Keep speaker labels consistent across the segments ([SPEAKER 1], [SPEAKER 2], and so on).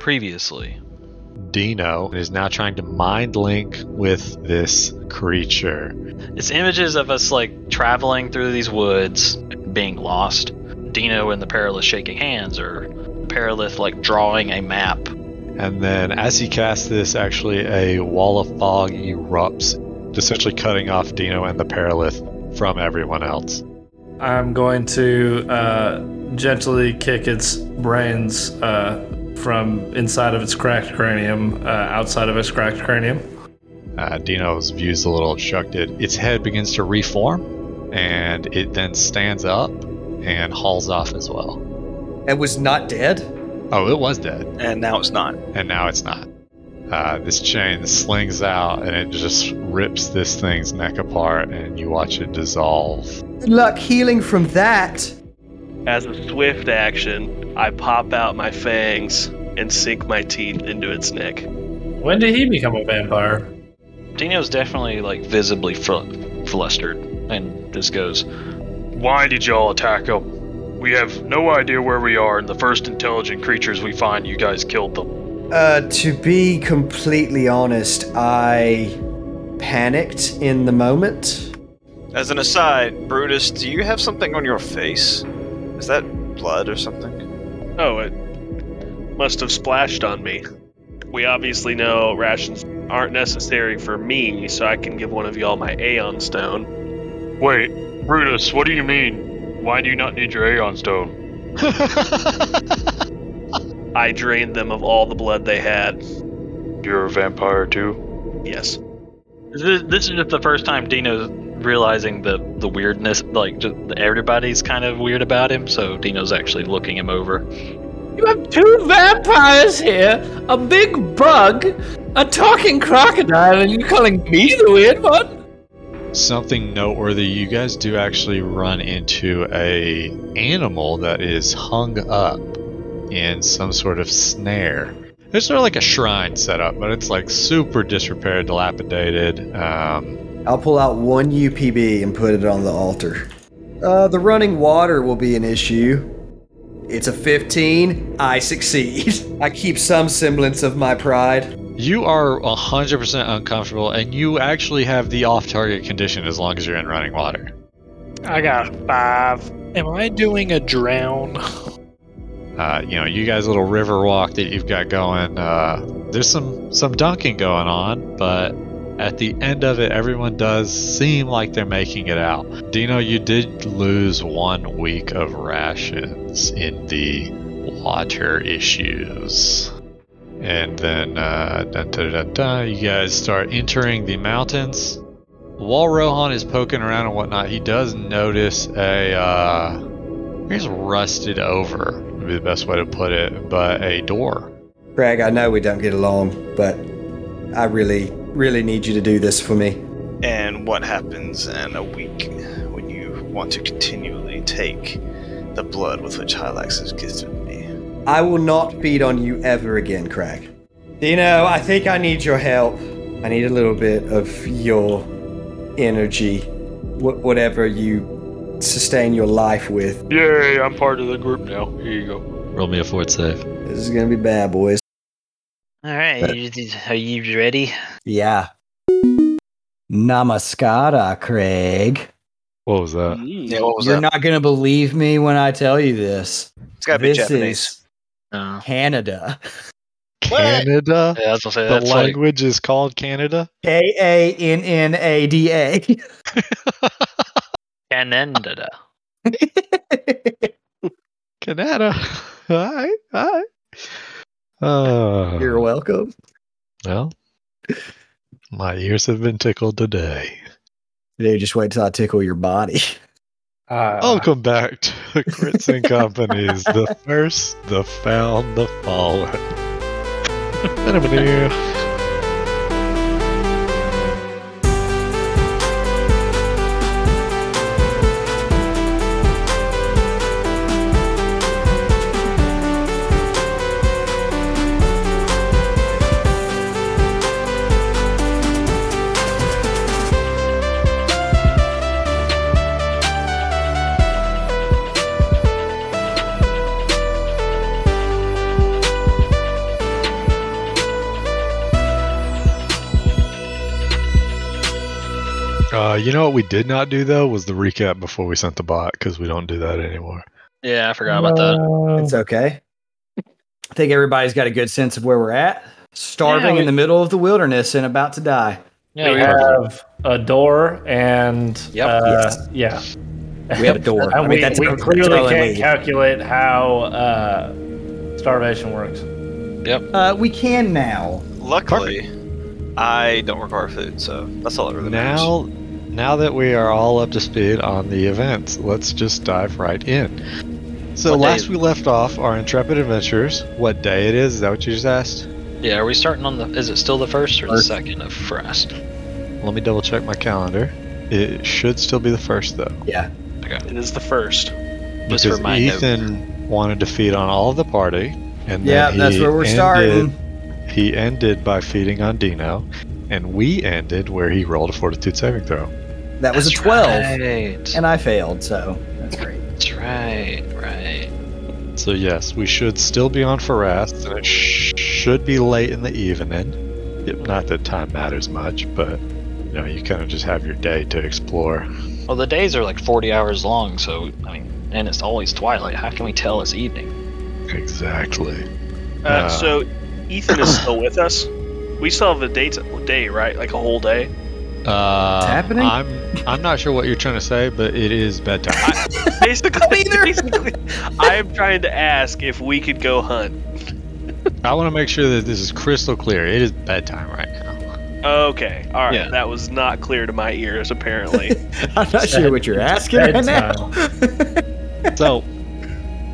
[SPEAKER 1] previously.
[SPEAKER 2] Dino is now trying to mind link with this creature.
[SPEAKER 1] It's images of us like traveling through these woods, being lost. Dino and the Paralith shaking hands, or Paralith like drawing a map.
[SPEAKER 2] And then, as he casts this, actually a wall of fog erupts, essentially cutting off Dino and the Paralith from everyone else.
[SPEAKER 3] I'm going to uh, gently kick its brains uh, from inside of its cracked cranium, uh, outside of its cracked cranium.
[SPEAKER 2] Uh, Dino's views a little obstructed. Its head begins to reform, and it then stands up and hauls off as well.
[SPEAKER 4] And was not dead?
[SPEAKER 2] Oh, it was dead,
[SPEAKER 5] And now it's not.
[SPEAKER 2] and now it's not. Uh, this chain slings out, and it just rips this thing's neck apart, and you watch it dissolve.
[SPEAKER 4] Good luck healing from that.
[SPEAKER 6] As a swift action, I pop out my fangs and sink my teeth into its neck.
[SPEAKER 3] When did he become a vampire?
[SPEAKER 1] Dino's definitely like visibly fl- flustered and just goes, Why did y'all attack him? We have no idea where we are, and the first intelligent creatures we find, you guys killed them.
[SPEAKER 4] Uh, to be completely honest, I panicked in the moment.
[SPEAKER 5] As an aside, Brutus, do you have something on your face? Is that blood or something?
[SPEAKER 6] Oh, it must have splashed on me. We obviously know rations aren't necessary for me, so I can give one of y'all my Aeon Stone.
[SPEAKER 7] Wait, Brutus, what do you mean? Why do you not need your Aeon Stone?
[SPEAKER 6] I drained them of all the blood they had.
[SPEAKER 7] You're a vampire too?
[SPEAKER 6] Yes.
[SPEAKER 1] This, this is just the first time Dino's realizing the, the weirdness. Like, just, everybody's kind of weird about him, so Dino's actually looking him over.
[SPEAKER 8] You have two vampires here, a big bug, a talking crocodile, and you're calling me the weird one?
[SPEAKER 2] Something noteworthy, you guys do actually run into a animal that is hung up in some sort of snare. There's sort of like a shrine set up, but it's like super disrepaired, dilapidated. Um,
[SPEAKER 4] I'll pull out one UPB and put it on the altar. Uh, the running water will be an issue. It's a 15. I succeed. I keep some semblance of my pride.
[SPEAKER 2] You are 100% uncomfortable, and you actually have the off target condition as long as you're in running water.
[SPEAKER 9] I got a five. Am I doing a drown?
[SPEAKER 2] Uh, you know, you guys' little river walk that you've got going, uh, there's some, some dunking going on, but at the end of it, everyone does seem like they're making it out. Dino, you did lose one week of rations in the water issues. And then, uh, dun, dun, dun, dun, you guys start entering the mountains. While Rohan is poking around and whatnot, he does notice a. Uh, he's rusted over, would be the best way to put it, but a door.
[SPEAKER 4] Craig, I know we don't get along, but I really, really need you to do this for me.
[SPEAKER 5] And what happens in a week when you want to continually take the blood with which Hylax has gifted me?
[SPEAKER 4] I will not feed on you ever again, Craig. Dino, I think I need your help. I need a little bit of your energy, wh- whatever you sustain your life with.
[SPEAKER 7] Yay, I'm part of the group now. Here you go.
[SPEAKER 2] Roll me a fort save.
[SPEAKER 4] This is gonna be bad, boys.
[SPEAKER 10] All right, you- you- are you ready?
[SPEAKER 4] Yeah. Namaskara, Craig.
[SPEAKER 2] What was that?
[SPEAKER 7] Mm-hmm.
[SPEAKER 5] Yeah, what was
[SPEAKER 4] You're
[SPEAKER 5] that?
[SPEAKER 4] not gonna believe me when I tell you this.
[SPEAKER 5] it's gotta be
[SPEAKER 4] this
[SPEAKER 5] Japanese.
[SPEAKER 10] No.
[SPEAKER 4] is Canada.
[SPEAKER 2] Canada?
[SPEAKER 1] Yeah, I was gonna say,
[SPEAKER 2] The
[SPEAKER 1] that's like,
[SPEAKER 2] language is called Canada?
[SPEAKER 4] K A N N A D A.
[SPEAKER 10] Canada.
[SPEAKER 2] Canada. all right, all right. Uh,
[SPEAKER 4] You're welcome.
[SPEAKER 2] well, my ears have been tickled today.
[SPEAKER 4] Dude, just wait till I tickle your body.
[SPEAKER 3] Uh,
[SPEAKER 1] Oh,
[SPEAKER 2] Welcome back to the Crits and Companies, the first, the found, the fallen. Minimum. Uh, you know what we did not do though was the recap before we sent the bot because we don't do that anymore.
[SPEAKER 1] Yeah, I forgot about
[SPEAKER 3] Uh,
[SPEAKER 1] that.
[SPEAKER 3] um,
[SPEAKER 4] It's okay. I think everybody's got a good sense of where we're at. Starving
[SPEAKER 3] Yeah, we-
[SPEAKER 4] in the middle of the wilderness and about to die.
[SPEAKER 3] we have a door and uh, yeah.
[SPEAKER 4] We have a door.
[SPEAKER 3] And
[SPEAKER 4] I mean,
[SPEAKER 3] we
[SPEAKER 4] that's
[SPEAKER 3] we
[SPEAKER 4] a- that's
[SPEAKER 3] clearly
[SPEAKER 4] all I
[SPEAKER 3] can't
[SPEAKER 4] need.
[SPEAKER 3] calculate how uh, starvation works.
[SPEAKER 4] Uh, we can now.
[SPEAKER 5] Luckily, I don't require food, so that's all that really matters.
[SPEAKER 2] Now, now that we are all up to speed on the events, let's just dive right in. So
[SPEAKER 1] What day
[SPEAKER 2] last
[SPEAKER 1] is-
[SPEAKER 2] we left off, our intrepid adventurers. What day it is? Is that what you just asked?
[SPEAKER 1] Yeah, are we starting on the? Is it still the first or the second of frost?
[SPEAKER 2] Let me double check my calendar. It should still be the first though,
[SPEAKER 4] Yeah.
[SPEAKER 6] It is the first.
[SPEAKER 1] Just
[SPEAKER 2] because
[SPEAKER 1] for my note.
[SPEAKER 2] Ethan wanted to feed on all of the party, and then
[SPEAKER 4] Yeah, that's
[SPEAKER 2] he
[SPEAKER 4] where we're
[SPEAKER 2] ended-
[SPEAKER 4] starting.
[SPEAKER 2] He ended by feeding on Dino, and we ended where he rolled a fortitude saving throw.
[SPEAKER 4] That was a
[SPEAKER 1] That's
[SPEAKER 4] 12,
[SPEAKER 1] Right.
[SPEAKER 4] and I failed, so that's great.
[SPEAKER 1] That's right. Right.
[SPEAKER 2] So yes, we should still be on Farast, and it sh- should be late in the evening. Yep, not that time matters much, but you know, you kind of just have your day to explore.
[SPEAKER 1] Well, the days are like 40 hours long, so I mean, and it's always twilight. How can we tell it's evening?
[SPEAKER 2] Exactly.
[SPEAKER 6] Uh, so Ethan is still with us. We still have a date, day, right? Like a whole day.
[SPEAKER 2] Uh,
[SPEAKER 4] happening?
[SPEAKER 2] I'm I'm not sure what you're trying to say, but it is bedtime.
[SPEAKER 6] Basically, basically, I'm trying to ask if we could go hunt.
[SPEAKER 2] I want to make sure that this is crystal clear. It is bedtime right now.
[SPEAKER 6] Okay, all right.
[SPEAKER 1] Yeah.
[SPEAKER 6] That was not clear to my ears, apparently.
[SPEAKER 4] I'm not sure what you're asking right
[SPEAKER 3] uh,
[SPEAKER 4] now.
[SPEAKER 2] So,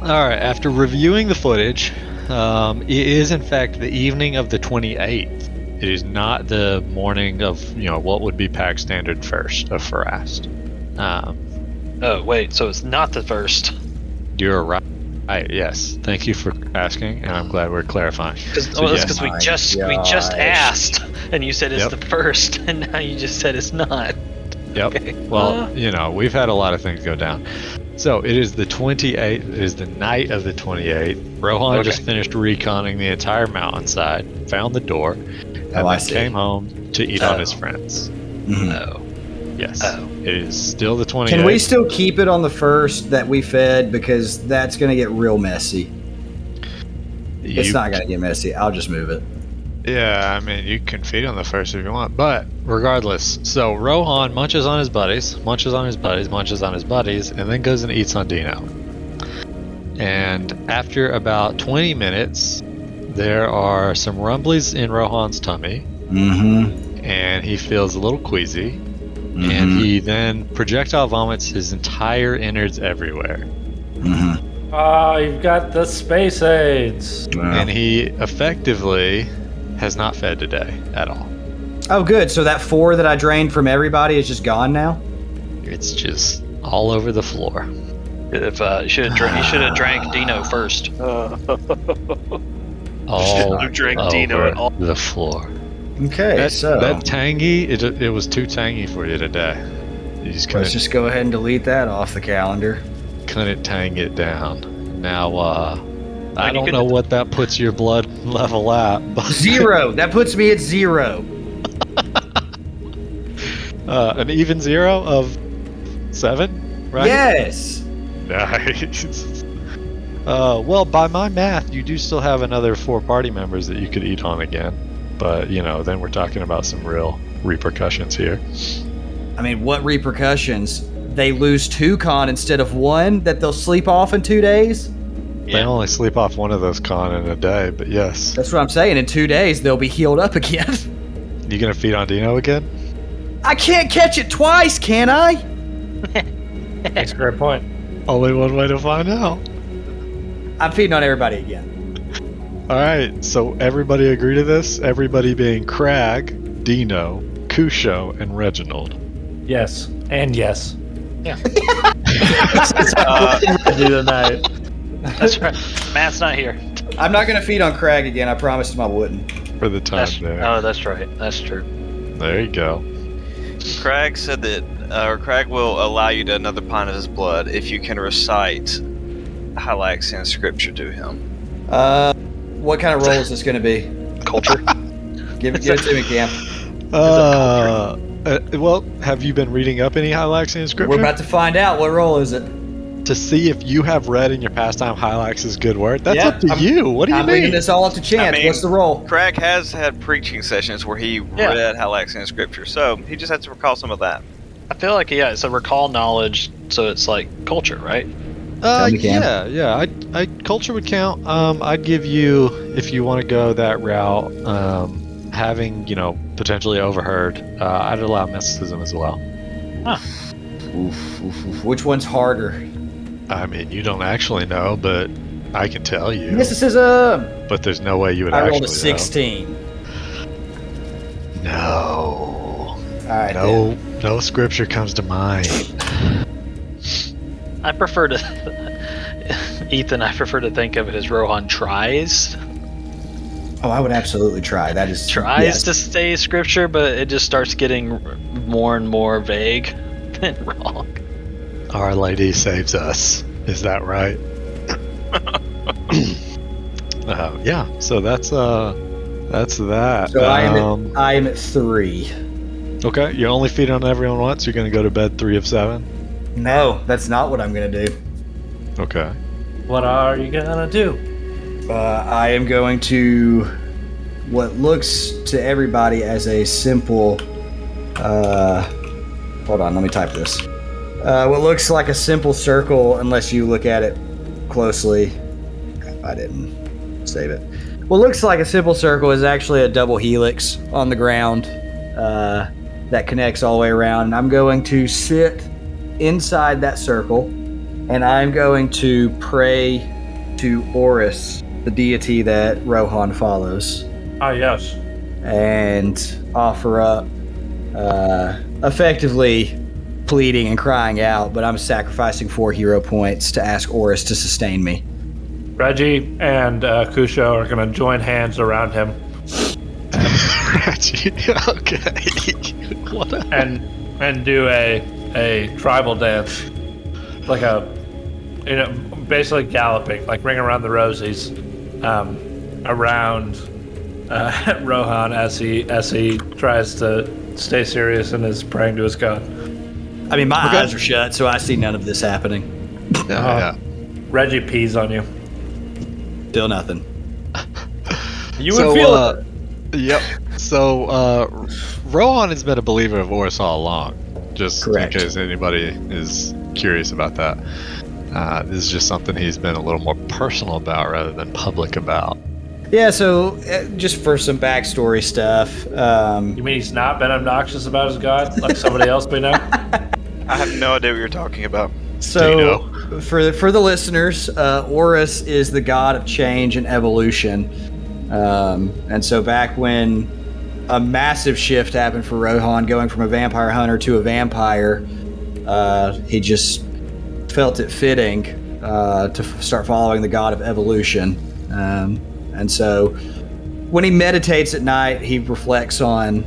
[SPEAKER 2] all right. After reviewing the footage, um, it is in fact the evening of the 28th. It is not the morning of you know what would be pack standard first of Farast. Um,
[SPEAKER 1] Oh wait, so it's not the first. Oh,
[SPEAKER 2] you're right. right. Yes. Thank you for asking, and I'm glad we're clarifying.
[SPEAKER 1] Because
[SPEAKER 2] So, yes.
[SPEAKER 1] we just we just
[SPEAKER 4] gosh.
[SPEAKER 1] asked, and you said it's
[SPEAKER 2] Yep.
[SPEAKER 1] the first, and now you just said it's not.
[SPEAKER 2] Yep. Well, you know, we've had a lot of things go down. So it is the 28th. It is the night of the 28th. Rohan just finished reconning the entire mountainside, found the door, and
[SPEAKER 4] Oh, I
[SPEAKER 2] then
[SPEAKER 4] see.
[SPEAKER 2] came home to eat
[SPEAKER 1] Oh.
[SPEAKER 2] on his friends.
[SPEAKER 4] Hmm. Mm-hmm.
[SPEAKER 1] Oh,
[SPEAKER 2] Yes.
[SPEAKER 1] Oh.
[SPEAKER 2] It is still the 28th.
[SPEAKER 4] Can we still keep it on the first that we fed? Because that's going to get real messy.
[SPEAKER 2] You-
[SPEAKER 4] It's not going to get messy. I'll just move it.
[SPEAKER 2] Yeah, I mean, you can feed on the first if you want, but regardless. So Rohan munches on his buddies, munches on his buddies, munches on his buddies, and then goes and eats on Dino. And after about 20 minutes, there are some rumblies in Rohan's tummy,
[SPEAKER 4] Mm-hmm.
[SPEAKER 2] and he feels a little queasy, and he then projectile vomits his entire innards everywhere.
[SPEAKER 4] Mm-hmm.
[SPEAKER 3] Ah, you've got the space aids.
[SPEAKER 2] And he effectively has not fed today at all.
[SPEAKER 4] Oh, good. So that four that I drained from everybody is just gone now.
[SPEAKER 2] It's just all over the floor.
[SPEAKER 1] if uh, you should have drank, you should have drank Dino first.
[SPEAKER 6] Uh,
[SPEAKER 2] all
[SPEAKER 6] You drank Dino
[SPEAKER 2] over
[SPEAKER 6] at all.
[SPEAKER 2] the floor.
[SPEAKER 4] Okay,
[SPEAKER 2] that,
[SPEAKER 4] so
[SPEAKER 2] that tangy, it, it was too tangy for you today. You just couldn't,
[SPEAKER 4] let's just go ahead and delete that off the calendar.
[SPEAKER 2] couldn't tang it down. Now, uh, I
[SPEAKER 1] you
[SPEAKER 2] don't
[SPEAKER 1] could-
[SPEAKER 2] know what that puts your blood level at, but
[SPEAKER 4] Zero. that puts me at zero.
[SPEAKER 2] uh, an even zero of seven, right?
[SPEAKER 4] Yes.
[SPEAKER 2] Nice. Uh, well, by my math, you do still have another four party members that you could eat on again, but you know, then we're talking about some real repercussions here.
[SPEAKER 4] I mean, what repercussions? They lose two con instead of one that they'll sleep off in two days.
[SPEAKER 2] They only sleep off one of those con in a day, but yes.
[SPEAKER 4] That's what I'm saying. In two days, they'll be healed up again.
[SPEAKER 2] You gonna feed on Dino again?
[SPEAKER 4] I can't catch it twice, can I?
[SPEAKER 3] That's a great point.
[SPEAKER 2] Only one way to find out.
[SPEAKER 4] I'm feeding on everybody again.
[SPEAKER 2] Alright, so everybody agree to this? Everybody being Crag, Dino, Kusho, and Reginald.
[SPEAKER 3] Yes, and yes.
[SPEAKER 5] Uh,
[SPEAKER 3] Do the night.
[SPEAKER 1] That's right. Matt's not here.
[SPEAKER 4] I'm not gonna feed on Crag again. I promised him I wouldn't.
[SPEAKER 2] For the time
[SPEAKER 1] That's,
[SPEAKER 2] there.
[SPEAKER 4] uh,
[SPEAKER 1] oh, that's right. That's true.
[SPEAKER 2] there you go.
[SPEAKER 5] Crag said that, uh, or Crag will allow you to another pint of his blood if you can recite Hylaxian scripture to him.
[SPEAKER 4] Uh, what kind of roll is this gonna be?
[SPEAKER 1] Culture.
[SPEAKER 4] Give it, give it to me, Cam.
[SPEAKER 2] Uh, Uh, well, have you been reading up any Hylaxian scripture?
[SPEAKER 4] We're about to find out. What roll is it?
[SPEAKER 2] to see if you have read in your pastime Hylax's good word. That's
[SPEAKER 4] Yeah,
[SPEAKER 2] up to
[SPEAKER 4] I'm-
[SPEAKER 2] you. What do you
[SPEAKER 4] I'm
[SPEAKER 2] mean?
[SPEAKER 4] leaving this all up to chance.
[SPEAKER 5] mean-
[SPEAKER 4] What's the roll?
[SPEAKER 5] Craig has had preaching sessions where he read Hylaxian scripture, so he just had to recall some of that.
[SPEAKER 1] I feel like yeah, it's a recall knowledge, so it's like culture, right?
[SPEAKER 2] Uh,
[SPEAKER 4] Time to camp.
[SPEAKER 2] yeah, yeah. I, I culture would count. Um, I'd give you if you want to go that route. Um, having you know potentially overheard. Uh, I'd allow mysticism as well.
[SPEAKER 4] Oof, oof, oof. Which one's harder?
[SPEAKER 2] I mean, you don't actually know, but I can tell you.
[SPEAKER 4] Mysticism.
[SPEAKER 2] But there's no way you would.
[SPEAKER 4] I
[SPEAKER 2] actually
[SPEAKER 4] rolled a
[SPEAKER 2] know.
[SPEAKER 4] 16.
[SPEAKER 2] No.
[SPEAKER 4] All right.
[SPEAKER 2] No. No scripture comes to mind.
[SPEAKER 1] I prefer to, Ethan. I prefer to think of it as Rohan tries
[SPEAKER 4] then. Oh, I would absolutely try. That is
[SPEAKER 1] tries
[SPEAKER 4] yes.
[SPEAKER 1] to stay scripture, but it just starts getting r- more and more vague than wrong.
[SPEAKER 2] Our Lady saves us. Is that right? uh, yeah. So that's uh, that's that.
[SPEAKER 4] So I am
[SPEAKER 2] Um,
[SPEAKER 4] at, I am at three.
[SPEAKER 2] okay. You're only feeding on everyone once. You're gonna go to bed three of seven.
[SPEAKER 4] No, that's not what I'm gonna do.
[SPEAKER 2] Okay.
[SPEAKER 11] What are you gonna do?
[SPEAKER 4] Uh, I am going to what looks to everybody as a simple. Uh, hold on, let me type this. Uh, what looks like a simple circle, unless you look at it closely. Crap, I didn't save it. What looks like a simple circle is actually a double helix on the ground uh, that connects all the way around. And I'm going to sit inside that circle, and I'm going to pray to Oris, the deity that Rohan follows,
[SPEAKER 3] Ah, yes.
[SPEAKER 4] and offer up uh, effectively pleading and crying out, but I'm sacrificing four hero points to ask Oris to sustain me.
[SPEAKER 3] Reggie and uh, Kusho are going to join hands around him.
[SPEAKER 2] okay. what a-
[SPEAKER 3] and and do a a tribal dance, like a you know basically galloping, like ring around the rosies, um, around uh, Rohan as he as he tries to stay serious and is praying to his god.
[SPEAKER 4] I mean, my eyes are shut, so I see none of this happening.
[SPEAKER 2] yeah.
[SPEAKER 3] Reggie pees on you.
[SPEAKER 4] Still nothing.
[SPEAKER 3] You
[SPEAKER 2] So,
[SPEAKER 3] would feel
[SPEAKER 2] uh, Yep. So uh, Rohan has been a believer of Oris all along. Just
[SPEAKER 4] Correct.
[SPEAKER 2] in case anybody is curious about that. Uh, this is just something he's been a little more personal about rather than public about.
[SPEAKER 4] Yeah, so uh, just for some backstory stuff, um,
[SPEAKER 3] you mean he's not been obnoxious about his god like somebody else we know.
[SPEAKER 5] I have no idea what you're talking about.
[SPEAKER 4] So, for the, for the listeners, uh, Oris is the god of change and evolution. Um, and so, back when a massive shift happened for Rohan, going from a vampire hunter to a vampire, uh, he just felt it fitting uh, to f- start following the god of evolution. Um, and so, when he meditates at night, he reflects on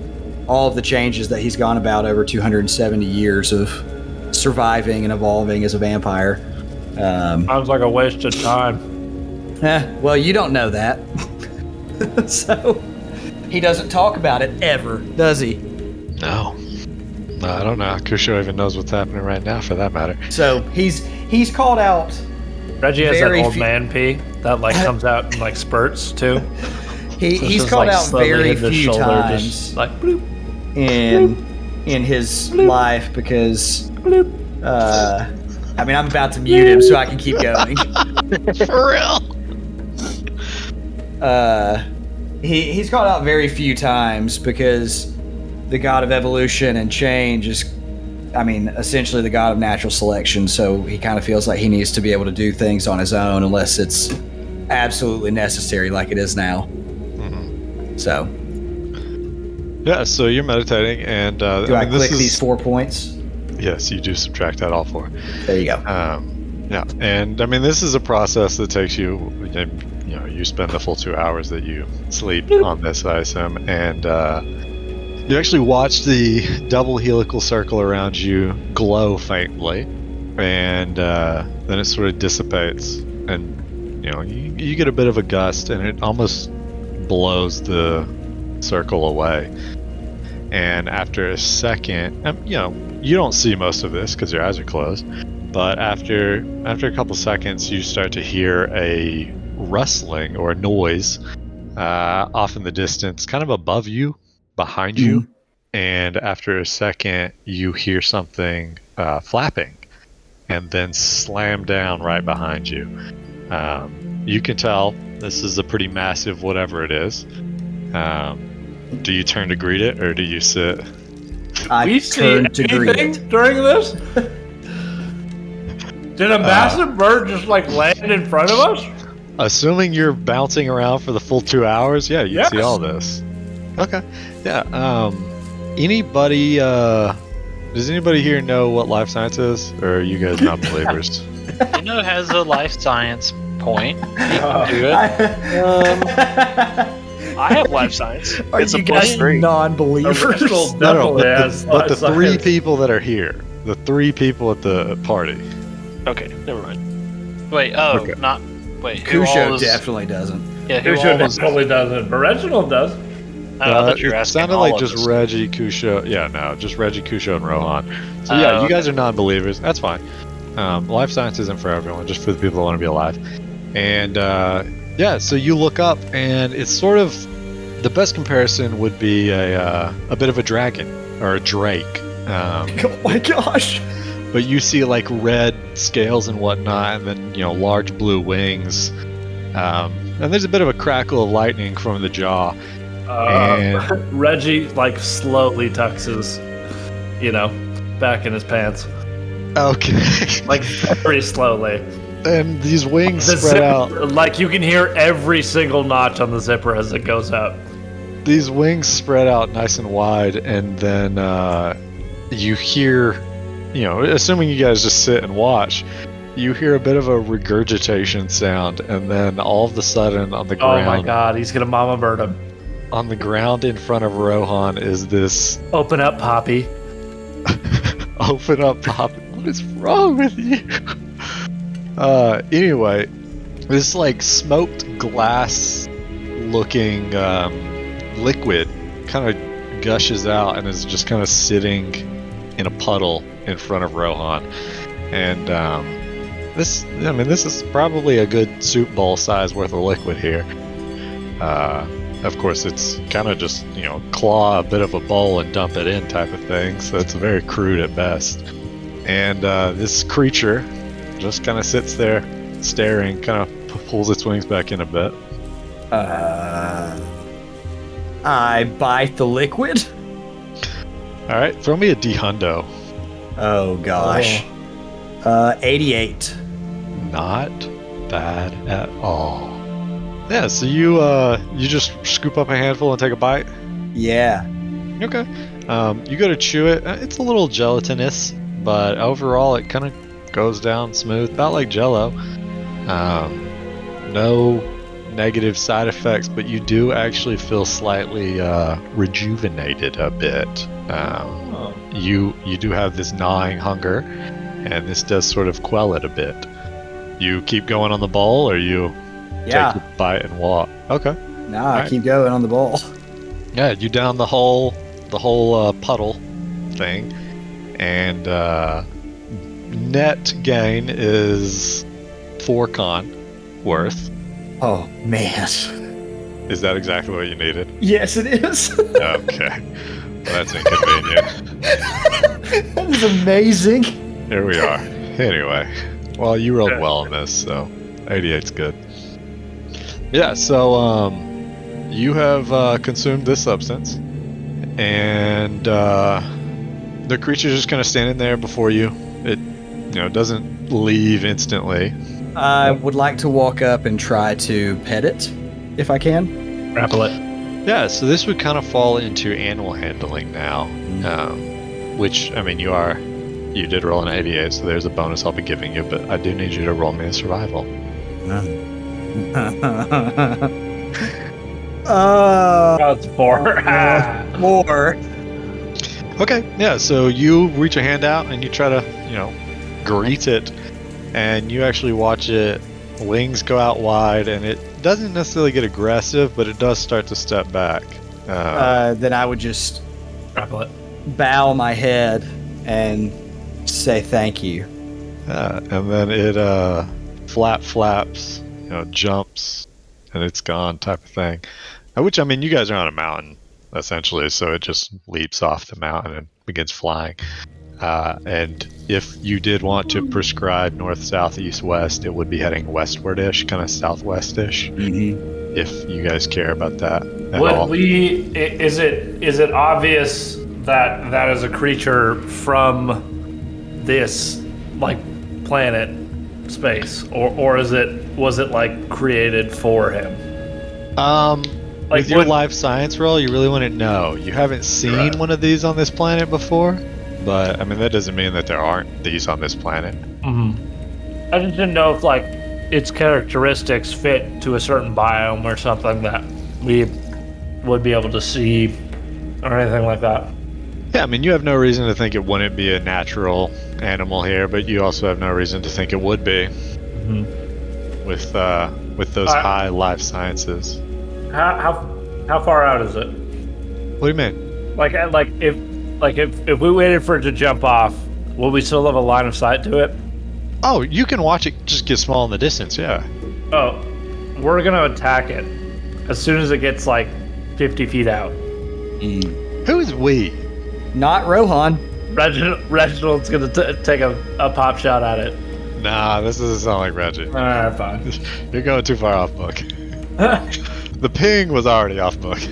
[SPEAKER 4] all of the changes that he's gone about over 270 years of surviving and evolving as a vampire. Um,
[SPEAKER 3] Sounds like a waste of time.
[SPEAKER 4] eh, well, you don't know that. so he doesn't talk about it ever, does he?
[SPEAKER 2] No. No, I don't know. Kusho even knows what's happening right now, for that matter.
[SPEAKER 4] So he's he's called out.
[SPEAKER 3] Reggie has
[SPEAKER 4] Very
[SPEAKER 3] that old
[SPEAKER 4] few-
[SPEAKER 3] man pee that like comes out in like spurts too.
[SPEAKER 4] He,
[SPEAKER 3] So it's
[SPEAKER 4] he's
[SPEAKER 3] just,
[SPEAKER 4] called
[SPEAKER 3] like,
[SPEAKER 4] out
[SPEAKER 3] slowly
[SPEAKER 4] very
[SPEAKER 3] hitting his
[SPEAKER 4] few
[SPEAKER 3] shoulder,
[SPEAKER 4] times
[SPEAKER 3] just, like bloop.
[SPEAKER 4] in in his life because. Uh, I mean, I'm about to mute him so I can keep going.
[SPEAKER 1] For real?
[SPEAKER 4] uh, he he's called out very few times because the god of evolution and change is, I mean, essentially the god of natural selection. So he kind of feels like he needs to be able to do things on his own unless it's absolutely necessary, like it is now. So,
[SPEAKER 2] Yeah, so you're meditating, and uh,
[SPEAKER 4] do I,
[SPEAKER 2] mean, this
[SPEAKER 4] click
[SPEAKER 2] is-
[SPEAKER 4] these four points?
[SPEAKER 2] Yes, you do subtract that all four.
[SPEAKER 4] There you go.
[SPEAKER 2] Um, yeah, and I mean, this is a process that takes you. You know, you spend the full two hours that you sleep on this, I assume, and uh, you actually watch the double helical circle around you glow faintly, and uh, then it sort of dissipates, and you know, you, you get a bit of a gust, and it almost blows the circle away, And after a second, um, you know, you don't see most of this because your eyes are closed. But after after a couple seconds, you start to hear a rustling or a noise uh, off in the distance, kind of above you, behind you. And after a second, you hear something uh, flapping and then slam down right behind you. Um, you can tell this is a pretty massive whatever it is. Um, do you turn to greet it or do you sit?
[SPEAKER 12] I
[SPEAKER 3] we see
[SPEAKER 12] turned to greet
[SPEAKER 3] anything
[SPEAKER 12] it.
[SPEAKER 3] during this?
[SPEAKER 4] Uh,
[SPEAKER 3] Did a massive bird just like land in front of us?
[SPEAKER 2] Assuming you're bouncing around for the full two hours, yeah, you see
[SPEAKER 3] Yes.
[SPEAKER 2] all this. Okay. Yeah. Um, anybody? Uh, does anybody here know what life science is, or are you guys not believers?
[SPEAKER 1] You know, it has a life science point. You can do it.
[SPEAKER 12] I- Uh,
[SPEAKER 6] I have life science.
[SPEAKER 12] Are
[SPEAKER 6] it's
[SPEAKER 12] you
[SPEAKER 6] a plus
[SPEAKER 12] guys
[SPEAKER 6] three.
[SPEAKER 12] non-believers?
[SPEAKER 3] Original
[SPEAKER 2] No, no,
[SPEAKER 3] definitely
[SPEAKER 2] but
[SPEAKER 3] has
[SPEAKER 2] the, but the
[SPEAKER 3] life
[SPEAKER 2] three
[SPEAKER 3] science.
[SPEAKER 2] people that are here, the three people at the party.
[SPEAKER 6] Okay, never mind.
[SPEAKER 1] Wait, oh,
[SPEAKER 2] Okay.
[SPEAKER 1] not. Wait, who all
[SPEAKER 12] Kusho
[SPEAKER 1] was,
[SPEAKER 12] definitely doesn't.
[SPEAKER 1] yeah, who
[SPEAKER 3] Who
[SPEAKER 1] all
[SPEAKER 3] should
[SPEAKER 1] was,
[SPEAKER 3] probably doesn't, but Reginald does.
[SPEAKER 1] I don't know, I thought
[SPEAKER 2] Uh,
[SPEAKER 1] you were
[SPEAKER 2] it
[SPEAKER 1] asking
[SPEAKER 2] sounded
[SPEAKER 1] all
[SPEAKER 2] like
[SPEAKER 1] of
[SPEAKER 2] just
[SPEAKER 1] us.
[SPEAKER 2] Reggie Kusho. Yeah, no, just Reggie Kusho and Rohan. So yeah,
[SPEAKER 1] Oh,
[SPEAKER 2] you guys are non-believers. That's fine. Um, life science isn't for everyone, just for the people that want to be alive. And uh, yeah, so you look up, and it's sort of the best comparison would be a uh, a bit of a dragon or a drake. Um,
[SPEAKER 12] Oh my gosh!
[SPEAKER 2] but you see like red scales and whatnot, and then you know large blue wings. Um, and there's a bit of a crackle of lightning from the jaw.
[SPEAKER 3] Uh, Reggie like slowly tucks his, you know, back in his pants,
[SPEAKER 2] Okay.
[SPEAKER 3] like very slowly.
[SPEAKER 2] and these wings
[SPEAKER 3] The
[SPEAKER 2] spread
[SPEAKER 3] zip-
[SPEAKER 2] out.
[SPEAKER 3] like you can hear every single notch on the zipper as it goes up.
[SPEAKER 2] These wings spread out nice and wide, and then uh, you hear, you know, assuming you guys just sit and watch, you hear a bit of a regurgitation sound, and then all of a sudden on the
[SPEAKER 3] Oh my
[SPEAKER 2] ground,
[SPEAKER 3] god, he's gonna mama bird him.
[SPEAKER 2] on the ground in front of Rohan is this
[SPEAKER 3] Open up, Poppy.
[SPEAKER 2] open up pop what is wrong with you uh anyway this like smoked glass looking um, liquid kind of gushes out and is just kind of sitting in a puddle in front of rohan and um, this i mean this is probably a good soup bowl size worth of liquid here uh, of course, it's kind of just, you know, claw a bit of a bowl and dump it in type of thing, so it's very crude at best. And uh, this creature just kind of sits there staring, kind of pulls its wings back in a bit.
[SPEAKER 12] Uh, I bite the liquid.
[SPEAKER 2] All right, throw me a D hundo.
[SPEAKER 12] Oh gosh. Uh, 88.
[SPEAKER 2] Not bad at all. Yeah, so you uh, you just scoop up a handful and take a bite.
[SPEAKER 12] Yeah.
[SPEAKER 2] Okay. Um, you go to chew it. Uh, It's a little gelatinous, but overall it kind of goes down smooth, about like Jello. Um, no negative side effects, but you do actually feel slightly uh, rejuvenated a bit. Um, You you do have this gnawing hunger, and this does sort of quell it a bit. You keep going on the ball, or you
[SPEAKER 12] Yeah.
[SPEAKER 2] take a bite and walk. Okay.
[SPEAKER 12] Nah,
[SPEAKER 2] Alright.
[SPEAKER 12] keep going on the ball.
[SPEAKER 2] Yeah, you down the whole the whole uh, puddle thing, and uh, net gain is four con worth.
[SPEAKER 12] Oh man.
[SPEAKER 2] Is that exactly what you needed?
[SPEAKER 12] Yes, it is.
[SPEAKER 2] Okay, well, that's inconvenient.
[SPEAKER 12] that is amazing.
[SPEAKER 2] Here we are. Anyway, well, you rolled well on this, so 88's good. Yeah, so um, you have uh, consumed this substance, and uh, the creature's just kind of standing there before you. It, you know, doesn't leave instantly.
[SPEAKER 12] I would like to walk up and try to pet it, if I can.
[SPEAKER 3] Grapple it.
[SPEAKER 2] Yeah, so this would kind of fall into animal handling now, um, which I mean, you are, you did roll an 88, so there's a bonus I'll be giving you, but I do need you to roll me a survival.
[SPEAKER 12] Uh,
[SPEAKER 3] Oh, it's four. Ah.
[SPEAKER 12] more.
[SPEAKER 2] Okay, yeah, so you reach a hand out and you try to, you know, greet it, and you actually watch it, wings go out wide, and it doesn't necessarily get aggressive, but it does start to step back. Uh,
[SPEAKER 12] Uh, then I would just
[SPEAKER 3] grapple it.
[SPEAKER 4] bow my head and say thank you.
[SPEAKER 2] Yeah, and then it uh, flap flaps, you know, jumps, and it's gone type of thing. Uh, Which I mean, you guys are on a mountain essentially, so it just leaps off the mountain and begins flying. Uh, and if you did want to prescribe north, south, east, west, it would be heading westward-ish, kind of southwest-ish. Mm-hmm. If you guys care about that at all.
[SPEAKER 3] Would we? i- Is it is it obvious that that is a creature from this like planet space, or or is it was it like created for him?
[SPEAKER 2] Um,
[SPEAKER 3] Like,
[SPEAKER 2] with your
[SPEAKER 3] what-
[SPEAKER 2] life science roll, you really want to know. You haven't seen one of these on this planet before, but I mean that doesn't mean that there aren't these on this planet. Mm-hmm.
[SPEAKER 3] I just didn't know if like its characteristics fit to a certain biome or something that we would be able to see or anything like that.
[SPEAKER 2] Yeah, I mean you have no reason to think it wouldn't be a natural animal here, but you also have no reason to think it would be Mm-hmm. with uh, with those
[SPEAKER 3] I-
[SPEAKER 2] high life sciences.
[SPEAKER 3] How how how far out is it?
[SPEAKER 2] What do you mean?
[SPEAKER 3] Like I- like if like if if we waited for it to jump off, will we still have a line of sight to it?
[SPEAKER 2] Oh, you can watch it just get small in the distance. Yeah.
[SPEAKER 3] Oh, we're gonna attack it as soon as it gets like 50 feet out.
[SPEAKER 2] Who is we?
[SPEAKER 4] Not Rohan.
[SPEAKER 3] Reginald, Reginald's gonna t- take a, a pop shot at it.
[SPEAKER 2] Nah, this doesn't sound like Reggie.
[SPEAKER 3] All right, fine.
[SPEAKER 2] You're going too far off book. the ping was already off book.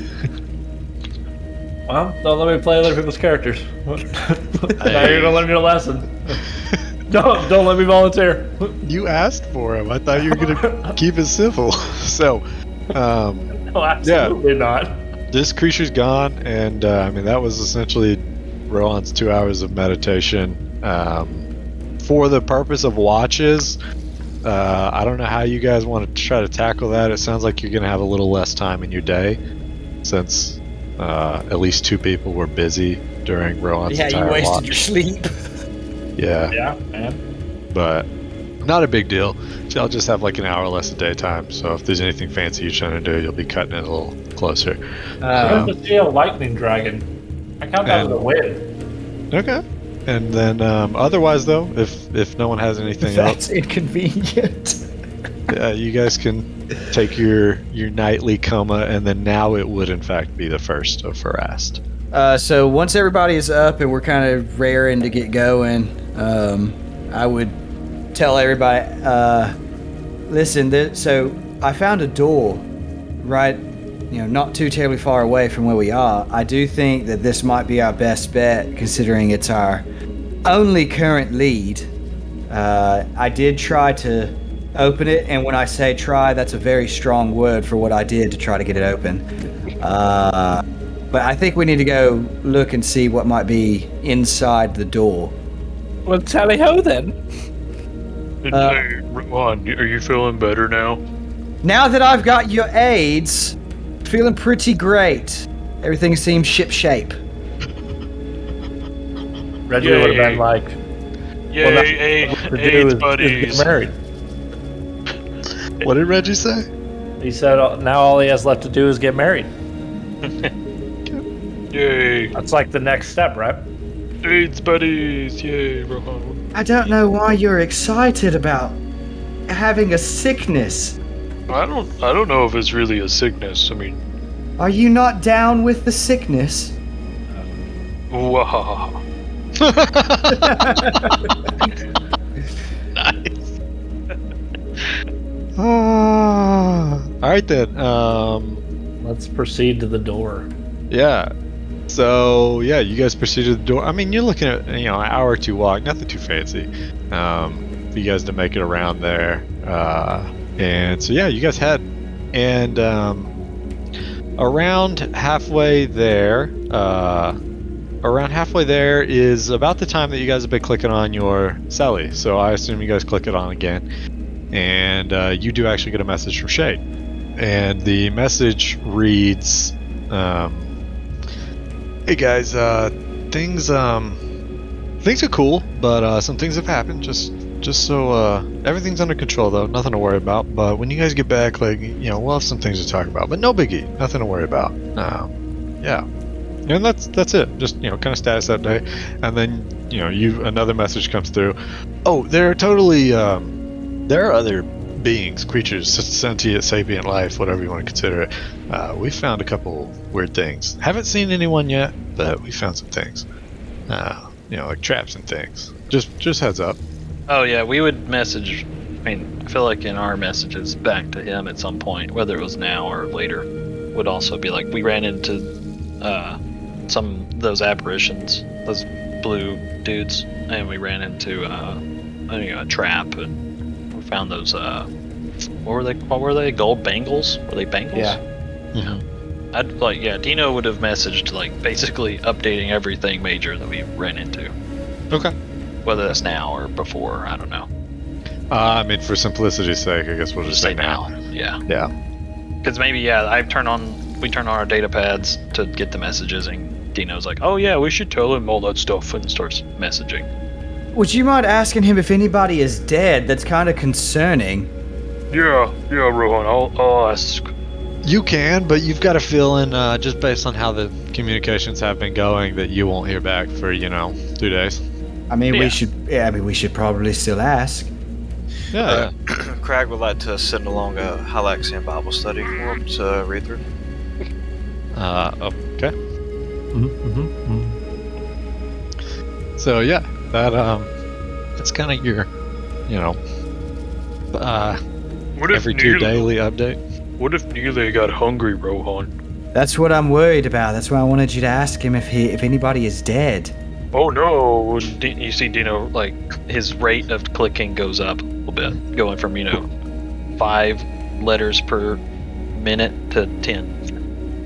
[SPEAKER 3] Well, don't let me play other people's characters. now you're gonna learn your lesson. No, don't let me volunteer.
[SPEAKER 2] You asked for him. I thought you were gonna keep it civil. So, um,
[SPEAKER 3] No, absolutely not.
[SPEAKER 2] this creature's gone, and uh, I mean that was essentially Rohan's two hours of meditation um, for the purpose of watches. Uh, I don't know how you guys want to try to tackle that. It sounds like you're gonna have a little less time in your day, since uh, at least two people were busy during Rohan's
[SPEAKER 4] yeah,
[SPEAKER 2] entire
[SPEAKER 4] you wasted
[SPEAKER 2] watch.
[SPEAKER 4] your sleep.
[SPEAKER 2] Yeah,
[SPEAKER 3] Yeah, man.
[SPEAKER 2] but not a big deal. I'll just have like an hour less of daytime, so if there's anything fancy you're trying to do, you'll be cutting it a little closer.
[SPEAKER 4] Uh,
[SPEAKER 3] I'm
[SPEAKER 2] Um,
[SPEAKER 3] the steel lightning dragon. I count that as a
[SPEAKER 2] And-
[SPEAKER 3] win.
[SPEAKER 2] okay. And then um, otherwise, though, if if no one has anything else,
[SPEAKER 4] That's inconvenient.
[SPEAKER 2] uh, you guys can take your your nightly coma, and then now it would in fact be the first of Farast.
[SPEAKER 4] Uh, so once everybody is up and we're kind of raring to get going, um, I would tell everybody, uh, listen. Th- so I found a door, right? You know, not too terribly far away from where we are. I do think that this might be our best bet, considering it's our only current lead. Uh, I did try to open it, and when I say try, that's a very strong word for what I did to try to get it open. Uh, but I think we need to go look and see what might be inside the door.
[SPEAKER 13] Well, tally ho then.
[SPEAKER 4] Uh,
[SPEAKER 6] hey, Rohan, you- are you feeling better now?
[SPEAKER 4] Now that I've got your aids, feeling pretty great. Everything seems ship shape.
[SPEAKER 3] Reggie would have
[SPEAKER 6] Yay.
[SPEAKER 3] been like,
[SPEAKER 6] Yay,
[SPEAKER 3] that's to
[SPEAKER 6] hey,
[SPEAKER 3] do
[SPEAKER 6] AIDS
[SPEAKER 3] is- is
[SPEAKER 6] buddies.
[SPEAKER 3] get married.
[SPEAKER 2] What did Reggie say?
[SPEAKER 3] He said uh, now all he has left to do is get married.
[SPEAKER 6] Yay,
[SPEAKER 3] That's like the next step, right?
[SPEAKER 6] AIDS buddies. Yay, Rohan.
[SPEAKER 4] I don't know why you're excited about having a sickness.
[SPEAKER 6] I don't, I don't know if it's really a sickness. I mean,
[SPEAKER 4] Are you not down with the sickness?
[SPEAKER 6] wahaha.
[SPEAKER 2] Ah. All right then. Um,
[SPEAKER 3] Let's proceed to the door.
[SPEAKER 2] Yeah. So yeah, you guys proceeded to the door. I mean, you're looking at you know an hour or two walk, nothing too fancy. Um, for you guys to make it around there. Uh, and so yeah, you guys head, and um, around halfway there, uh, around halfway there is about the time that you guys have been clicking on your Sally. So I assume you guys click it on again, and uh, you do actually get a message from Shade, and the message reads. Um, Hey guys, uh, things um, things are cool, but uh, some things have happened. Just just so uh, everything's under control though, nothing to worry about. But when you guys get back, like you know, we'll have some things to talk about. But no biggie, nothing to worry about. Um, yeah, and that's that's it. Just you know, kind of status update, and then you know, you another message comes through. Oh, there are totally um, there are other beings, creatures, sentient, sapient life, whatever you want to consider it. Uh, we found a couple weird things. Haven't seen anyone yet, but we found some things. Uh, you know, like traps and things. Just just heads up.
[SPEAKER 1] Oh yeah, we would message. I mean, I feel like in our messages back to him at some point, whether it was now or later, would also be like we ran into uh, some those apparitions, those blue dudes, and we ran into uh, I mean, a trap, and we found those. Uh, what were they? What were they? Gold bangles? Were they bangles?
[SPEAKER 12] Yeah.
[SPEAKER 1] I'd like yeah. Dino would have messaged like basically updating everything major that we ran into,
[SPEAKER 2] Okay.
[SPEAKER 1] whether that's now or before. I don't know.
[SPEAKER 2] Uh, I mean, for simplicity's sake, I guess we'll just say now.
[SPEAKER 1] Yeah.
[SPEAKER 2] Yeah.
[SPEAKER 1] Because maybe yeah, I turn on we turn on our data pads to get the messages, and Dino's like, "Oh yeah, we should tell him all that stuff," and starts messaging.
[SPEAKER 4] Would you mind asking him if anybody is dead? That's kind of concerning.
[SPEAKER 14] Yeah, yeah, Rohan, I'll, I'll ask.
[SPEAKER 2] You can, but you've got a feeling, uh, just based on how the communications have been going, that you won't hear back for you know two days.
[SPEAKER 4] I mean,
[SPEAKER 1] Yeah.
[SPEAKER 4] we should. Yeah, I mean, we should probably still ask.
[SPEAKER 2] Yeah.
[SPEAKER 5] Crag would like to send along a Hylaxian Bible study for him to read through.
[SPEAKER 2] Uh, okay. So yeah, that um, that's kind of your, you know, uh,
[SPEAKER 14] What if
[SPEAKER 2] every two
[SPEAKER 14] Neela-
[SPEAKER 2] daily update.
[SPEAKER 14] What if Neely got hungry, Rohan?
[SPEAKER 4] That's what I'm worried about. That's why I wanted you to ask him if he, if anybody is dead.
[SPEAKER 14] Oh no!
[SPEAKER 1] Di- You see Dino like his rate of clicking goes up a little bit, going from you know five letters per minute to ten.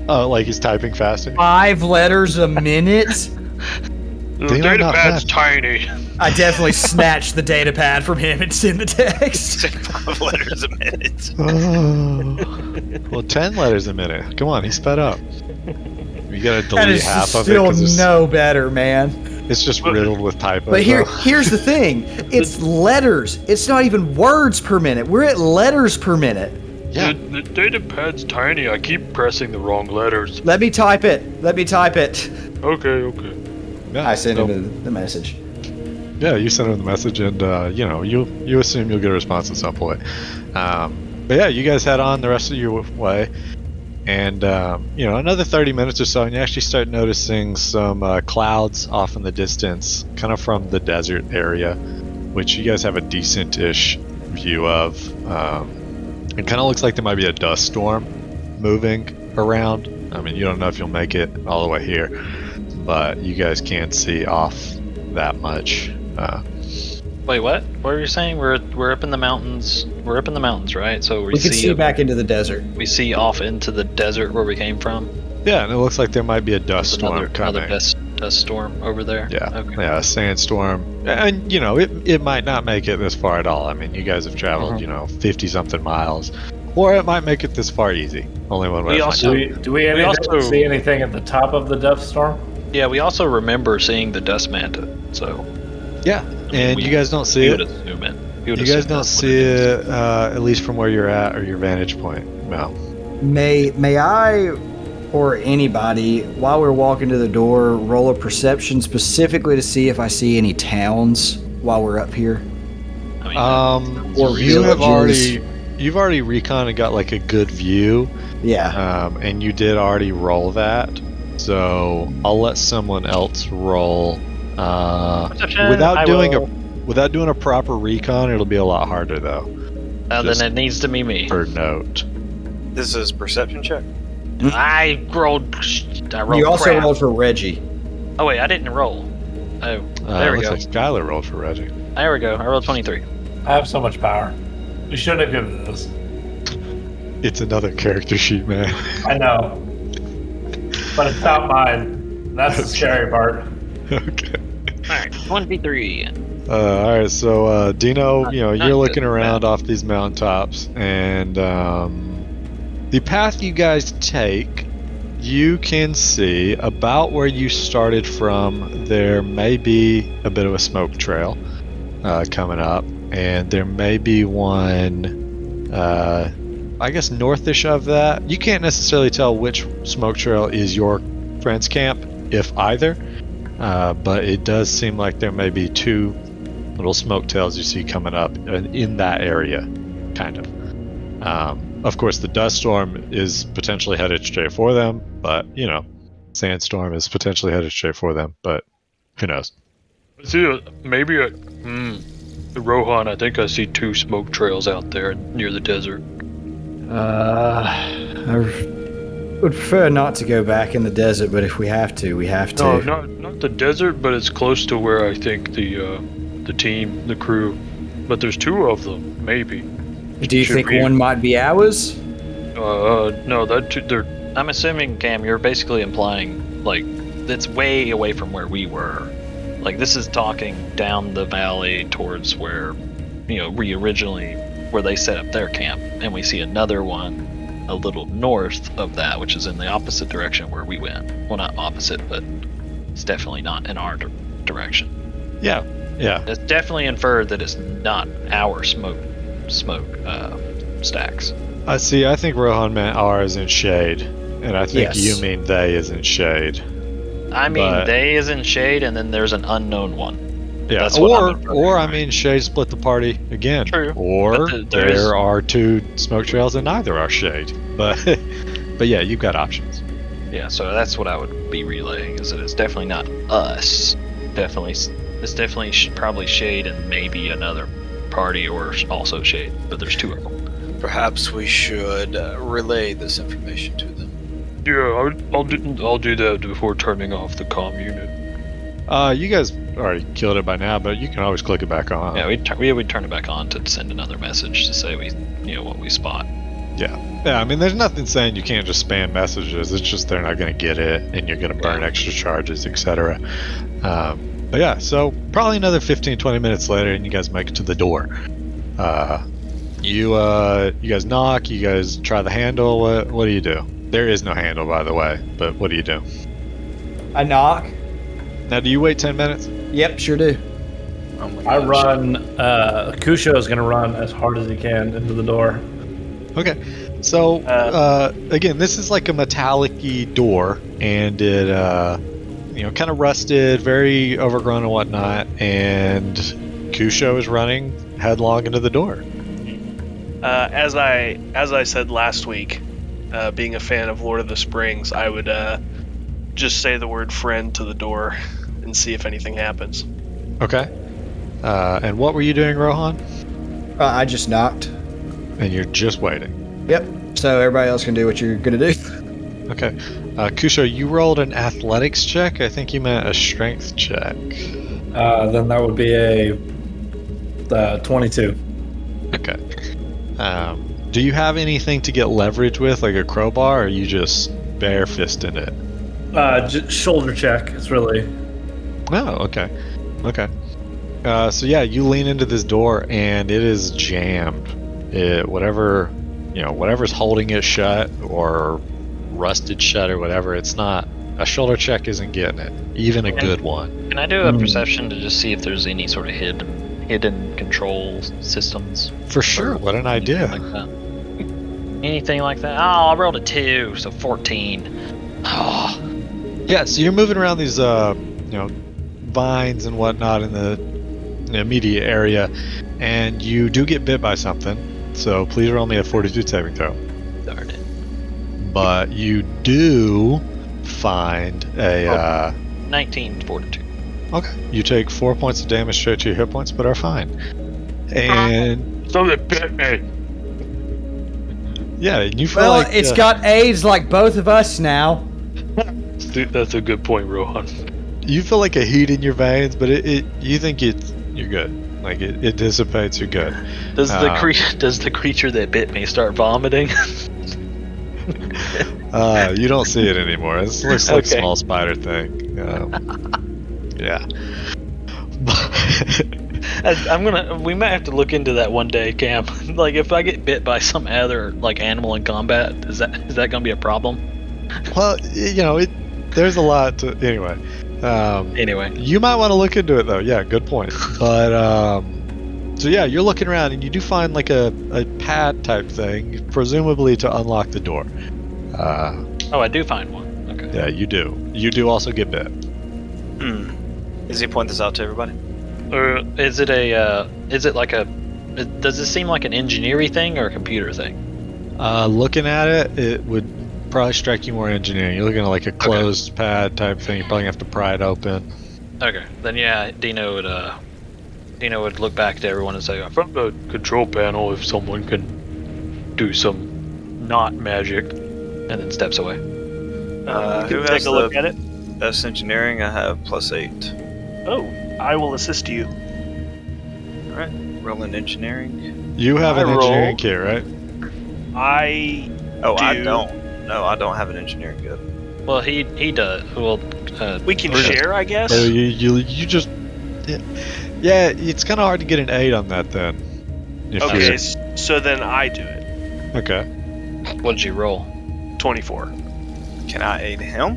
[SPEAKER 2] Oh, like he's typing faster.
[SPEAKER 4] Five letters a minute.
[SPEAKER 14] The
[SPEAKER 2] They are
[SPEAKER 14] data
[SPEAKER 2] not
[SPEAKER 14] pad's tiny.
[SPEAKER 4] I definitely snatched the data pad from him and sent the text.
[SPEAKER 5] Five letters a minute.
[SPEAKER 2] Oh. well, ten letters a minute. Come on, he sped up. You gotta
[SPEAKER 4] That
[SPEAKER 2] delete
[SPEAKER 4] is
[SPEAKER 2] half of it
[SPEAKER 4] still
[SPEAKER 2] because it's,
[SPEAKER 4] no better, man.
[SPEAKER 2] it's just riddled with typos.
[SPEAKER 4] But here,
[SPEAKER 2] though.
[SPEAKER 4] here's the thing: it's letters. It's not even words per minute. We're at letters per minute.
[SPEAKER 2] Yeah.
[SPEAKER 14] The, the data pad's tiny. I keep pressing the wrong letters.
[SPEAKER 4] Let me type it. Let me type it.
[SPEAKER 14] Okay, okay.
[SPEAKER 2] Yeah,
[SPEAKER 4] I sent
[SPEAKER 2] so-
[SPEAKER 4] him the- the message.
[SPEAKER 2] Yeah, you send him the message, and uh, you know you you assume you'll get a response at some point. Um, but yeah, you guys head on the rest of your way, and um, you know another thirty minutes or so, and you actually start noticing some uh, clouds off in the distance, kind of from the desert area, which you guys have a decent-ish view of. Um, it kind of looks like there might be a dust storm moving around. I mean, you don't know if you'll make it all the way here, but you guys can't see off that much. Uh,
[SPEAKER 1] Wait, what? What were you saying? We're we're up in the mountains. We're up in the mountains, right? So we,
[SPEAKER 4] We can see
[SPEAKER 1] a-
[SPEAKER 4] back into the desert.
[SPEAKER 1] we see off into the desert where we came from.
[SPEAKER 2] yeah, and it looks like there might be a dust storm
[SPEAKER 1] another,
[SPEAKER 2] coming.
[SPEAKER 1] another dust, dust storm over there.
[SPEAKER 2] yeah,
[SPEAKER 1] Okay.
[SPEAKER 2] yeah, a sandstorm, and you know it, it might not make it this far at all. I mean, you guys have traveled,
[SPEAKER 1] Uh-huh.
[SPEAKER 2] you know, fifty something miles, or it might make it this far easy. Only one way.
[SPEAKER 1] We
[SPEAKER 2] to find
[SPEAKER 1] also-
[SPEAKER 3] Do
[SPEAKER 2] out.
[SPEAKER 3] we, do we, any,
[SPEAKER 1] also-
[SPEAKER 3] see anything at the top of the dust storm?
[SPEAKER 1] Yeah, we also remember seeing the dust manta, so
[SPEAKER 2] yeah, and
[SPEAKER 1] we-
[SPEAKER 2] you guys don't see
[SPEAKER 1] we would
[SPEAKER 2] it.
[SPEAKER 1] assume it. We
[SPEAKER 2] You
[SPEAKER 1] would
[SPEAKER 2] guys
[SPEAKER 1] assume
[SPEAKER 2] don't
[SPEAKER 1] that's what
[SPEAKER 2] see
[SPEAKER 1] is.
[SPEAKER 2] it, uh, at least from where you're at or your vantage point. No.
[SPEAKER 4] May may I or anybody while we're walking to the door roll a perception specifically to see if I see any towns while we're up here?
[SPEAKER 1] I mean,
[SPEAKER 2] Um,
[SPEAKER 4] Or
[SPEAKER 2] you have
[SPEAKER 4] villages.
[SPEAKER 2] already you've already recon and got like a good view.
[SPEAKER 4] Yeah.
[SPEAKER 2] Um, and you did already roll that, so I'll let someone else roll. Uh,
[SPEAKER 1] Perception,
[SPEAKER 2] without
[SPEAKER 1] I
[SPEAKER 2] doing
[SPEAKER 1] will.
[SPEAKER 2] a without doing a proper recon, it'll be a lot harder though.
[SPEAKER 1] uh,
[SPEAKER 2] just-
[SPEAKER 1] then it needs to be me.
[SPEAKER 2] Per note,
[SPEAKER 5] This is perception check.
[SPEAKER 1] I rolled. I rolled.
[SPEAKER 4] you also
[SPEAKER 1] crap.
[SPEAKER 4] rolled for Reggie.
[SPEAKER 1] Oh wait, I didn't roll. Oh,
[SPEAKER 2] uh,
[SPEAKER 1] there we
[SPEAKER 2] looks
[SPEAKER 1] go.
[SPEAKER 2] like Skylar rolled for Reggie.
[SPEAKER 1] There we go. I rolled twenty-three.
[SPEAKER 3] I have so much power. You should have given it this.
[SPEAKER 2] It's another character sheet, man.
[SPEAKER 3] I know. But it's not mine. That's the scary part.
[SPEAKER 2] okay.
[SPEAKER 1] All right, one v three.
[SPEAKER 2] Uh, all right, so uh, Dino, you know,
[SPEAKER 1] not
[SPEAKER 2] you're
[SPEAKER 1] good,
[SPEAKER 2] looking
[SPEAKER 1] man.
[SPEAKER 2] around off these mountaintops, and um, the path you guys take, you can see about where you started from. There may be a bit of a smoke trail uh, coming up, and there may be one, uh, I guess, northish of that. You can't necessarily tell which smoke trail is your friend's camp if either. Uh, but it does seem like there may be two little smoke tails you see coming up in, in that area, kind of. Um, of course, the dust storm is potentially headed straight for them, but you know, sandstorm is potentially headed straight for them, but who knows?
[SPEAKER 14] I see a, maybe a. Hmm. Rohan, I think I see two smoke trails out there near the desert.
[SPEAKER 4] Uh, I would prefer not to go back in the desert, but if we have to, we have to.
[SPEAKER 14] No, not not the desert, but it's close to where I think the uh, the team, the crew. But there's two of them, maybe.
[SPEAKER 4] Do you
[SPEAKER 14] Should
[SPEAKER 4] think
[SPEAKER 14] we-
[SPEAKER 4] one might be ours?
[SPEAKER 14] Uh, no, that two, they're
[SPEAKER 1] I'm assuming, Cam, you're basically implying, like, that's way away from where we were. Like, this is talking down the valley towards where, you know, we originally, where they set up their camp. And we see another one a little north of that, which is in the opposite direction where we went. Well, not opposite, but it's definitely not in our dir- direction.
[SPEAKER 2] Yeah, yeah.
[SPEAKER 1] It's definitely inferred that it's not our smoke, smoke uh, stacks.
[SPEAKER 2] I see. I think Rohan meant R is in shade, and I think
[SPEAKER 1] Yes.
[SPEAKER 2] you mean they is in shade.
[SPEAKER 1] I mean,
[SPEAKER 2] But-
[SPEAKER 1] they is in shade, and then there's an unknown one.
[SPEAKER 2] Yeah,
[SPEAKER 1] That's what I'm
[SPEAKER 2] or or I mean, Shade split the party again. True. Or
[SPEAKER 1] But th-
[SPEAKER 2] there,
[SPEAKER 1] there is-
[SPEAKER 2] are two smoke trails, and neither are Shade. But but yeah, you've got options.
[SPEAKER 1] Yeah, so that's what I would be relaying. Is that it's definitely not us. Definitely, s- it's definitely sh- probably shade and maybe another party or s- also shade. But there's two of them.
[SPEAKER 5] Perhaps we should uh, relay this information to them.
[SPEAKER 14] Yeah, I'll, I'll do I'll do that before turning off the comm unit.
[SPEAKER 2] Uh, you guys already killed it by now, but you can always click it back on.
[SPEAKER 1] Yeah, we'd, tu- we would turn it back on to send another message to say we, you know, what we spot.
[SPEAKER 2] Yeah. Yeah, I mean, there's nothing saying you can't just spam messages. It's just they're not going to get it, and you're going to burn extra charges, etc. Um, but yeah, so probably another 15, 20 minutes later, and you guys make it to the door. Uh, you uh, you guys knock. You guys try the handle. What what do you do? There is no handle, by the way. But what do you do?
[SPEAKER 4] I knock.
[SPEAKER 2] Now, do you wait 10 minutes?
[SPEAKER 4] Yep, sure do.
[SPEAKER 5] Oh
[SPEAKER 3] I run. Uh, Kusho is going to run as hard as he can into the door.
[SPEAKER 2] Okay. So uh, again, this is like a metallic-y door, and it uh, you know kind of rusted, very overgrown and whatnot. And Kusho is running headlong into the door.
[SPEAKER 6] Uh, as I as I said last week, uh, being a fan of Lord of the Springs, I would uh, just say the word "friend" to the door and see if anything happens.
[SPEAKER 2] Okay. Uh, and what were you doing, Rohan?
[SPEAKER 4] Uh, I just knocked.
[SPEAKER 2] And you're just waiting.
[SPEAKER 4] Yep. So everybody else can do what you're gonna do.
[SPEAKER 2] Okay. Uh, Kusho, you rolled an athletics check. I think you meant a strength check.
[SPEAKER 3] Uh, then that would be a uh, 22.
[SPEAKER 2] Okay. Um, do you have anything to get leverage with, like a crowbar, or are you just barefisting it?
[SPEAKER 3] Uh, j- shoulder check. It's really.
[SPEAKER 2] Oh, okay. Okay. Uh, so yeah, you lean into this door and it is jammed. It, whatever, you know, whatever's holding it shut or rusted shut or whatever, it's not. A shoulder check isn't getting it, even a good one.
[SPEAKER 1] Can I do a
[SPEAKER 2] Hmm.
[SPEAKER 1] perception to just see if there's any sort of hidden hidden control systems?
[SPEAKER 2] For sure. What an idea.
[SPEAKER 1] Like that. Anything like that? Oh, I rolled a two, so fourteen. Oh,
[SPEAKER 2] Yeah, so you're moving around these, uh, you know, vines and whatnot in the in the immediate area, and you do get bit by something. So please roll me a fortitude saving throw.
[SPEAKER 1] darn it.
[SPEAKER 2] But you do find a. Uh,
[SPEAKER 1] 19 fortitude.
[SPEAKER 2] okay. You take four points of damage straight to your hit points, but are fine. And
[SPEAKER 14] Something bit me.
[SPEAKER 2] yeah, and you feel
[SPEAKER 4] Well,
[SPEAKER 2] like
[SPEAKER 4] it's
[SPEAKER 2] uh,
[SPEAKER 4] got AIDS like both of us now.
[SPEAKER 14] Dude, That's a good point, Rohan.
[SPEAKER 2] you feel like a heat in your veins, but it, it you think it's you're good. Like it, it dissipates, you're good.
[SPEAKER 1] Does the
[SPEAKER 2] Uh,
[SPEAKER 1] cre- does the creature that bit me start vomiting?
[SPEAKER 2] Uh, you don't see it anymore. This looks like
[SPEAKER 1] Okay.
[SPEAKER 2] small spider thing. Um, yeah.
[SPEAKER 1] I, I'm gonna. We might have to look into that one day, Cam. like if I get bit by some other like animal in combat, is that is that gonna be a problem?
[SPEAKER 2] Well, y- you know, it, there's a lot to anyway. Um,
[SPEAKER 1] Anyway,
[SPEAKER 2] you might want to look into it though. Yeah, good point. But um, so yeah, you're looking around and you do find like a, a pad type thing, presumably to unlock the door. Uh,
[SPEAKER 1] oh, I do find one. Okay.
[SPEAKER 2] Yeah, you do. You do also get bit.
[SPEAKER 5] Hmm.
[SPEAKER 1] Does he point this out to everybody? Or is it a? Uh, is it like a? it- Does it seem like an engineering thing or a computer thing?
[SPEAKER 2] Uh, looking at it, it would probably strike you more engineering. You're looking at like a closed pad type thing. You probably have to pry it open.
[SPEAKER 1] Okay, then yeah, Dino would. Uh, Dino would look back to everyone and say,
[SPEAKER 14] From the control panel, if someone can do some not magic,
[SPEAKER 1] and then steps away.
[SPEAKER 5] Uh,
[SPEAKER 6] You
[SPEAKER 5] who
[SPEAKER 6] can take
[SPEAKER 5] has
[SPEAKER 6] a look at it.
[SPEAKER 5] it? Best engineering. I have plus eight.
[SPEAKER 6] Oh, I will assist you.
[SPEAKER 5] All right. Rolling engineering.
[SPEAKER 2] You have
[SPEAKER 5] I
[SPEAKER 2] an engineering
[SPEAKER 5] rolled-
[SPEAKER 2] kit, right?
[SPEAKER 6] I.
[SPEAKER 5] Oh, I
[SPEAKER 6] do-
[SPEAKER 5] don't. No, I don't have an engineering good.
[SPEAKER 1] Well, he he does. Well, uh,
[SPEAKER 6] We can
[SPEAKER 1] Bruce-
[SPEAKER 6] share, I guess.
[SPEAKER 2] So you, you you just yeah, yeah it's kind of hard to get an eight on that then. If you-
[SPEAKER 6] Okay, s- so then I do it.
[SPEAKER 2] okay.
[SPEAKER 1] What did you roll?
[SPEAKER 6] Twenty-four.
[SPEAKER 5] Can I aid him?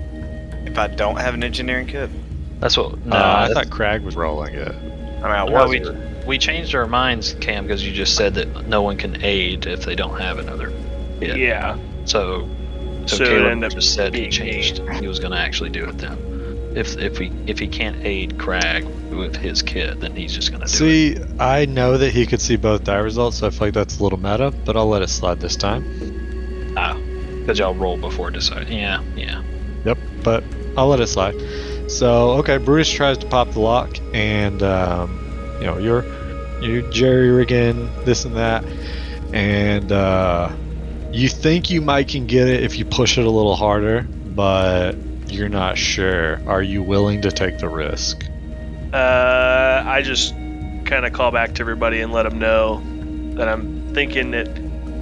[SPEAKER 5] If I don't have an engineering kit,
[SPEAKER 1] That's what. No,
[SPEAKER 2] uh, I
[SPEAKER 1] that's-
[SPEAKER 2] thought Crag was rolling it.
[SPEAKER 5] I mean, I
[SPEAKER 1] no,
[SPEAKER 5] was.
[SPEAKER 1] we, we changed our minds, Cam, because you just said that no one can aid if they don't have another.
[SPEAKER 6] Yeah.
[SPEAKER 1] kit. So, so,
[SPEAKER 6] So it
[SPEAKER 1] Caleb
[SPEAKER 6] ended up
[SPEAKER 1] just said he
[SPEAKER 6] being
[SPEAKER 1] changed. He was going to actually do it then. If if we if he can't aid Crag with his kit, then he's just going to do it.
[SPEAKER 2] See, I know that he could see both die results, so I feel like that's a little meta, but I'll let it slide this time.
[SPEAKER 1] Ah, because y'all roll before deciding. Yeah, yeah.
[SPEAKER 2] Yep, but I'll let it slide. So okay, Brutus tries to pop the lock, and um, you know you're you're jerry rigging this and that, and uh, you think you might can get it if you push it a little harder, but you're not sure. Are you willing to take the risk?
[SPEAKER 6] Uh, I just kind of call back to everybody and let them know that I'm thinking that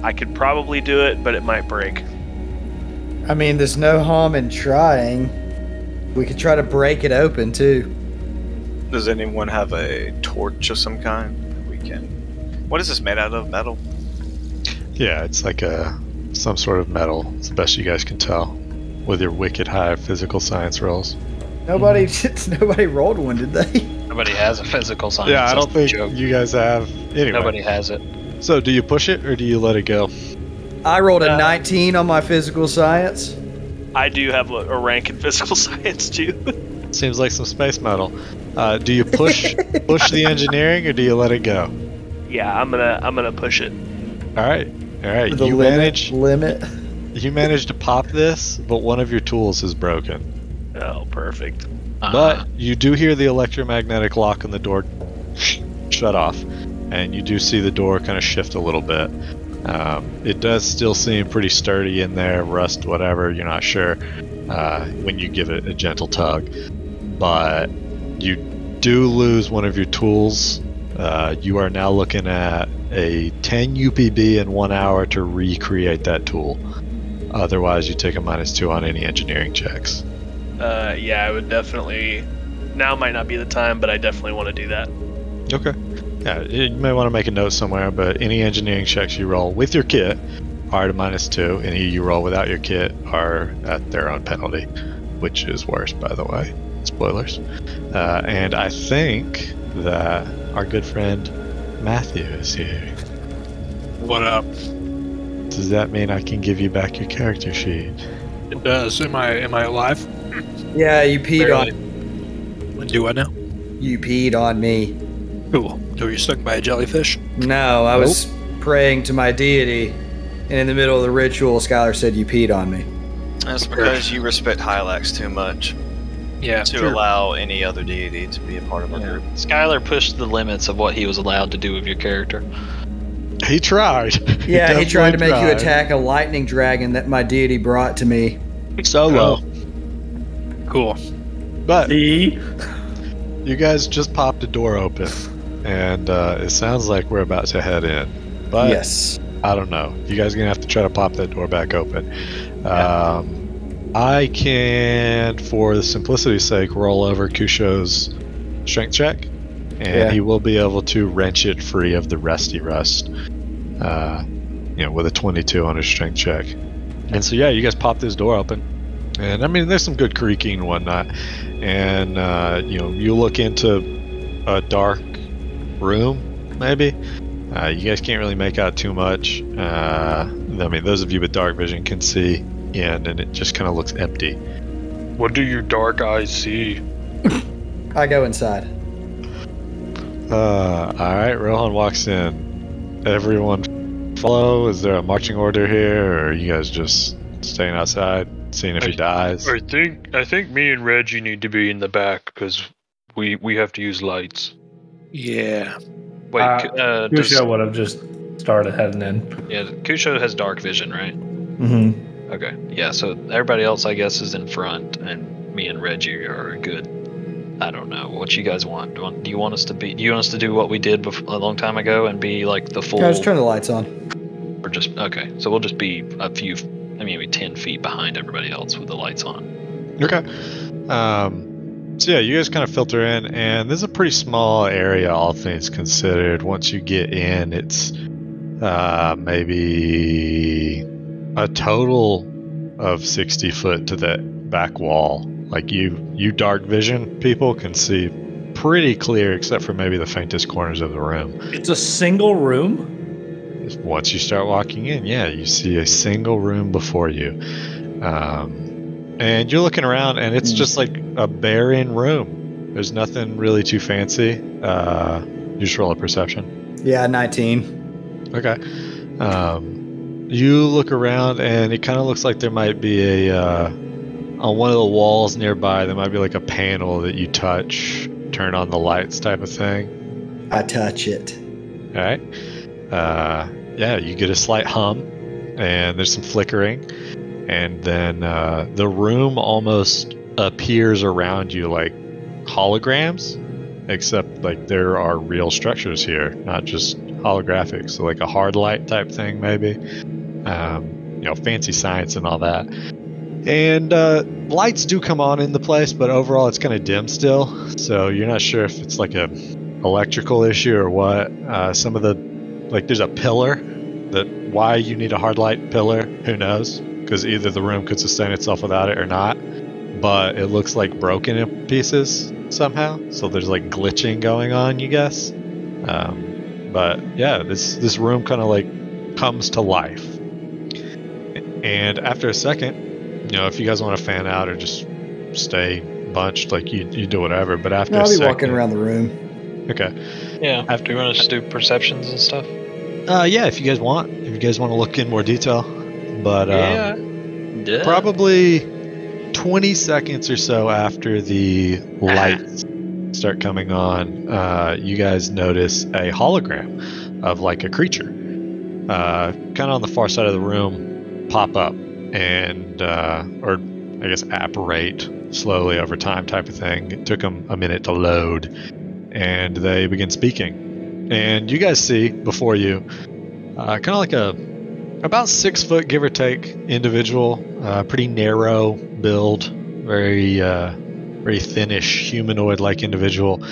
[SPEAKER 6] I could probably do it, but it might break.
[SPEAKER 4] I mean, there's no harm in trying. We could try to break it open too.
[SPEAKER 5] Does anyone have a torch of some kind? that We can. What is this made out of? Metal.
[SPEAKER 2] Yeah, it's like a some sort of metal. It's the best you guys can tell with your wicked high physical science rolls.
[SPEAKER 4] Nobody, nobody rolled one, did they?
[SPEAKER 1] Nobody has a physical sign.
[SPEAKER 2] yeah, I
[SPEAKER 1] that's
[SPEAKER 2] don't think
[SPEAKER 1] the joke.
[SPEAKER 2] you guys have. Anyway,
[SPEAKER 1] Nobody has it.
[SPEAKER 2] so do you push it or do you let it go?
[SPEAKER 4] I rolled a 19 on my physical science.
[SPEAKER 6] I do have a, a rank in physical science too.
[SPEAKER 2] Seems like some space metal. Uh, do you push push the engineering or do you let it go?
[SPEAKER 6] yeah, I'm gonna I'm gonna push it.
[SPEAKER 2] All right, all right.
[SPEAKER 4] The
[SPEAKER 2] you
[SPEAKER 4] limit,
[SPEAKER 2] manage
[SPEAKER 4] limit.
[SPEAKER 2] you manage to pop this, but one of your tools is broken.
[SPEAKER 6] Oh, perfect.
[SPEAKER 1] Uh-uh.
[SPEAKER 2] But you do hear the electromagnetic lock on the door shut off, and you do see the door kind of shift a little bit. Um, it does still seem pretty sturdy in there, rust, whatever. You're not sure uh, when you give it a gentle tug, but you do lose one of your tools. Uh, you are now looking at a 10 UPB in one hour to recreate that tool. Otherwise, you take a minus two on any engineering checks.
[SPEAKER 6] Uh, yeah, I would definitely. Now might not be the time, but I definitely want to do that.
[SPEAKER 2] Okay. Yeah, you may want to make a note somewhere, but any engineering checks you roll with your kit are at a minus two, and any you roll without your kit are at their own penalty, which is worse, by the way. Spoilers. Uh, and I think that our good friend Matthew is here.
[SPEAKER 15] What uh, up?
[SPEAKER 2] Does that mean I can give you back your character sheet?
[SPEAKER 15] It does. Am I am I alive?
[SPEAKER 4] Yeah, you peed on.
[SPEAKER 15] Do I now?
[SPEAKER 4] You peed on me.
[SPEAKER 15] Cool. Were you stung by a jellyfish?
[SPEAKER 4] No, I was praying to my deity, and in the middle of the ritual, Skylar said you peed on me.
[SPEAKER 5] That's because you respect Hylax too much
[SPEAKER 15] Yeah.
[SPEAKER 5] to
[SPEAKER 15] sure.
[SPEAKER 5] allow any other deity to be a part of our group.
[SPEAKER 1] Skylar pushed the limits of what he was allowed to do with your character.
[SPEAKER 2] He tried. He
[SPEAKER 4] Yeah, he tried to
[SPEAKER 2] definitely
[SPEAKER 4] make you
[SPEAKER 2] tried.
[SPEAKER 4] attack a lightning dragon that my deity brought to me.
[SPEAKER 2] Solo.
[SPEAKER 15] Cool.
[SPEAKER 2] But you guys just popped a door open, and uh, it sounds like we're about to head in. But
[SPEAKER 4] yes.
[SPEAKER 2] I don't know. You guys are gonna have to try to pop that door back open. Um, I can, for the simplicity's sake, roll over Kusho's strength check, and
[SPEAKER 4] Yeah.
[SPEAKER 2] he will be able to wrench it free of the rusty rust. Uh, you know, with a 22 on his strength check. And so yeah, you guys pop this door open, and I mean, there's some good creaking and whatnot, and uh, you know, you look into a dark room, maybe. Uh, you guys can't really make out too much. Uh, I mean, those of you with dark vision can see end and it just kind of looks empty.
[SPEAKER 14] What do your dark eyes see?
[SPEAKER 4] I go inside.
[SPEAKER 2] Uh, alright, Rohan walks in. Everyone follow? Is there a marching order here, or are you guys just staying outside, seeing if he dies?
[SPEAKER 14] I think I think me and Reggie need to be in the back because we we have to use lights.
[SPEAKER 15] Yeah.
[SPEAKER 14] Wait,
[SPEAKER 3] Uh,
[SPEAKER 14] c- uh,
[SPEAKER 3] Kusho
[SPEAKER 14] does,
[SPEAKER 3] would have just started heading in.
[SPEAKER 1] Yeah, Kusho has dark vision, right?
[SPEAKER 3] Mm-hmm.
[SPEAKER 1] Okay. Yeah, so everybody else, I guess, is in front, and me and Reggie are a good. I don't know what you guys want. Do you want, do you want us to be? Do you want us to do what we did bef- a long time ago and be like the full?
[SPEAKER 4] Guys, turn the lights on.
[SPEAKER 1] Or just okay. So we'll just be a few. I mean, maybe ten feet behind everybody else with the lights on.
[SPEAKER 2] Okay. Um, so yeah, you guys kind of filter in, and this is a pretty small area, all things considered. Once you get in, it's uh, maybe a total of sixty foot to the back wall. Like you, you dark vision people can see pretty clear, except for maybe the faintest corners of the room.
[SPEAKER 8] It's a single room.
[SPEAKER 2] Once you start walking in, yeah, you see a single room before you. Um, and you're looking around and it's just like a barren room there's nothing really too fancy uh you just roll a perception
[SPEAKER 4] Yeah, 19.
[SPEAKER 2] okay um you look around and it kind of looks like there might be a uh on one of the walls nearby there might be like a panel that you touch turn on the lights type of thing
[SPEAKER 4] I touch it.
[SPEAKER 2] all right uh yeah you get a slight hum and there's some flickering and then uh, the room almost appears around you like holograms except like there are real structures here not just holographic so like a hard light type thing maybe um, you know fancy science and all that and uh, lights do come on in the place but overall it's kind of dim still so you're not sure if it's like a electrical issue or what uh, some of the like there's a pillar that why you need a hard light pillar who knows because either the room could sustain itself without it or not but it looks like broken in pieces somehow so there's like glitching going on you guess um, but yeah this this room kind of like comes to life and after a second you know if you guys want to fan out or just stay bunched like you, you do whatever but after
[SPEAKER 4] No, I'll
[SPEAKER 2] a
[SPEAKER 4] be
[SPEAKER 2] second
[SPEAKER 4] walking around the room.
[SPEAKER 2] okay
[SPEAKER 1] Yeah. After you want us to do perceptions and stuff.
[SPEAKER 2] Uh, yeah, if you guys want, if you guys want to look in more detail, but um,
[SPEAKER 1] yeah.
[SPEAKER 2] probably 20 seconds or so after the lights start coming on, uh, you guys notice a hologram of like a creature, uh, kind of on the far side of the room, pop up and uh, or I guess apparate slowly over time type of thing. It took them a minute to load, and they begin speaking, and you guys see before you, uh, kind of like a about six foot give or take individual uh, pretty narrow build very uh, very thinnish humanoid like individual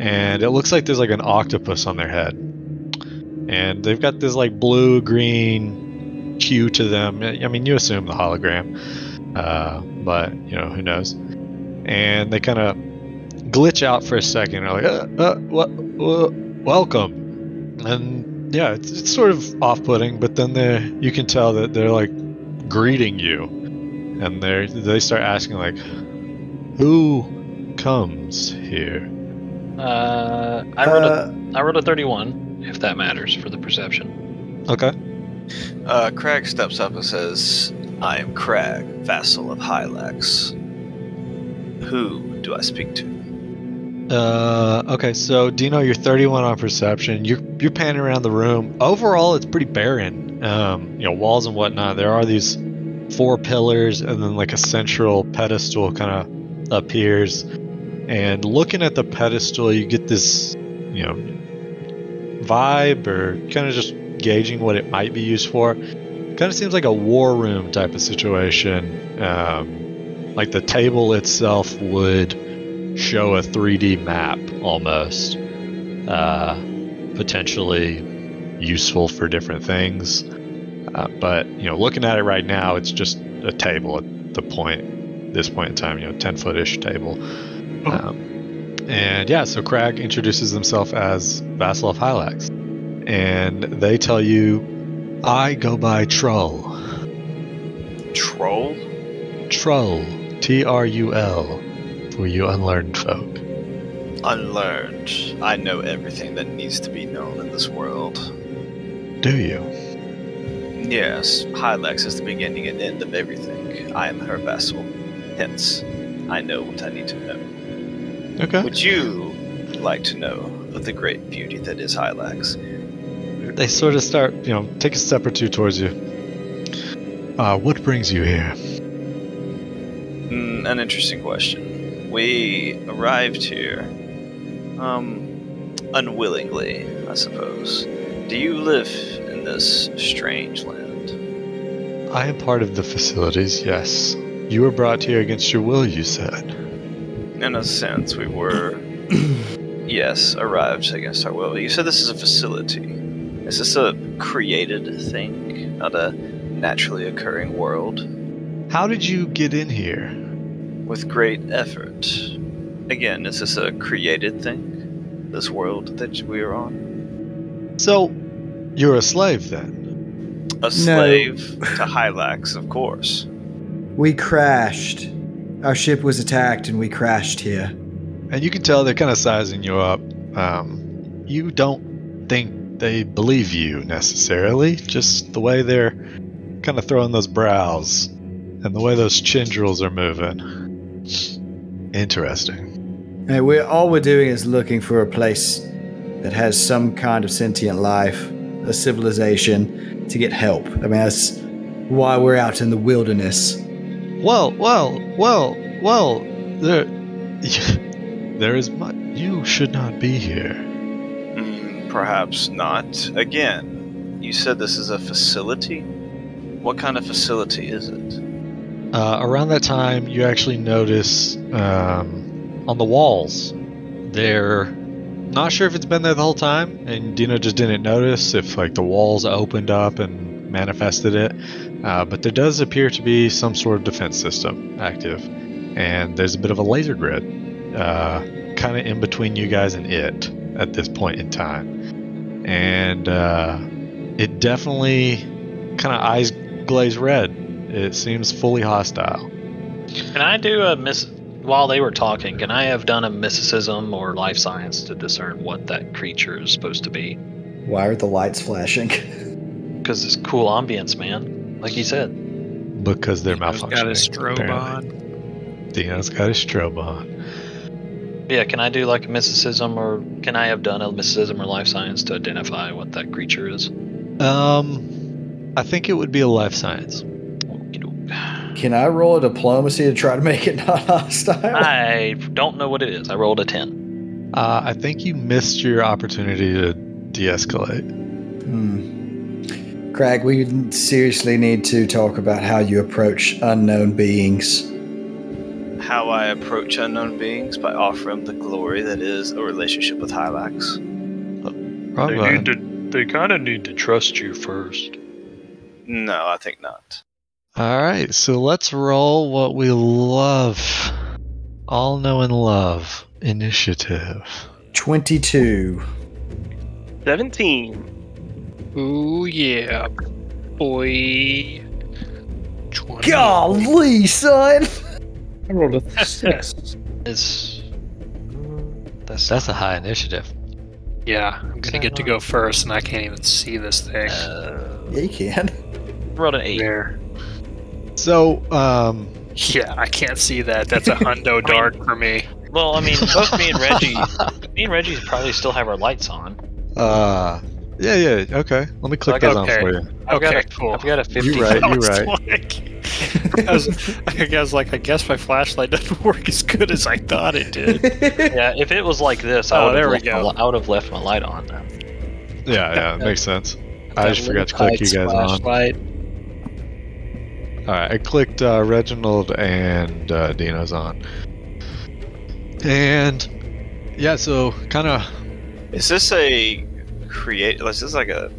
[SPEAKER 2] and it looks like there's like an octopus on their head and they've got this like blue green hue to them i I mean you assume the hologram uh, but you know who knows and they kind of glitch out for a second they're like uh, uh, wha- wha- welcome and yeah, it's, it's sort of off-putting, but then they you can tell that they're like greeting you, and they they start asking like, "Who comes here?"
[SPEAKER 1] Uh, I rolled
[SPEAKER 4] Uh,
[SPEAKER 1] a I rolled a thirty-one. If that matters for the perception.
[SPEAKER 2] Okay.
[SPEAKER 5] Uh, Crag steps up and says, I am Crag, vassal of Hylax. Who do I speak to?
[SPEAKER 2] Uh, okay. So Dino, you're 31 on perception. You're you're panning around the room. Overall, it's pretty barren. Um, you know, walls and whatnot. There are these four pillars, and then like a central pedestal kind of appears. And looking at the pedestal, you get this, you know, vibe or kind of just gauging what it might be used for. Kind of seems like a war room type of situation. Um, like the table itself would show a 3D map almost, uh, potentially useful for different things. Uh, but you know, looking at it right now, it's just a table at the point, this point in time. You know, 10 footish table. Um, and yeah, so Crag introduces himself as Vassal of Hylax. And they tell you, I go by Troll.
[SPEAKER 5] Troll?
[SPEAKER 2] Trull. T R U L. For you unlearned folk.
[SPEAKER 5] Unlearned. I know everything that needs to be known in this world.
[SPEAKER 2] Do you?
[SPEAKER 5] Yes, Hylax is the beginning and end of everything. I am her vessel. Hence, I know what I need to know.
[SPEAKER 2] Okay.
[SPEAKER 5] Would you like to know of the great beauty that is Hylax?
[SPEAKER 2] They sort of start, you know, take a step or two towards you. Uh, what brings you here?
[SPEAKER 5] Mm, an interesting question. We arrived here, um, unwillingly, I suppose. Do you live in this strange land?
[SPEAKER 2] I am part of the facilities, yes. You were brought here against your will, you said.
[SPEAKER 5] In a sense, we were, yes, arrived against our will. You said this is a facility. Is this a created thing, not a naturally occurring world?
[SPEAKER 2] How did you get in here?
[SPEAKER 5] with great effort. Again, is this a created thing? This world that we are on?
[SPEAKER 2] So, you're a slave then?
[SPEAKER 5] A slave to Hylax, of course.
[SPEAKER 4] We crashed. Our ship was attacked and we crashed here.
[SPEAKER 2] And you can tell they're kind of sizing you up. Um, you don't think they believe you necessarily, just the way they're kind of throwing those brows and the way those chindrils are moving. Interesting.
[SPEAKER 4] And we're all we're doing is looking for a place that has some kind of sentient life, a civilization, to get help. I mean, that's why we're out in the wilderness.
[SPEAKER 2] Well, well, well, well, there, there is much. You should not be here.
[SPEAKER 5] Mm, perhaps not. Again, you said this is a facility? What kind of facility is it?
[SPEAKER 2] Uh, around that time, you actually notice um, on the walls, they're not sure if it's been there the whole time, and Dino just didn't notice if like the walls opened up and manifested it. Uh, but there does appear to be some sort of defense system active, and there's a bit of a laser grid, uh, kind of in between you guys and it at this point in time, and uh, it definitely kind of eyes glaze red. It seems fully hostile.
[SPEAKER 1] Can I do a miss while they were talking? Can I have done a mysticism or life science to discern what that creature is supposed to be?
[SPEAKER 4] Why are the lights flashing?
[SPEAKER 1] Because it's cool ambience, man. Like you said,
[SPEAKER 2] because they're malfunctioning.
[SPEAKER 15] Got his strobe
[SPEAKER 2] apparently.
[SPEAKER 15] on.
[SPEAKER 2] Dino's got his strobe on.
[SPEAKER 1] yeah. Can I do like a mysticism or can I have done a mysticism or life science to identify what that creature is?
[SPEAKER 2] Um, I think it would be a life science.
[SPEAKER 4] Can I roll a diplomacy to try to make it not hostile?
[SPEAKER 1] I don't know what it is. I rolled a ten.
[SPEAKER 2] Uh, I think you missed your opportunity to de-escalate.
[SPEAKER 4] Hmm. Craig, we seriously need to talk about how you approach unknown beings.
[SPEAKER 5] How I approach unknown beings by offering the glory that is a relationship with Hylax.
[SPEAKER 2] Wrong
[SPEAKER 14] They
[SPEAKER 2] button.
[SPEAKER 14] need to. They kind of need to trust you first.
[SPEAKER 5] No, I think not.
[SPEAKER 2] All right, so let's roll what we love, all know and love initiative.
[SPEAKER 4] 22.
[SPEAKER 6] 17.
[SPEAKER 15] Ooh, yeah. Boy. 20.
[SPEAKER 4] Golly, son!
[SPEAKER 8] I rolled a six.
[SPEAKER 1] It's that's,
[SPEAKER 2] That's a high initiative.
[SPEAKER 15] Yeah, I'm gonna get to go first, and I can't even see this thing.
[SPEAKER 1] uh,
[SPEAKER 4] Yeah, you can.
[SPEAKER 1] rolled an eight.
[SPEAKER 15] there.
[SPEAKER 2] So, um,
[SPEAKER 15] Yeah, I can't see that. That's a hundo dark for me.
[SPEAKER 1] Well, I mean, both me and Reggie, me and Reggie probably still have our lights on.
[SPEAKER 2] uh, yeah, yeah, okay. Let me click
[SPEAKER 1] Like,
[SPEAKER 2] those
[SPEAKER 15] okay.
[SPEAKER 2] on for you.
[SPEAKER 1] I've got
[SPEAKER 15] Okay,
[SPEAKER 1] a,
[SPEAKER 15] cool.
[SPEAKER 1] I've got a fifty.
[SPEAKER 2] You're right.
[SPEAKER 15] I was like- I was, I was like, I guess my flashlight doesn't work as good as I thought it did.
[SPEAKER 1] Yeah, if it was like this, I
[SPEAKER 15] Oh,
[SPEAKER 1] would
[SPEAKER 15] there
[SPEAKER 1] have
[SPEAKER 15] we
[SPEAKER 1] left my
[SPEAKER 15] go.
[SPEAKER 1] li- I would have left my light on. Though.
[SPEAKER 2] Yeah, yeah, it makes sense. I just forgot to click you guys on.
[SPEAKER 15] Flashlight.
[SPEAKER 2] All right, I clicked uh, Reginald and uh, Dino's on, and yeah, so kind of
[SPEAKER 5] Is this a create? This is like a.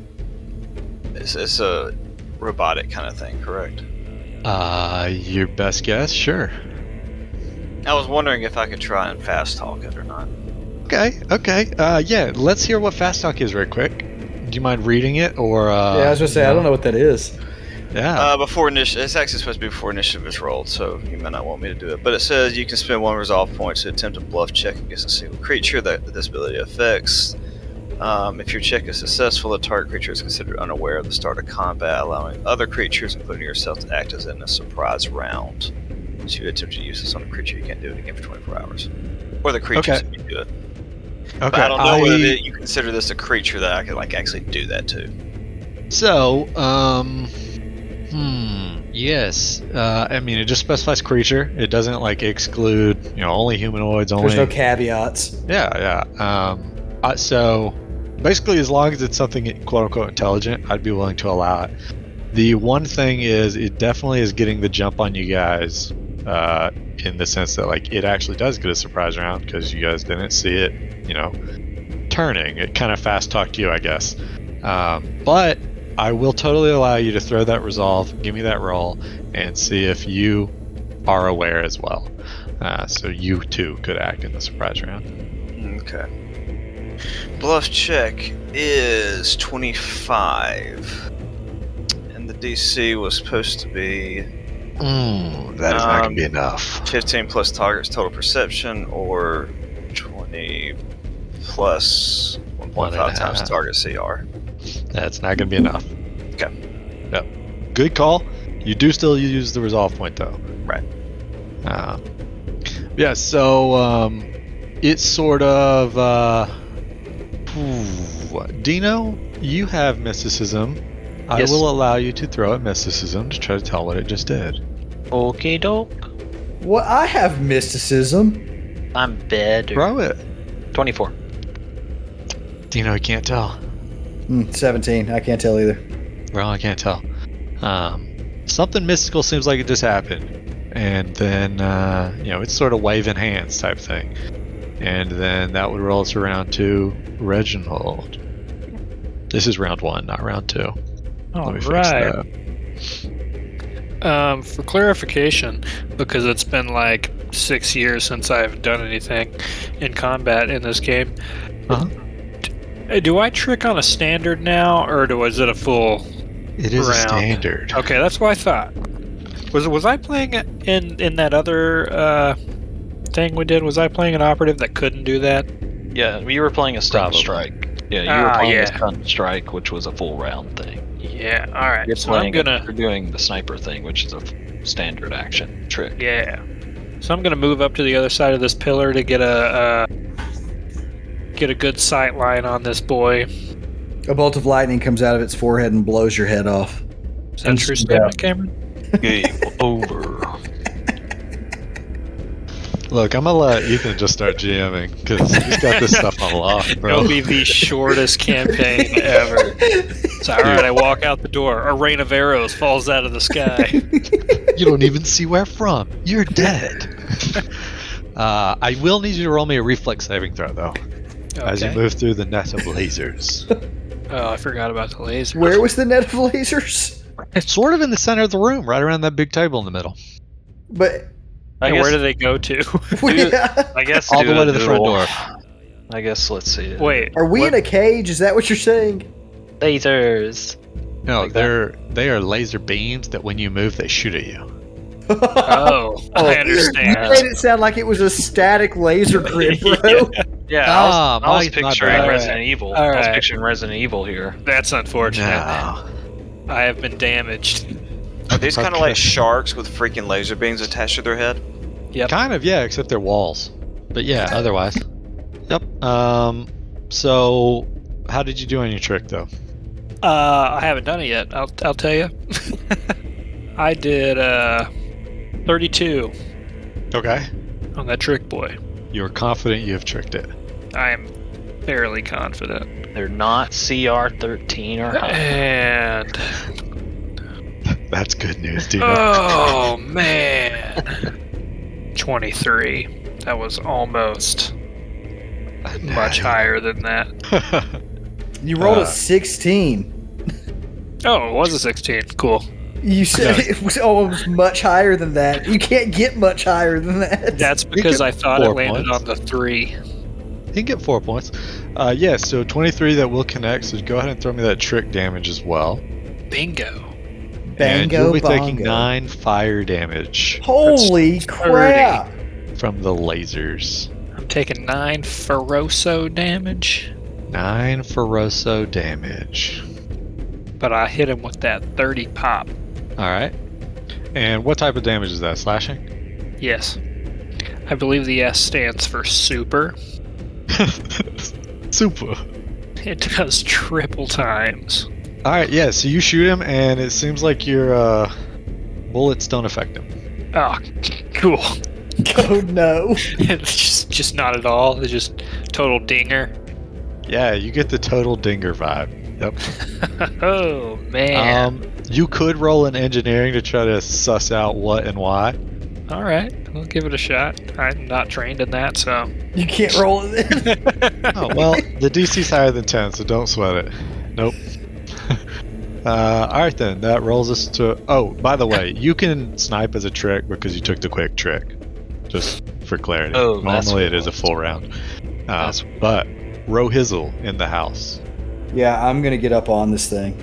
[SPEAKER 5] Is this a robotic kind of thing, correct?
[SPEAKER 2] uh, your best guess, sure.
[SPEAKER 5] I was wondering if I could try and fast talk it or not.
[SPEAKER 2] Okay, okay, uh, yeah. Let's hear what fast talk is, real quick. Do you mind reading it or? Uh,
[SPEAKER 4] yeah, I was gonna say, I don't know what that is.
[SPEAKER 2] Yeah.
[SPEAKER 5] Uh, before initiative, it's actually supposed to be before initiative is rolled, so you may not want me to do it. But it says you can spend one resolve point to attempt a bluff check against a single creature that this ability affects. Um, if your check is successful, the target creature is considered unaware of the start of combat, allowing other creatures, including yourself, to act as in a surprise round. So you attempt to use this on a creature, you can't do it again for 24 hours. Or the creatures
[SPEAKER 2] Okay.
[SPEAKER 5] if you do it. But
[SPEAKER 2] Okay,
[SPEAKER 5] I don't know whether
[SPEAKER 2] I-
[SPEAKER 5] that you consider this a creature that I could like actually do that to.
[SPEAKER 2] So, um, hmm, yes. Uh, I mean, it just specifies creature. It doesn't like exclude, you know, only humanoids. Only
[SPEAKER 12] There's no caveats.
[SPEAKER 2] yeah, yeah. Um, uh, so basically, as long as it's something quote unquote intelligent, I'd be willing to allow it. The one thing is, it definitely is getting the jump on you guys, uh, in the sense that like it actually does get a surprise round because you guys didn't see it, you know, turning. It kind of fast talked you, I guess. Um, but I will totally allow you to throw that resolve, give me that roll, and see if you are aware as well. Uh, so you too could act in the surprise round.
[SPEAKER 5] Okay. Bluff check is 25. And the DC was supposed to be
[SPEAKER 2] Mm, that is not
[SPEAKER 5] Um,
[SPEAKER 2] gonna be enough.
[SPEAKER 5] 15 plus target's total perception or 20 plus 1.5 times
[SPEAKER 2] half.
[SPEAKER 5] target CR.
[SPEAKER 2] That's not gonna be enough.
[SPEAKER 5] Okay.
[SPEAKER 2] Yep. Good call. You do still use the resolve point though.
[SPEAKER 5] Right.
[SPEAKER 2] Uh, yeah. So um, it's sort of uh, ooh, Dino. You have mysticism. I
[SPEAKER 1] Yes.
[SPEAKER 2] will allow you to throw at mysticism to try to tell what it just did.
[SPEAKER 1] Okay, doke.
[SPEAKER 4] Well, I have mysticism.
[SPEAKER 1] I'm better.
[SPEAKER 2] Throw it.
[SPEAKER 1] 24.
[SPEAKER 2] Dino, you can't tell.
[SPEAKER 4] Mm, 17. I can't tell either.
[SPEAKER 2] Well, I can't tell. Um, something mystical seems like it just happened, and then uh, you know it's sort of waving hands type thing, and then that would roll us around to Reginald. This is round one, not round two. Oh,
[SPEAKER 15] All
[SPEAKER 2] Let me fix
[SPEAKER 15] right.
[SPEAKER 2] that.
[SPEAKER 15] Um, for clarification, because it's been like six years since I've done anything in combat in this game.
[SPEAKER 2] Uh-huh.
[SPEAKER 15] d- Do I trick on a standard now, or do is it a full?
[SPEAKER 2] It is a
[SPEAKER 15] round?
[SPEAKER 2] standard.
[SPEAKER 15] Okay, that's what I thought. Was was I playing in in that other uh, thing we did? Was I playing an operative that couldn't do that?
[SPEAKER 1] Yeah, we were playing a stun
[SPEAKER 2] Probably.
[SPEAKER 1] strike. Yeah, you
[SPEAKER 15] Ah,
[SPEAKER 1] were playing
[SPEAKER 15] yeah.
[SPEAKER 1] a stun strike, which was a full round thing.
[SPEAKER 15] Yeah. All right.
[SPEAKER 1] You're
[SPEAKER 15] so I'm
[SPEAKER 1] playing,
[SPEAKER 15] gonna.
[SPEAKER 1] you're doing the sniper thing, which is a f- standard action trick.
[SPEAKER 15] Yeah. So I'm gonna move up to the other side of this pillar to get a uh, get a good sight line on this boy.
[SPEAKER 4] A bolt of lightning comes out of its forehead and blows your head off.
[SPEAKER 15] Is that a true statement, Cameron?
[SPEAKER 1] Game over.
[SPEAKER 2] Look, I'm gonna let Ethan just start GMing because he's got this stuff on lock, bro.
[SPEAKER 15] It'll be the shortest campaign ever. So all right, I walk out the door. A rain of arrows falls out of the sky.
[SPEAKER 2] you don't even see where from. You're dead. uh, I will need you to roll me a reflex saving throw though, as you
[SPEAKER 15] Okay.
[SPEAKER 2] move through the net of lasers.
[SPEAKER 15] Oh, I forgot about the laser.
[SPEAKER 4] Where was the net of lasers?
[SPEAKER 2] It's sort of in the center of the room, right around that big table in the middle.
[SPEAKER 4] But
[SPEAKER 1] I
[SPEAKER 15] And
[SPEAKER 1] guess,
[SPEAKER 15] where do they go to?
[SPEAKER 1] I guess
[SPEAKER 2] All the
[SPEAKER 1] do
[SPEAKER 2] way to the
[SPEAKER 1] do
[SPEAKER 2] front
[SPEAKER 1] a-
[SPEAKER 2] door.
[SPEAKER 1] I guess let's see.
[SPEAKER 15] Wait.
[SPEAKER 4] Are we
[SPEAKER 15] what-
[SPEAKER 4] in a cage? Is that what you're saying?
[SPEAKER 1] Lasers.
[SPEAKER 2] No,
[SPEAKER 1] Like that?
[SPEAKER 2] they're they are laser beams that when you move they shoot at you.
[SPEAKER 15] Oh, I
[SPEAKER 4] You
[SPEAKER 15] understand.
[SPEAKER 4] made it sound like it was a static laser grid, bro.
[SPEAKER 1] Yeah,
[SPEAKER 2] Ah,
[SPEAKER 1] I was, I was
[SPEAKER 2] my- my
[SPEAKER 1] picturing
[SPEAKER 2] bad.
[SPEAKER 1] Resident Evil. I was
[SPEAKER 15] Alright.
[SPEAKER 1] picturing Resident Evil here.
[SPEAKER 15] That's unfortunate. I have been damaged.
[SPEAKER 5] Are these kind of like
[SPEAKER 2] Okay.
[SPEAKER 5] sharks with freaking laser beams attached to their head?
[SPEAKER 15] Yep.
[SPEAKER 2] Kind of, yeah, except they're walls. But yeah, otherwise. Yep. Um so how did you do on your trick though?
[SPEAKER 15] Uh, I haven't done it yet. I'll, I'll tell you. I did uh, 32
[SPEAKER 2] Okay.
[SPEAKER 15] on that trick boy.
[SPEAKER 2] You're confident you have tricked it.
[SPEAKER 15] I am fairly confident.
[SPEAKER 1] They're not CR 13 or higher.
[SPEAKER 15] And
[SPEAKER 2] That's good news, dude.
[SPEAKER 15] oh man, 23. That was almost much higher than that.
[SPEAKER 4] You rolled
[SPEAKER 2] Uh.
[SPEAKER 4] a 16.
[SPEAKER 15] Oh, it was a 16. Cool.
[SPEAKER 4] You said it was almost much higher than that. You can't get much higher than that.
[SPEAKER 15] That's because
[SPEAKER 2] get
[SPEAKER 15] I thought it
[SPEAKER 2] four
[SPEAKER 15] landed
[SPEAKER 2] points.
[SPEAKER 15] on the three.
[SPEAKER 2] you can get four points. Uh yeah, so twenty three that will connect, so go ahead and throw me that trick damage as well.
[SPEAKER 15] Bingo.
[SPEAKER 2] and
[SPEAKER 4] Bango
[SPEAKER 2] you'll be taking
[SPEAKER 4] bongo.
[SPEAKER 2] nine fire damage
[SPEAKER 4] Holy crap!
[SPEAKER 2] from the lasers.
[SPEAKER 15] I'm taking nine Feroso damage,
[SPEAKER 2] Nine Feroso damage.
[SPEAKER 15] but I hit him with that 30 pop.
[SPEAKER 2] All right. And what type of damage is that? Slashing?
[SPEAKER 15] Yes. I believe the S stands for super.
[SPEAKER 2] Super.
[SPEAKER 15] It does triple times.
[SPEAKER 2] All right. Yeah. So you shoot him, and it seems like your uh, bullets don't affect him.
[SPEAKER 15] Oh, cool.
[SPEAKER 4] Oh no.
[SPEAKER 15] it's just, just not at all. It's just total dinger.
[SPEAKER 2] Yeah, you get the total dinger vibe. Yep.
[SPEAKER 15] oh, man.
[SPEAKER 2] Um, you could roll in engineering to try to suss out what and why.
[SPEAKER 15] all right. We'll give it a shot. I'm not trained in that, so.
[SPEAKER 4] You can't roll it.
[SPEAKER 2] Oh well, the DC's higher than ten, so don't sweat it. Nope. uh, all right then, that rolls us to. Oh, by the way, you can snipe as a trick because you took the quick trick. Just for clarity.
[SPEAKER 1] Oh, that's
[SPEAKER 2] normally
[SPEAKER 1] what
[SPEAKER 2] it is a full round. Uh, but Rohizzle in the house.
[SPEAKER 4] Yeah, I'm gonna get up on this thing.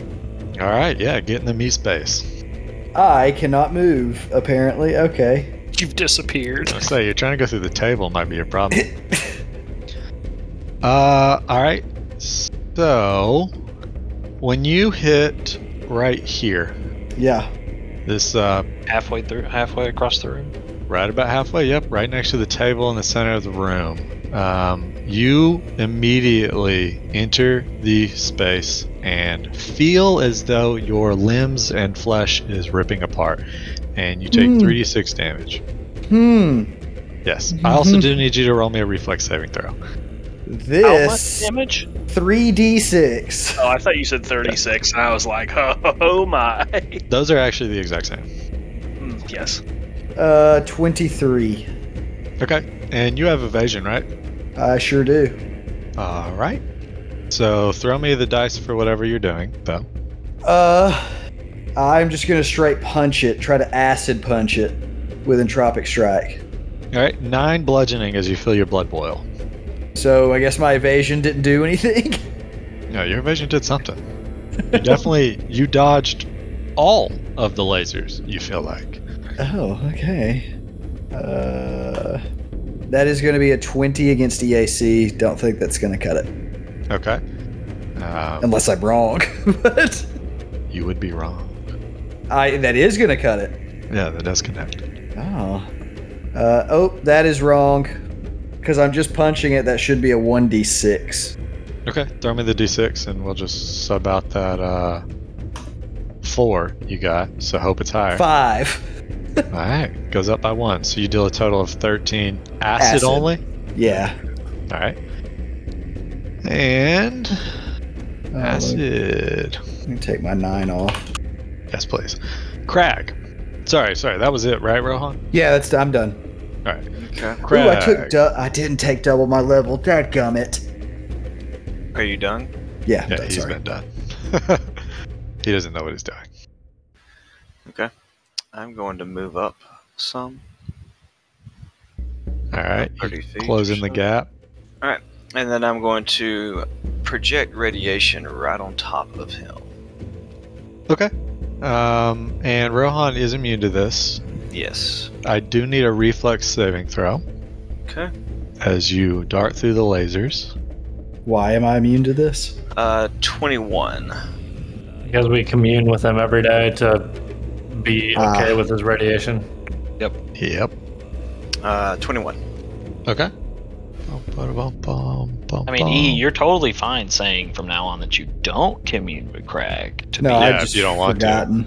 [SPEAKER 2] All right, yeah, get in the me space.
[SPEAKER 4] I cannot move, apparently. Okay.
[SPEAKER 15] You've disappeared.
[SPEAKER 2] I say you're trying to go through the table might be a problem. uh, all right. So when you hit right here,
[SPEAKER 4] Yeah.
[SPEAKER 2] this uh,
[SPEAKER 1] halfway through, halfway across the room.
[SPEAKER 2] Right about halfway, yep, right next to the table in the center of the room. Um, you immediately enter the space and feel as though your limbs and flesh is ripping apart, and you take
[SPEAKER 4] Hmm.
[SPEAKER 2] 3d6 damage.
[SPEAKER 4] Hmm.
[SPEAKER 2] Yes, I also do need you to roll me a reflex saving throw.
[SPEAKER 4] This
[SPEAKER 6] damage?
[SPEAKER 4] 3d6.
[SPEAKER 6] Oh, I thought you said 36, and I was like, oh my.
[SPEAKER 2] Those are actually the exact same.
[SPEAKER 6] Hmm, yes.
[SPEAKER 4] Uh, 23.
[SPEAKER 2] Okay, and you have evasion, right?
[SPEAKER 4] I sure do.
[SPEAKER 2] All right. So throw me the dice for whatever you're doing, though.
[SPEAKER 4] Uh, I'm just gonna straight punch it. Try to acid punch it with entropic strike.
[SPEAKER 2] All right, nine bludgeoning as you feel your blood boil.
[SPEAKER 4] So I guess my evasion didn't do anything.
[SPEAKER 2] No, your vision did something. You definitely you dodged all of the lasers. You feel like
[SPEAKER 4] Oh, okay. Uh, that is going to be a 20 against EAC. Don't think that's going to cut it.
[SPEAKER 2] okay, um,
[SPEAKER 4] Unless I'm wrong. but
[SPEAKER 2] you would be wrong.
[SPEAKER 4] I that is going to cut it.
[SPEAKER 2] Yeah, that does connect.
[SPEAKER 4] Oh. Uh, oh, that is wrong. Because I'm just punching it. That should be a 1d6.
[SPEAKER 2] Okay, throw me the d6 and we'll just sub out that uh, four you got. So hope it's higher.
[SPEAKER 4] Five.
[SPEAKER 2] All right, goes up by one. So you deal a total of 13 acid,
[SPEAKER 4] Acid.
[SPEAKER 2] only.
[SPEAKER 4] Yeah.
[SPEAKER 2] All right, and
[SPEAKER 4] Oh,
[SPEAKER 2] acid.
[SPEAKER 4] Let me take my nine off.
[SPEAKER 2] Yes, please. Crag. Sorry, sorry. That was it, right, Rohan?
[SPEAKER 4] Yeah, that's I'm done.
[SPEAKER 2] All right.
[SPEAKER 5] Okay.
[SPEAKER 4] Ooh, I
[SPEAKER 2] Crag.
[SPEAKER 4] took. Du- I didn't take double my level. Dadgummit.
[SPEAKER 5] Are you done?
[SPEAKER 4] Yeah. I'm
[SPEAKER 2] Yeah,
[SPEAKER 4] done,
[SPEAKER 2] he's
[SPEAKER 4] sorry.
[SPEAKER 2] been done. he doesn't know what he's doing.
[SPEAKER 5] Okay. I'm going to move up some.
[SPEAKER 2] All right,
[SPEAKER 5] About 30 feet
[SPEAKER 2] closing
[SPEAKER 5] or
[SPEAKER 2] the
[SPEAKER 5] so.
[SPEAKER 2] gap.
[SPEAKER 5] And then I'm going to project radiation right on top of him.
[SPEAKER 2] Okay. Um, and Rohan is immune to this.
[SPEAKER 5] Yes.
[SPEAKER 2] I do need a reflex saving throw
[SPEAKER 5] Okay.
[SPEAKER 2] as you dart through the lasers.
[SPEAKER 4] Why am I immune to this?
[SPEAKER 5] Uh, 21.
[SPEAKER 3] Because we commune with him every day to be okay with his radiation.
[SPEAKER 2] Yep.
[SPEAKER 5] Uh, 21.
[SPEAKER 2] Okay. Bum, bada, bum, bum, bum,
[SPEAKER 1] I mean,
[SPEAKER 2] bum.
[SPEAKER 1] E, you're totally fine saying from now on that you don't commune with Crag. To
[SPEAKER 4] No,
[SPEAKER 1] be
[SPEAKER 4] I
[SPEAKER 2] Yeah,
[SPEAKER 4] just
[SPEAKER 2] you don't want to.
[SPEAKER 4] forgotten.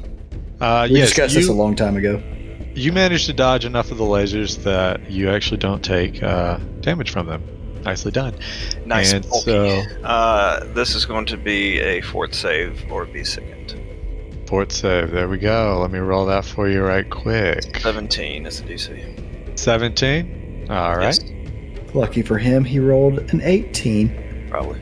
[SPEAKER 2] uh,
[SPEAKER 4] We
[SPEAKER 2] yes,
[SPEAKER 4] discussed
[SPEAKER 2] you,
[SPEAKER 4] this a long time ago.
[SPEAKER 2] you managed to dodge enough of the lasers that you actually don't take uh, damage from them. Nicely done.
[SPEAKER 5] Nice.
[SPEAKER 2] And
[SPEAKER 5] bulky.
[SPEAKER 2] so,
[SPEAKER 5] Uh, this is going to be a fourth save or be second.
[SPEAKER 2] fort save. There we go. Let me roll that for you right quick.
[SPEAKER 5] 17 is the DC.
[SPEAKER 2] 17. All right.
[SPEAKER 5] Yes,
[SPEAKER 4] Lucky for him, he rolled an 18.
[SPEAKER 5] probably.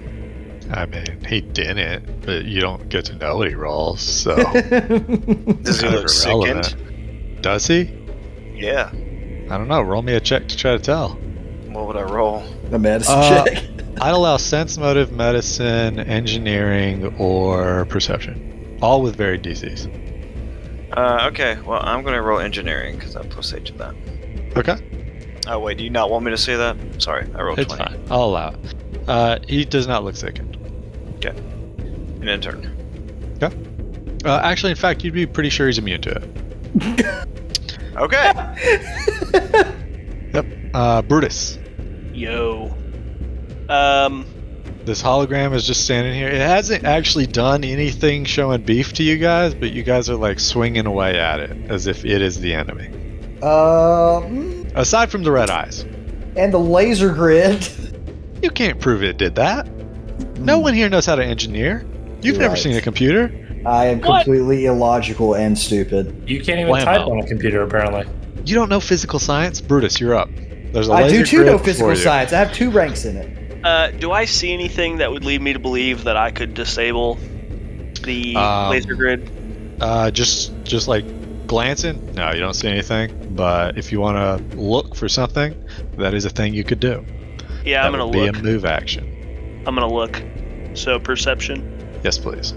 [SPEAKER 2] I mean, he didn't, but you don't get to know what he rolls, so. Oh.
[SPEAKER 5] Does he
[SPEAKER 2] Kinda
[SPEAKER 5] look
[SPEAKER 2] irrelevant.
[SPEAKER 5] sickened?
[SPEAKER 2] Does he?
[SPEAKER 5] Yeah.
[SPEAKER 2] I don't know. Roll me a check to try to tell.
[SPEAKER 5] What would I roll?
[SPEAKER 4] A medicine
[SPEAKER 2] Uh,
[SPEAKER 4] check.
[SPEAKER 2] I'd allow sense motive, medicine, engineering, or perception. All with varied DCs.
[SPEAKER 5] Uh, okay, well, I'm going to roll engineering because I'm plus 8 to that.
[SPEAKER 2] Okay.
[SPEAKER 5] Oh, wait, do you not want me to say that? Sorry, I rolled
[SPEAKER 2] It's
[SPEAKER 5] 20.
[SPEAKER 2] fine. I'll allow it. Uh, he does not look sickened.
[SPEAKER 5] Okay. An intern.
[SPEAKER 2] Okay. Uh, actually, in fact, you'd be pretty sure he's immune to it.
[SPEAKER 5] Okay.
[SPEAKER 2] Yep. Uh, Brutus.
[SPEAKER 6] Yo. Um.
[SPEAKER 2] This hologram is just standing here. It hasn't actually done anything showing beef to you guys, but you guys are like swinging away at it as if it is the enemy.
[SPEAKER 16] Um,
[SPEAKER 2] Aside from the red eyes,
[SPEAKER 16] and the laser grid.
[SPEAKER 2] you can't prove it did that. No one here knows how to engineer. You've never
[SPEAKER 16] Mm. Right.
[SPEAKER 2] seen a computer.
[SPEAKER 16] I am completely illogical and stupid.
[SPEAKER 3] You can't even type on a computer, apparently.
[SPEAKER 2] You don't know physical science, Brutus. You're up. There's a
[SPEAKER 16] I do
[SPEAKER 2] laser
[SPEAKER 16] too
[SPEAKER 2] grid
[SPEAKER 16] know
[SPEAKER 2] for
[SPEAKER 16] physical
[SPEAKER 2] you.
[SPEAKER 16] science. I have two ranks in it.
[SPEAKER 6] Uh, do I see anything that would lead me to believe that I could disable the
[SPEAKER 2] Um,
[SPEAKER 6] laser grid?
[SPEAKER 2] Uh, just just like glancing. No, you don't see anything. But if you want to look for something, that is a thing you could do.
[SPEAKER 6] Yeah, I'm
[SPEAKER 2] That
[SPEAKER 6] gonna
[SPEAKER 2] would be
[SPEAKER 6] look.
[SPEAKER 2] a move action.
[SPEAKER 6] I'm gonna look. So perception.
[SPEAKER 2] Yes, please.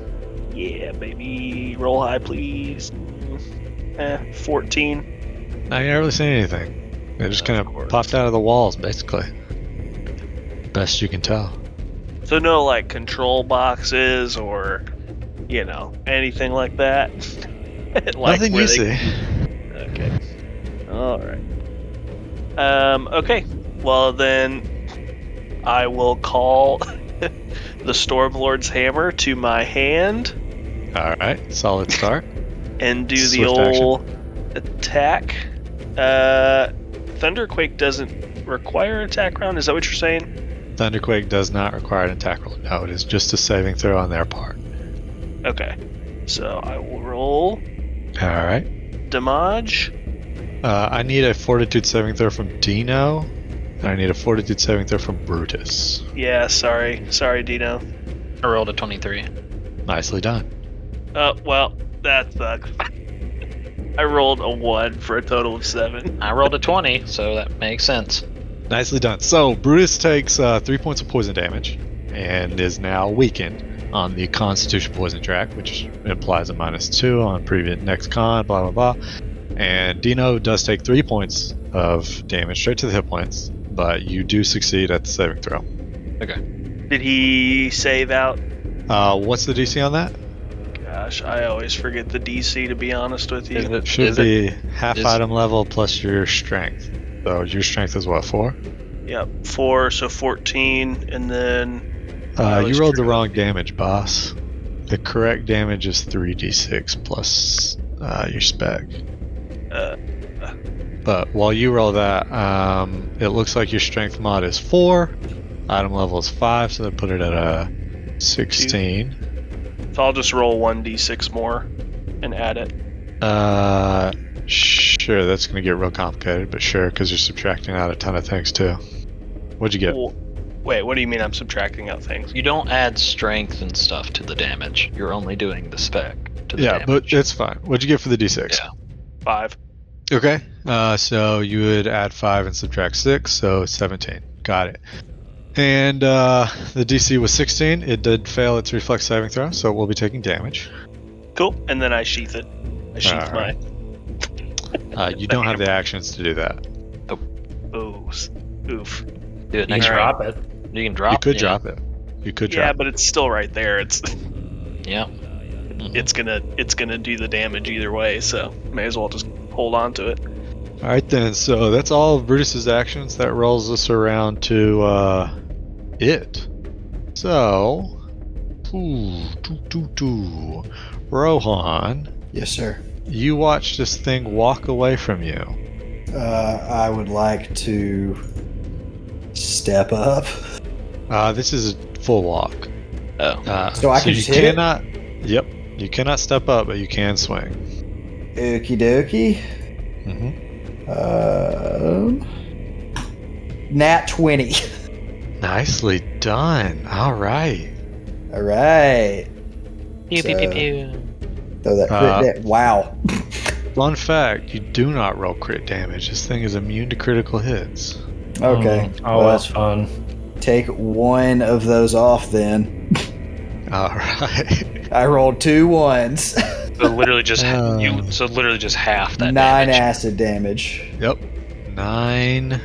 [SPEAKER 6] Yeah, baby. Roll high, please. Eh, 14.
[SPEAKER 2] No, you never really seen anything. They just kind of popped out of the walls, basically. Best you can tell.
[SPEAKER 6] So no like control boxes or you know anything like that. Like
[SPEAKER 2] Nothing
[SPEAKER 6] where
[SPEAKER 2] you
[SPEAKER 6] they-
[SPEAKER 2] see.
[SPEAKER 6] Okay. All right. Um, okay. Well, then I will call the Storm Lord's Hammer to my hand
[SPEAKER 2] All right, solid start.
[SPEAKER 6] and do the
[SPEAKER 2] Swift action.
[SPEAKER 6] old attack. Uh, Thunderquake doesn't require an attack round. Is that what you're saying?
[SPEAKER 2] Thunderquake does not require an attack roll. No, it is just a saving throw on their part.
[SPEAKER 6] Okay. So I will roll
[SPEAKER 2] All right.
[SPEAKER 6] damage.
[SPEAKER 2] Uh, I need a fortitude saving throw from Dino, and I need a fortitude saving throw from Brutus.
[SPEAKER 6] Yeah. Sorry. Sorry, Dino.
[SPEAKER 1] I rolled a 23.
[SPEAKER 2] Nicely done.
[SPEAKER 6] Uh, well, that sucks. I rolled a one for a total of seven.
[SPEAKER 1] I rolled a 20, so that makes sense.
[SPEAKER 2] Nicely done. So Brutus takes uh, three points of poison damage and is now weakened on the Constitution poison track, which implies a minus two on previous next con. Blah blah blah. And Dino does take three points of damage straight to the hit points, but you do succeed at the saving throw.
[SPEAKER 6] Did he save out?
[SPEAKER 2] Uh, what's the DC on that?
[SPEAKER 6] Gosh, I always forget the DC to be honest with you.
[SPEAKER 2] It should be half
[SPEAKER 6] is-
[SPEAKER 2] item level plus your strength. So your strength is what four?
[SPEAKER 6] Yep, four, so 14, and then.
[SPEAKER 2] Uh, you rolled the wrong damage, boss. The correct damage is 3d6 plus uh, your spec.
[SPEAKER 6] Uh,
[SPEAKER 2] But while you roll that, um, it looks like your strength mod is 4, item level is 5, so they put it at a 16.
[SPEAKER 6] so I'll just roll 1d6 more and add it.
[SPEAKER 2] Uh, sure, that's going to get real complicated, but sure, because you're subtracting out a ton of things too. What'd you get?
[SPEAKER 6] Cool. Wait, what do you mean I'm subtracting out things?
[SPEAKER 1] You don't add strength and stuff to the damage. You're only doing the spec to the
[SPEAKER 2] yeah,
[SPEAKER 1] damage.
[SPEAKER 2] but it's fine. What'd you get for the d6?
[SPEAKER 6] Five.
[SPEAKER 2] Okay. Uh, so you would add 5 and subtract 6, so 17. Got it. And uh, the DC was 16. It did fail its reflex saving throw, so it will be taking damage.
[SPEAKER 6] Cool, and then I sheath it. I sheath
[SPEAKER 2] Alright.
[SPEAKER 6] my.
[SPEAKER 2] Uh, you don't have the actions to do that.
[SPEAKER 6] Oh, s- oof.
[SPEAKER 1] Do it
[SPEAKER 3] You
[SPEAKER 1] next
[SPEAKER 3] can
[SPEAKER 1] round.
[SPEAKER 3] drop it.
[SPEAKER 1] You can drop
[SPEAKER 2] you could
[SPEAKER 1] yeah.
[SPEAKER 2] drop it. You could
[SPEAKER 6] Yeah,
[SPEAKER 2] drop
[SPEAKER 6] but it's still right there. It's
[SPEAKER 1] Yeah. Mm-hmm.
[SPEAKER 6] it's gonna it's gonna do the damage either way, so may as well just hold on to it.
[SPEAKER 2] it. All right, then. So that's all of Brutus's actions. That rolls us around to uh, it. So. Ooh, doo, doo, doo. Rohan,
[SPEAKER 4] Yes, sir.
[SPEAKER 2] you watch this thing walk away from you.
[SPEAKER 16] Uh, I would like to step up.
[SPEAKER 2] Uh, this is a full walk.
[SPEAKER 1] Oh.
[SPEAKER 2] Uh,
[SPEAKER 16] So I can
[SPEAKER 2] you
[SPEAKER 16] just hit it?
[SPEAKER 2] cannot. Yep. You cannot step up, but you can swing.
[SPEAKER 16] Okie dokie.
[SPEAKER 2] Mm-hmm.
[SPEAKER 16] Um, nat 20.
[SPEAKER 2] Nicely done. All right.
[SPEAKER 16] All right.
[SPEAKER 15] Pew, pew,
[SPEAKER 16] So-
[SPEAKER 15] pew, pew.
[SPEAKER 16] Throw that crit
[SPEAKER 2] Uh,
[SPEAKER 16] da- Wow.
[SPEAKER 2] Fun fact: You do not roll crit damage. This thing is immune to critical hits.
[SPEAKER 16] Okay.
[SPEAKER 3] Oh,
[SPEAKER 16] well,
[SPEAKER 3] that's fun.
[SPEAKER 16] take one of those off then.
[SPEAKER 2] All right.
[SPEAKER 16] I rolled two ones.
[SPEAKER 1] So literally just
[SPEAKER 2] uh,
[SPEAKER 16] Um.
[SPEAKER 1] you. So literally just half that.
[SPEAKER 16] Nine
[SPEAKER 1] damage.
[SPEAKER 16] acid damage.
[SPEAKER 2] Yep. Nine.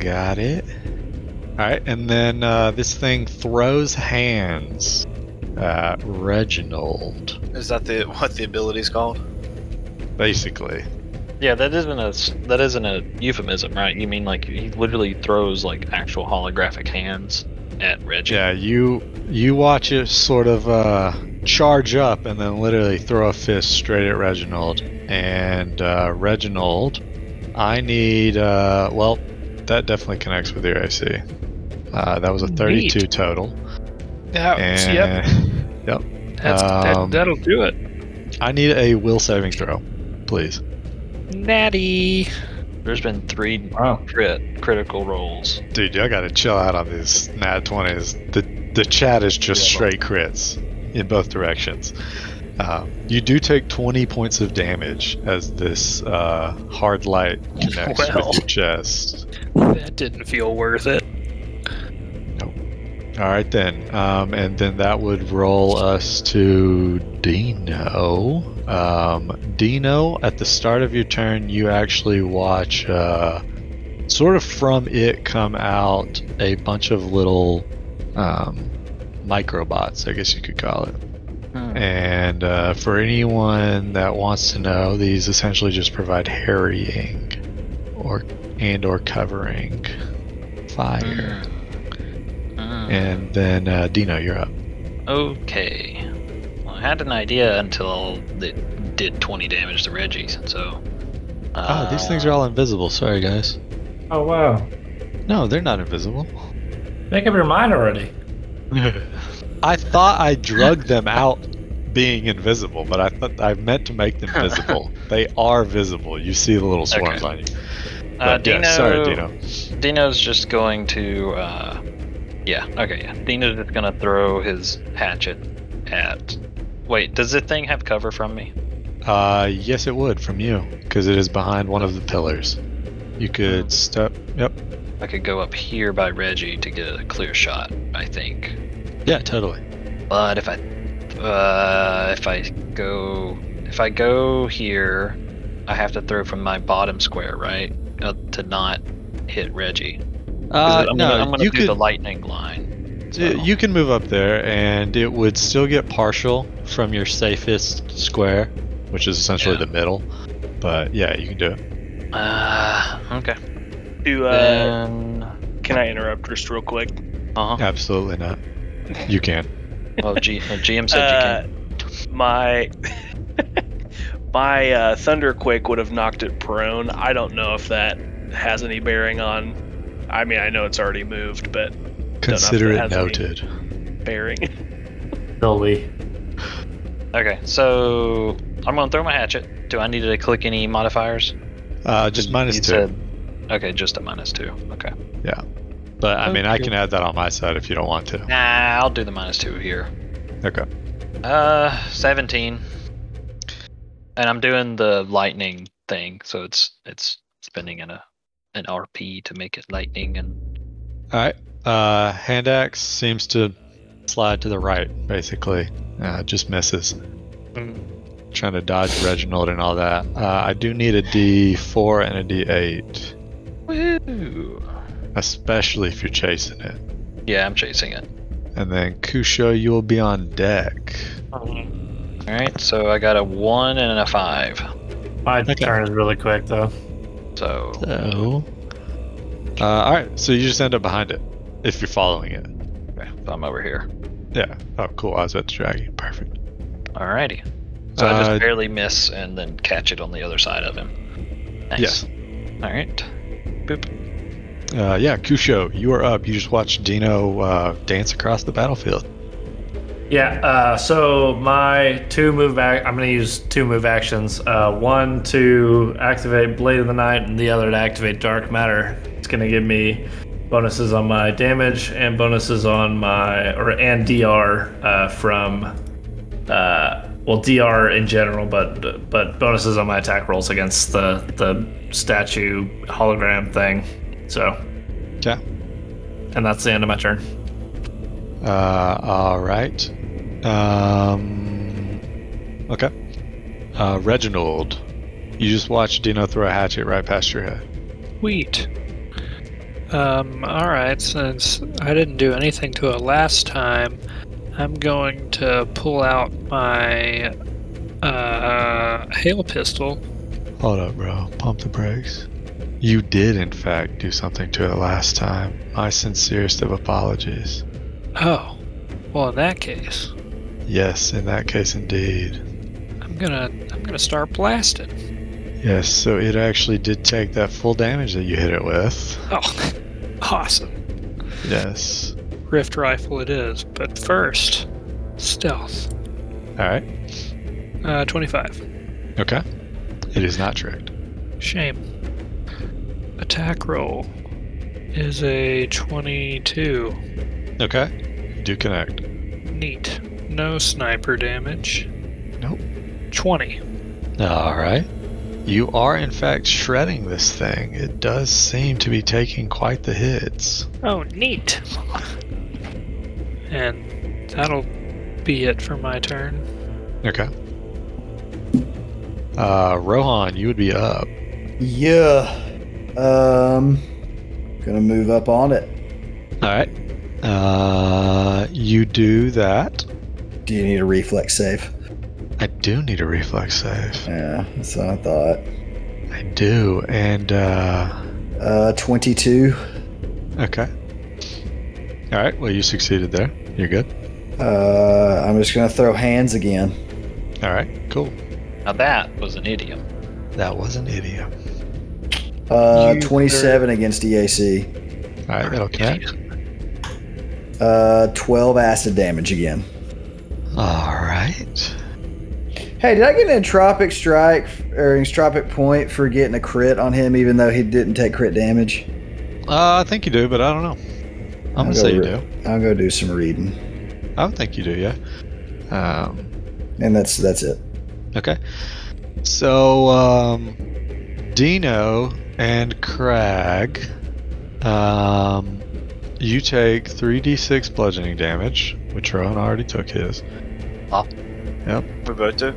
[SPEAKER 2] Got it. Alright, and then uh, this thing throws hands at Reginald,
[SPEAKER 5] Is that the what the ability's called?
[SPEAKER 2] basically.
[SPEAKER 1] Yeah, that isn't a s- that isn't a euphemism, right? You mean like he literally throws like actual holographic hands at Reggie?
[SPEAKER 2] Yeah, you you watch it sort of uh, charge up and then literally throw a fist straight at Reginald. And uh, Reginald, I need uh, well, that definitely connects with your AC. Uh, that was a 32
[SPEAKER 15] Neat.
[SPEAKER 2] total.
[SPEAKER 15] Yeah, yep.
[SPEAKER 2] And- yep.
[SPEAKER 15] That's,
[SPEAKER 2] Um,
[SPEAKER 15] that, that'll do it.
[SPEAKER 2] I need a will saving throw, please.
[SPEAKER 15] Natty.
[SPEAKER 1] There's been three
[SPEAKER 3] Wow.
[SPEAKER 1] crit critical rolls.
[SPEAKER 2] Dude, y'all gotta chill out on these nat twenties. The the chat is just straight crits in both directions. Uh, you do take twenty points of damage as this uh, hard light connects
[SPEAKER 15] Well.
[SPEAKER 2] with your chest.
[SPEAKER 15] That didn't feel worth it.
[SPEAKER 2] All right then, um, and then that would roll us to Dino. Um, Dino, at the start of your turn, you actually watch uh, sort of from it come out a bunch of little um, microbots, I guess you could call it. And uh, for anyone that wants to know, these essentially just provide harrying or and or covering
[SPEAKER 1] Hmm.
[SPEAKER 2] fire.
[SPEAKER 1] Mm.
[SPEAKER 2] And then uh, Dino, you're up.
[SPEAKER 1] Okay. Well, I had an idea until it did 20 damage to Reggie, so. Uh,
[SPEAKER 2] oh, these things are all invisible. Sorry, guys.
[SPEAKER 3] Oh wow!
[SPEAKER 2] No, they're not invisible.
[SPEAKER 3] Make up your mind already.
[SPEAKER 2] I thought I drug them out being invisible, but I thought I meant to make them visible. they are visible. You see the little swarms on you.
[SPEAKER 1] Uh,
[SPEAKER 2] But,
[SPEAKER 1] Dino,
[SPEAKER 2] yeah, sorry, Dino.
[SPEAKER 1] Dino's just going to. Uh, yeah, okay, yeah. Dino's just going to throw his hatchet at. Wait, does the thing have cover from me?
[SPEAKER 2] Uh, yes, it would from you because it is behind one of the pillars. You could step. Yep.
[SPEAKER 1] I could go up here by Reggie to get a clear shot, I think.
[SPEAKER 2] Yeah, totally.
[SPEAKER 1] But if I, uh, if I go, if I go here, I have to throw from my bottom square, right, uh, to not hit Reggie. 'Cause
[SPEAKER 2] Uh,
[SPEAKER 1] I'm
[SPEAKER 2] no,
[SPEAKER 1] gonna, I'm gonna
[SPEAKER 2] you
[SPEAKER 1] do
[SPEAKER 2] could-
[SPEAKER 1] the lightning line.
[SPEAKER 2] Y- You can move up there, and it would still get partial from your safest square, which is essentially the middle. But yeah, you can do it.
[SPEAKER 1] Uh, okay.
[SPEAKER 6] Do uh,
[SPEAKER 1] Then-
[SPEAKER 6] can I interrupt just real quick?
[SPEAKER 1] Uh huh.
[SPEAKER 2] Absolutely not. You can.
[SPEAKER 1] Well, G, uh, GM said you can.
[SPEAKER 6] Uh, My my uh, thunderquake would have knocked it prone. I don't know if that has any bearing on. I mean, I know it's already moved, but
[SPEAKER 2] Consider it
[SPEAKER 6] don't know if that
[SPEAKER 2] noted.
[SPEAKER 6] has any bearing.
[SPEAKER 3] Silly.
[SPEAKER 1] Okay, so I'm gonna throw my hatchet. Do I need to click any modifiers?
[SPEAKER 2] Uh, just minus
[SPEAKER 1] you
[SPEAKER 2] two.
[SPEAKER 1] said- Okay, just a minus two. Okay.
[SPEAKER 2] Yeah. But I mean, I
[SPEAKER 1] Okay.
[SPEAKER 2] can add that on my side if you don't want to.
[SPEAKER 1] Nah, I'll do the minus two here.
[SPEAKER 2] Okay.
[SPEAKER 1] Uh, 17. And I'm doing the lightning thing, so it's it's spending an, a, an RP to make it lightning and
[SPEAKER 2] All right. Uh, hand axe seems to slide to the right, basically. Uh, just misses. Trying to dodge Reginald and all that. Uh, I do need a D4 and a D8,
[SPEAKER 1] Woo!
[SPEAKER 2] especially if you're chasing it.
[SPEAKER 1] Yeah, I'm chasing it.
[SPEAKER 2] And then Kusho, you will be on deck.
[SPEAKER 1] All right, so I got a 1 and a 5.
[SPEAKER 3] My turn is really quick though.
[SPEAKER 1] So,
[SPEAKER 2] So, uh, all right. So you just end up behind it if you're following it.
[SPEAKER 1] okay, so I'm over here.
[SPEAKER 2] Yeah. Oh, cool. I was about to drag you. Perfect.
[SPEAKER 1] Alrighty. So I
[SPEAKER 2] Uh,
[SPEAKER 1] just barely miss and then catch it on the other side of him. Nice.
[SPEAKER 2] Yes.
[SPEAKER 1] All right. Boop.
[SPEAKER 2] Uh, yeah, Kusho, you are up. You just watched Dino uh, dance across the battlefield.
[SPEAKER 3] Yeah, uh, so my two move ac- I'm going to use two move actions. Uh, one to activate Blade of the Night, and the other to activate Dark Matter. It's going to give me bonuses on my damage and bonuses on my, or and DR uh, from, uh, well, DR in general, but but bonuses on my attack rolls against the, the statue hologram thing. So,
[SPEAKER 2] Okay.
[SPEAKER 3] and that's the end of my turn.
[SPEAKER 2] Uh, all right. Um, okay. Uh, Reginald, you just watched Dino throw a hatchet right past your head.
[SPEAKER 15] Sweet. Um, alright, since I didn't do anything to it last time, I'm going to pull out my uh, hail pistol.
[SPEAKER 2] Hold up, bro. Pump the brakes. You did, in fact, do something to it last time. My sincerest of apologies.
[SPEAKER 15] Oh, well, in that case,
[SPEAKER 2] Yes, in that case, indeed.
[SPEAKER 15] I'm gonna I'm gonna start blasting.
[SPEAKER 2] Yes, so it actually did take that full damage that you hit it with.
[SPEAKER 15] Oh, awesome!
[SPEAKER 2] Yes.
[SPEAKER 15] Rift rifle it is. But first, stealth.
[SPEAKER 2] Alright.
[SPEAKER 15] Uh, 25.
[SPEAKER 2] Okay. It is not tricked.
[SPEAKER 15] Shame. Attack roll is a 22.
[SPEAKER 2] Okay. You do connect.
[SPEAKER 15] Neat. No sniper damage.
[SPEAKER 2] Nope.
[SPEAKER 15] 20.
[SPEAKER 2] All right. You are, in fact, shredding this thing. It does seem to be taking quite the hits.
[SPEAKER 15] Oh, neat. And that'll be it for my turn.
[SPEAKER 2] Okay. Uh, Rohan, you would be up.
[SPEAKER 16] Yeah. Um, gonna move up on it.
[SPEAKER 2] All right. Uh, you do that.
[SPEAKER 16] Do you need a reflex save?
[SPEAKER 2] I do need a reflex save.
[SPEAKER 16] Yeah, that's what I thought.
[SPEAKER 2] I do, and uh,
[SPEAKER 16] Uh, 22.
[SPEAKER 2] okay. All right. Well, you succeeded there. You're good.
[SPEAKER 16] Uh, I'm just gonna throw hands again.
[SPEAKER 2] All right. Cool.
[SPEAKER 1] Now that was an idiom.
[SPEAKER 2] That was an idiom.
[SPEAKER 16] Uh,
[SPEAKER 1] You
[SPEAKER 16] 27 against E EAC.
[SPEAKER 2] All right. That'll connect.
[SPEAKER 16] Uh, 12 acid damage again.
[SPEAKER 2] All right.
[SPEAKER 16] Hey, did I get an entropic strike or entropic point for getting a crit on him, even though he didn't take crit damage?
[SPEAKER 2] Uh, I think you do, but I don't know. I'm
[SPEAKER 16] I'll
[SPEAKER 2] gonna say you
[SPEAKER 16] re-
[SPEAKER 2] do.
[SPEAKER 16] I'll go do some reading,
[SPEAKER 2] I would think you do. Yeah. Um,
[SPEAKER 16] and that's that's it.
[SPEAKER 2] Okay. So, um, Dino and Crag, um, you take 3d6 bludgeoning damage, which Rowan already took his.
[SPEAKER 5] Ah.
[SPEAKER 2] Yep.
[SPEAKER 5] We both do.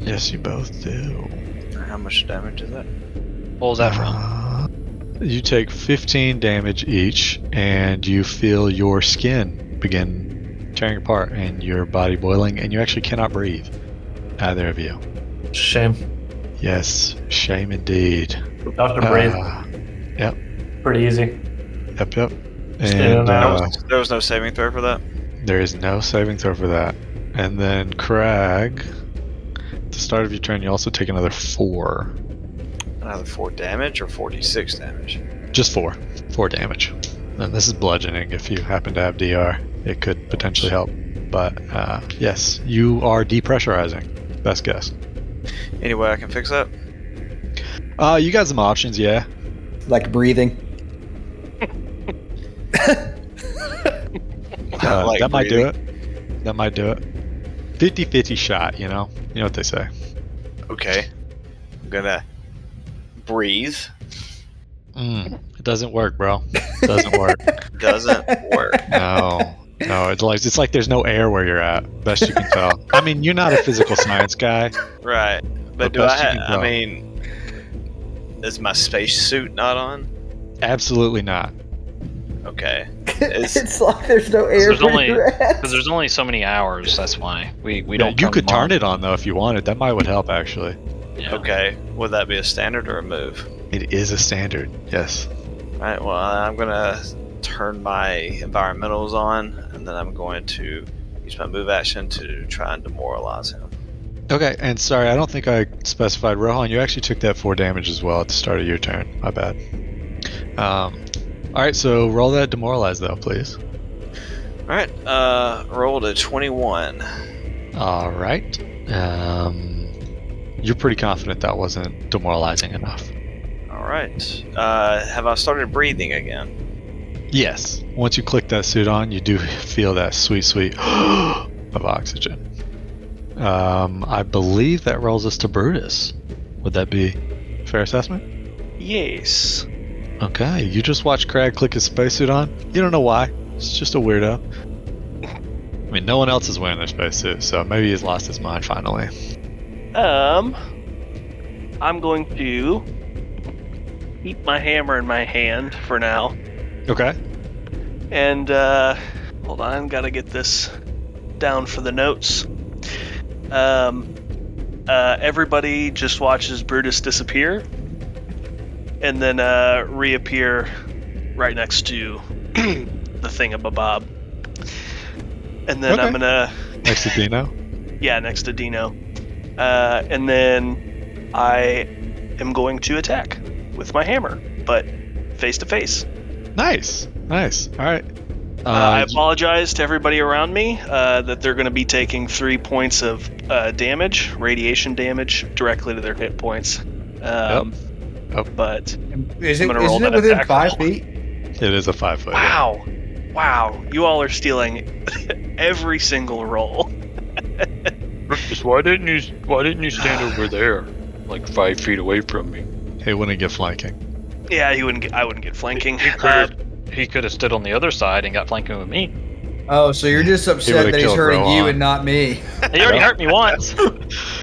[SPEAKER 2] Yes, you both do.
[SPEAKER 5] How much damage is that?
[SPEAKER 1] What was that from?
[SPEAKER 2] Uh, you take 15 damage each, and you feel your skin begin tearing apart and your body boiling, and you actually cannot breathe. Either of you.
[SPEAKER 3] Shame.
[SPEAKER 2] Yes, shame indeed.
[SPEAKER 3] Not to breathe.
[SPEAKER 2] Uh, yep,
[SPEAKER 3] Pretty easy.
[SPEAKER 2] yep, yep.
[SPEAKER 3] Stay in
[SPEAKER 2] And
[SPEAKER 3] that.
[SPEAKER 5] There
[SPEAKER 2] uh,
[SPEAKER 5] was, there was no saving throw for that.
[SPEAKER 2] there is no saving throw for that. And then Crag, at the start of your turn, you also take another four.
[SPEAKER 5] Another four damage or forty-six damage.
[SPEAKER 2] Just four. Four damage. And this is bludgeoning if you happen to have DR. It could potentially help. But uh, yes, you are depressurizing. Best guess.
[SPEAKER 5] Any way I can fix that?
[SPEAKER 2] Uh, you got some options, yeah.
[SPEAKER 16] Like breathing.
[SPEAKER 2] Uh,
[SPEAKER 5] like
[SPEAKER 2] that might do
[SPEAKER 5] breathing.
[SPEAKER 2] it. That might do it. 50 50 shot, you know? You know what they say.
[SPEAKER 5] Okay. I'm gonna breathe.
[SPEAKER 1] Hmm.
[SPEAKER 2] Mm, it doesn't work, bro. It doesn't work.
[SPEAKER 5] Doesn't work.
[SPEAKER 2] No, no. It's like it's like there's no air where you're at. Best you can tell. I mean, you're not a physical science guy.
[SPEAKER 5] Right.
[SPEAKER 2] But
[SPEAKER 5] But do I
[SPEAKER 2] best you
[SPEAKER 5] have,
[SPEAKER 2] can
[SPEAKER 5] I
[SPEAKER 2] tell.
[SPEAKER 5] mean, is my space suit not on?
[SPEAKER 2] Absolutely not.
[SPEAKER 5] Okay.
[SPEAKER 16] it's,
[SPEAKER 5] It's-
[SPEAKER 16] like there's no air
[SPEAKER 1] there's
[SPEAKER 16] for
[SPEAKER 1] only-
[SPEAKER 16] your ass.
[SPEAKER 1] Because there's only so many hours. That's why we we
[SPEAKER 2] Yeah,
[SPEAKER 1] don't.
[SPEAKER 2] you could turn it on though if you wanted. That might would help actually.
[SPEAKER 1] Yeah.
[SPEAKER 5] Okay. Would that be a standard or a move?
[SPEAKER 2] It is a standard. Yes.
[SPEAKER 5] Alright, well, I'm gonna turn my environmentals on, and then I'm going to use my move action to try and demoralize him.
[SPEAKER 2] Okay. And sorry, I don't think I specified Rohan. You actually took that four damage as well at the start of your turn. My bad. Um. All right. So roll that demoralize though, please.
[SPEAKER 5] Alright, uh, rolled a 21.
[SPEAKER 2] All right. Um. You're pretty confident that wasn't demoralizing enough.
[SPEAKER 5] Alright. Uh, have I started breathing again?
[SPEAKER 2] Yes. Once you click that suit on, you do feel that sweet, sweet of oxygen. Um, I believe that rolls us to Brutus. Would that be a fair assessment?
[SPEAKER 6] Yes.
[SPEAKER 2] Okay. You just watched Crag click his spacesuit on. You don't know why. It's just a weirdo. I mean, no one else is wearing their spacesuit, so maybe he's lost his mind finally.
[SPEAKER 6] Um, I'm going to keep my hammer in my hand for now,
[SPEAKER 2] Okay.
[SPEAKER 6] and uh, hold on, gotta get this down for the notes. Um, uh, everybody just watches Brutus disappear, and then uh, reappear right next to the thingamabob. And then I'm
[SPEAKER 2] Okay.
[SPEAKER 6] gonna
[SPEAKER 2] Next to Dino.
[SPEAKER 6] yeah, next to Dino. Uh, and then I am going to attack with my hammer, but face to face.
[SPEAKER 2] Nice. Nice. All right.
[SPEAKER 6] Uh, I apologize to everybody around me uh, that they're going to be taking three points of uh, damage, radiation damage, directly to their hit points. Um, But
[SPEAKER 4] Is
[SPEAKER 6] I'm
[SPEAKER 4] it,
[SPEAKER 6] going to roll
[SPEAKER 4] isn't
[SPEAKER 6] that
[SPEAKER 4] it within
[SPEAKER 6] attack
[SPEAKER 4] five
[SPEAKER 6] roll.
[SPEAKER 4] feet?
[SPEAKER 2] It is a five foot.
[SPEAKER 6] Wow. Wow. You all are stealing every single roll.
[SPEAKER 14] Just why didn't you? Why didn't you stand over there, like five feet away from me?
[SPEAKER 2] It wouldn't get flanking.
[SPEAKER 6] Yeah, he wouldn't. Get, I wouldn't get flanking. Um,
[SPEAKER 1] Uh, he could have stood on the other side and got flanking with me.
[SPEAKER 4] Oh, so you're just upset
[SPEAKER 2] would've
[SPEAKER 4] that he's
[SPEAKER 2] killed
[SPEAKER 4] hurting you
[SPEAKER 2] Rohan.
[SPEAKER 4] and not me.
[SPEAKER 1] He already hurt me once.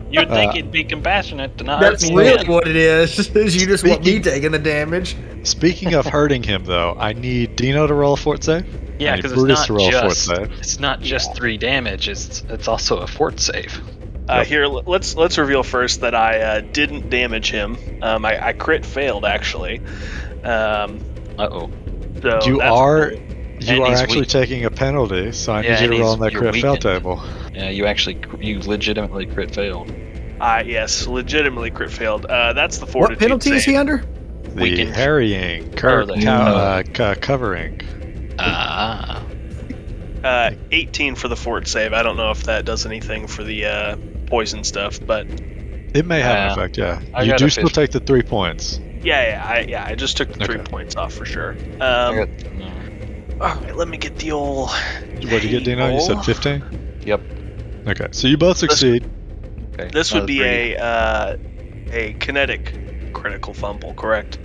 [SPEAKER 1] You'd think
[SPEAKER 2] Uh,
[SPEAKER 1] he'd be compassionate to not
[SPEAKER 4] That's
[SPEAKER 1] hurt me.
[SPEAKER 4] really what it is. Is you just want me taking the damage?
[SPEAKER 2] Speaking of hurting him, though, I need Dino to roll a fort save. I
[SPEAKER 1] Yeah,
[SPEAKER 2] need
[SPEAKER 1] because
[SPEAKER 2] Brutus
[SPEAKER 1] it's
[SPEAKER 2] to roll
[SPEAKER 1] not
[SPEAKER 2] a fort
[SPEAKER 1] just
[SPEAKER 2] save.
[SPEAKER 1] it's not just three damage. It's it's also a fort save.
[SPEAKER 6] Uh, Here, l- let's let's reveal first that I uh, didn't damage him. Um, I, I crit failed actually. Um,
[SPEAKER 1] uh oh.
[SPEAKER 6] So
[SPEAKER 2] you
[SPEAKER 6] that's
[SPEAKER 2] are,
[SPEAKER 6] cool.
[SPEAKER 2] you
[SPEAKER 1] And
[SPEAKER 2] are
[SPEAKER 1] he's
[SPEAKER 2] actually
[SPEAKER 1] weak.
[SPEAKER 2] taking a penalty, so
[SPEAKER 1] Yeah,
[SPEAKER 2] I need you
[SPEAKER 1] and
[SPEAKER 2] to roll
[SPEAKER 1] he's-
[SPEAKER 2] on that
[SPEAKER 1] you're
[SPEAKER 2] crit fail
[SPEAKER 1] weakened.
[SPEAKER 2] table.
[SPEAKER 1] Yeah, you actually you legitimately crit failed.
[SPEAKER 6] I yes, legitimately crit failed. Uh, that's the
[SPEAKER 4] What
[SPEAKER 6] fortitude.
[SPEAKER 4] penalty is he under?
[SPEAKER 2] The harrying, cur-
[SPEAKER 6] the-
[SPEAKER 2] co-
[SPEAKER 6] oh.
[SPEAKER 2] uh, co- covering.
[SPEAKER 1] Ah.
[SPEAKER 6] Uh, 18 for the fort save. I don't know if that does anything for the uh, poison stuff, but
[SPEAKER 2] It may have an
[SPEAKER 6] Uh,
[SPEAKER 2] effect, yeah.
[SPEAKER 6] I
[SPEAKER 2] you
[SPEAKER 6] got
[SPEAKER 2] do
[SPEAKER 6] a
[SPEAKER 2] still
[SPEAKER 6] fifty.
[SPEAKER 2] take the three points.
[SPEAKER 6] yeah, yeah, I, yeah. I just took the three points off for sure. Um, all right, let me get the old.
[SPEAKER 2] What did you get, Dino? You said 15?
[SPEAKER 1] Yep.
[SPEAKER 2] Okay, so you both succeed.
[SPEAKER 1] Okay.
[SPEAKER 6] This would be a uh, a kinetic critical fumble, correct?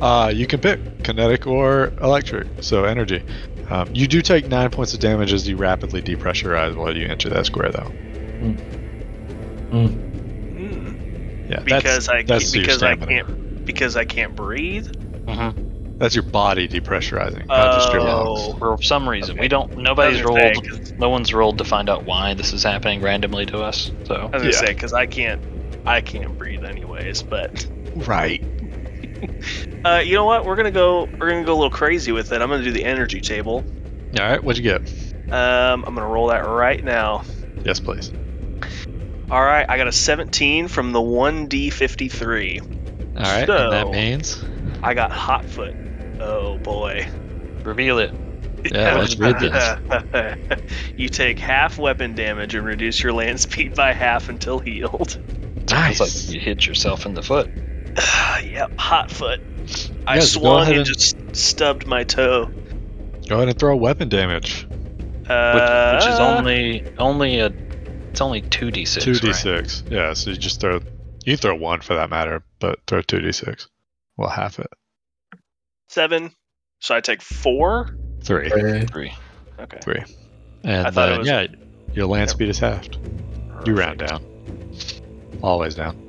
[SPEAKER 2] Uh, you can pick kinetic or electric, so energy. Um, you do take nine points of damage as you rapidly depressurize while you enter that square, though.
[SPEAKER 6] Hmm.
[SPEAKER 2] Yeah, that's-
[SPEAKER 6] because I
[SPEAKER 2] that's
[SPEAKER 6] can't,
[SPEAKER 2] your
[SPEAKER 6] because I
[SPEAKER 2] stamina.
[SPEAKER 6] can't because I can't breathe.
[SPEAKER 2] That's your body depressurizing, not just your lungs.
[SPEAKER 1] Oh, for some reason we don't. Nobody's
[SPEAKER 6] I was gonna
[SPEAKER 1] rolled. No one's rolled to find out why this is happening randomly to us. So
[SPEAKER 6] I was gonna say because I can't I can't breathe anyways. But
[SPEAKER 2] Right.
[SPEAKER 6] uh, you know what? We're gonna go we're gonna go a little crazy with it. I'm gonna do the energy table.
[SPEAKER 2] All right, what'd you get?
[SPEAKER 6] Um, I'm gonna roll that right now.
[SPEAKER 2] Yes, please.
[SPEAKER 6] All right, I got a 17 from the 1d53.
[SPEAKER 2] All right,
[SPEAKER 6] So-
[SPEAKER 2] and that means
[SPEAKER 6] I got hot foot. Oh boy.
[SPEAKER 1] reveal it.
[SPEAKER 2] Yeah, let's read
[SPEAKER 6] you take half weapon damage and reduce your land speed by half until healed.
[SPEAKER 1] Nice. It's like you hit yourself in the foot.
[SPEAKER 6] yep, hot foot. I
[SPEAKER 2] Yes, go
[SPEAKER 6] swung
[SPEAKER 2] ahead
[SPEAKER 6] and
[SPEAKER 2] and-
[SPEAKER 6] just stubbed my toe.
[SPEAKER 2] go ahead and throw weapon damage.
[SPEAKER 1] which,
[SPEAKER 6] Uh,
[SPEAKER 1] which is only only a it's only two d six.
[SPEAKER 2] Two d six. Yeah, so you just throw. You can throw one for that matter, but throw two d six. Well, half it.
[SPEAKER 6] seven. So I take four.
[SPEAKER 2] Three.
[SPEAKER 1] Three.
[SPEAKER 6] Okay.
[SPEAKER 2] Three. And
[SPEAKER 6] I thought it
[SPEAKER 2] then,
[SPEAKER 6] was-
[SPEAKER 2] yeah, your land speed is halved. You round down. Always down.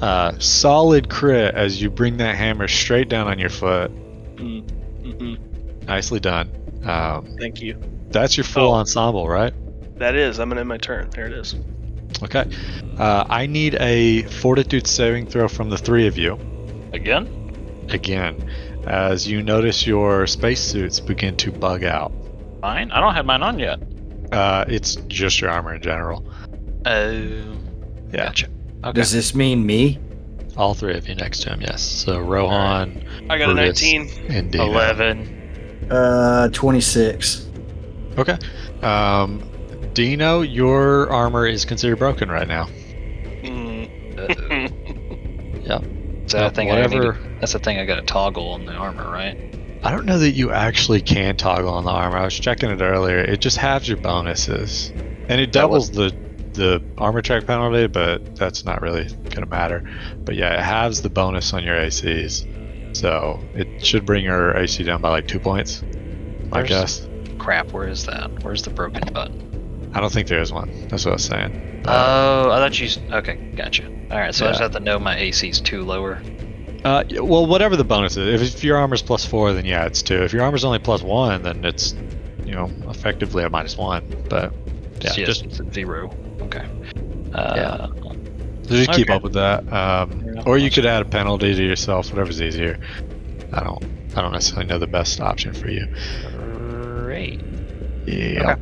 [SPEAKER 2] Uh, solid crit as you bring that hammer straight down on your foot.
[SPEAKER 6] Mm-hmm.
[SPEAKER 2] Nicely done. Um,
[SPEAKER 6] Thank you.
[SPEAKER 2] that's your full
[SPEAKER 6] Oh.
[SPEAKER 2] ensemble, right?
[SPEAKER 6] That is. I'm gonna end my turn. There it is.
[SPEAKER 2] Okay. Uh, I need a fortitude saving throw from the three of you.
[SPEAKER 1] Again?
[SPEAKER 2] Again, as you notice your spacesuits begin to bug out.
[SPEAKER 1] Fine. I don't have mine on yet.
[SPEAKER 2] Uh, it's just your armor in general.
[SPEAKER 1] Oh.
[SPEAKER 2] Yeah.
[SPEAKER 1] Gotcha. Okay.
[SPEAKER 4] Does this mean me?
[SPEAKER 2] All three of you next to him, yes. So Rohan.
[SPEAKER 6] I got a
[SPEAKER 2] Brutus,
[SPEAKER 6] 19.
[SPEAKER 2] And Dino.
[SPEAKER 1] 11.
[SPEAKER 4] Uh, 26.
[SPEAKER 2] Okay. Um, Dino, your armor is considered broken right now. Yep.
[SPEAKER 1] Is that a
[SPEAKER 2] Yep,
[SPEAKER 1] thing I
[SPEAKER 2] whatever-
[SPEAKER 1] gotta need to- that's the thing I got to toggle on the armor, right?
[SPEAKER 2] I don't know that you actually can toggle on the armor. I was checking it earlier. It just halves your bonuses, and it doubles the the armor check penalty, but that's not really gonna matter. But yeah, it halves the bonus on your ACs, so it should bring your AC down by like two points. My
[SPEAKER 1] There's-
[SPEAKER 2] guess.
[SPEAKER 1] Crap, where is that? Where's the broken button?
[SPEAKER 2] I don't think there is one. That's what I was saying.
[SPEAKER 1] Oh, I thought you. s- Okay, gotcha. All right, so I just
[SPEAKER 2] Uh, Yeah.
[SPEAKER 1] have to know my AC's too lower.
[SPEAKER 2] Uh, y- well, whatever the bonus is. If, if your armor's plus four, then yeah, it's two. If your armor's only plus one, then it's, you know, effectively a minus one. But yeah,
[SPEAKER 1] Just- yeah,
[SPEAKER 2] just
[SPEAKER 1] it's zero. Okay. Uh,
[SPEAKER 2] So just keep
[SPEAKER 1] Okay.
[SPEAKER 2] up with that, um, or you could add a penalty to yourself, whatever's easier. I don't, I don't necessarily know the best option for you.
[SPEAKER 1] Great.
[SPEAKER 2] Yeah,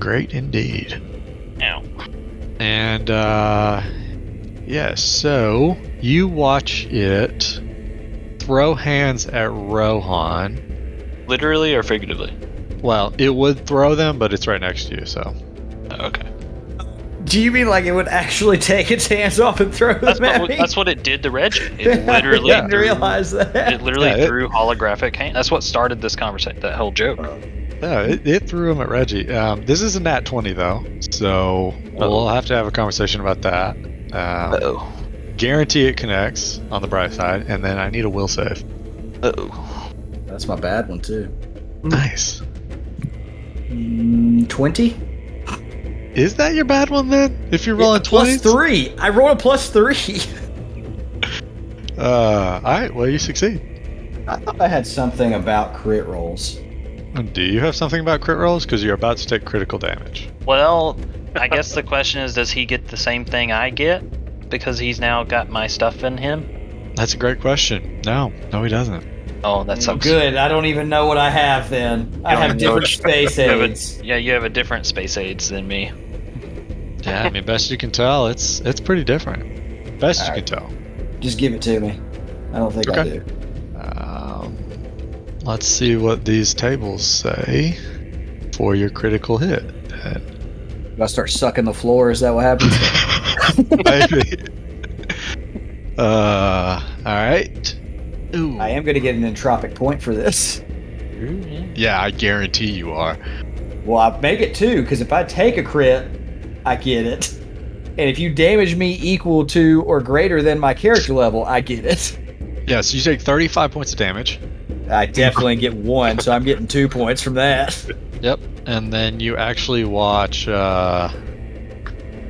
[SPEAKER 2] great indeed.
[SPEAKER 1] Ow.
[SPEAKER 2] And uh, yeah, so you watch it throw hands at Rohan.
[SPEAKER 1] Literally or figuratively?
[SPEAKER 2] Well, it would throw them, but it's right next to you, so.
[SPEAKER 1] Oh, Okay.
[SPEAKER 4] Do you mean like it would actually take its hands off and throw
[SPEAKER 1] That's
[SPEAKER 4] them at
[SPEAKER 1] what,
[SPEAKER 4] me?
[SPEAKER 1] that's what it did to Reggie. It literally
[SPEAKER 4] I didn't
[SPEAKER 1] threw,
[SPEAKER 4] realize that.
[SPEAKER 1] it literally
[SPEAKER 2] Yeah, it-
[SPEAKER 1] threw holographic hand. That's what started this conversation, that whole joke.
[SPEAKER 2] No, it, it threw him at Reggie. Um, this is a nat 20, though, so
[SPEAKER 4] Oh.
[SPEAKER 2] we'll have to have a conversation about that. Um,
[SPEAKER 1] Uh-oh.
[SPEAKER 2] Guarantee it connects on the bright side, and then I need a will save.
[SPEAKER 1] Uh-oh.
[SPEAKER 4] That's my bad one too. Hmm.
[SPEAKER 2] Nice.
[SPEAKER 4] Mm, Twenty.
[SPEAKER 2] Is that your bad one then? If you're rolling
[SPEAKER 4] plus
[SPEAKER 2] 20s?
[SPEAKER 4] three, I rolled a plus three.
[SPEAKER 2] Uh, alright, well, you succeed.
[SPEAKER 4] I thought I had something about crit rolls.
[SPEAKER 2] Do you have something about crit rolls? Because you're about to take critical damage.
[SPEAKER 1] Well, I guess the question is does he get the same thing I get? Because he's now got my stuff in him?
[SPEAKER 2] That's a great question. No, no, he doesn't.
[SPEAKER 1] Oh,
[SPEAKER 2] Mm,
[SPEAKER 1] that
[SPEAKER 4] So
[SPEAKER 1] sucks.
[SPEAKER 4] good. I don't even know what I have then. I
[SPEAKER 1] You don't
[SPEAKER 4] have
[SPEAKER 1] know
[SPEAKER 4] different
[SPEAKER 1] what-
[SPEAKER 4] space
[SPEAKER 1] you have a-
[SPEAKER 4] aids.
[SPEAKER 1] yeah, you have a different space aids than me.
[SPEAKER 2] Yeah, I mean, best you can tell, it's it's pretty different. Best you
[SPEAKER 4] Alright.
[SPEAKER 2] can tell.
[SPEAKER 4] Just give it to me. I don't think I
[SPEAKER 2] Okay.
[SPEAKER 4] do.
[SPEAKER 2] Um, let's see what these tables say for your critical hit.
[SPEAKER 4] Do I start sucking the floor? Is that what happens?
[SPEAKER 2] Maybe. uh, all right. Ooh.
[SPEAKER 4] I am going to get an entropic point for this.
[SPEAKER 2] Yeah, I guarantee you are.
[SPEAKER 4] Well, I make it two because if I take a crit, I get it. And if you damage me equal to or greater than my character level, I get it.
[SPEAKER 2] Yeah, so you take 35 points of damage.
[SPEAKER 4] I definitely get one, so I'm getting two points from that.
[SPEAKER 2] Yep. And then you actually watch. Uh,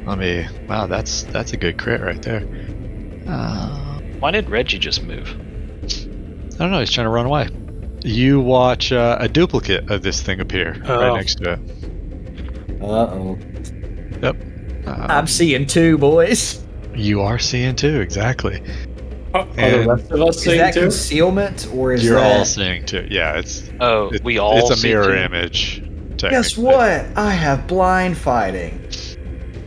[SPEAKER 2] let me. Wow, that's that's a good crit right there. Uh,
[SPEAKER 1] Why did Reggie just move?
[SPEAKER 2] I don't know. He's trying to run away. You watch uh, a duplicate of this thing appear
[SPEAKER 4] Oh.
[SPEAKER 2] right next to it.
[SPEAKER 4] Uh oh.
[SPEAKER 2] Yep.
[SPEAKER 4] I'm seeing two, boys.
[SPEAKER 2] Uh, You are seeing two exactly.
[SPEAKER 16] Are
[SPEAKER 2] And-
[SPEAKER 16] the rest of us
[SPEAKER 4] Is
[SPEAKER 16] seeing
[SPEAKER 4] that
[SPEAKER 16] too?
[SPEAKER 4] concealment or is
[SPEAKER 2] You're all
[SPEAKER 4] that?
[SPEAKER 2] seeing two. Yeah, it's
[SPEAKER 1] Oh,
[SPEAKER 2] it-
[SPEAKER 1] we all.
[SPEAKER 2] It's a
[SPEAKER 1] see
[SPEAKER 2] mirror
[SPEAKER 1] two?
[SPEAKER 2] image.
[SPEAKER 4] Guess
[SPEAKER 2] technically.
[SPEAKER 4] what? I have blind fighting.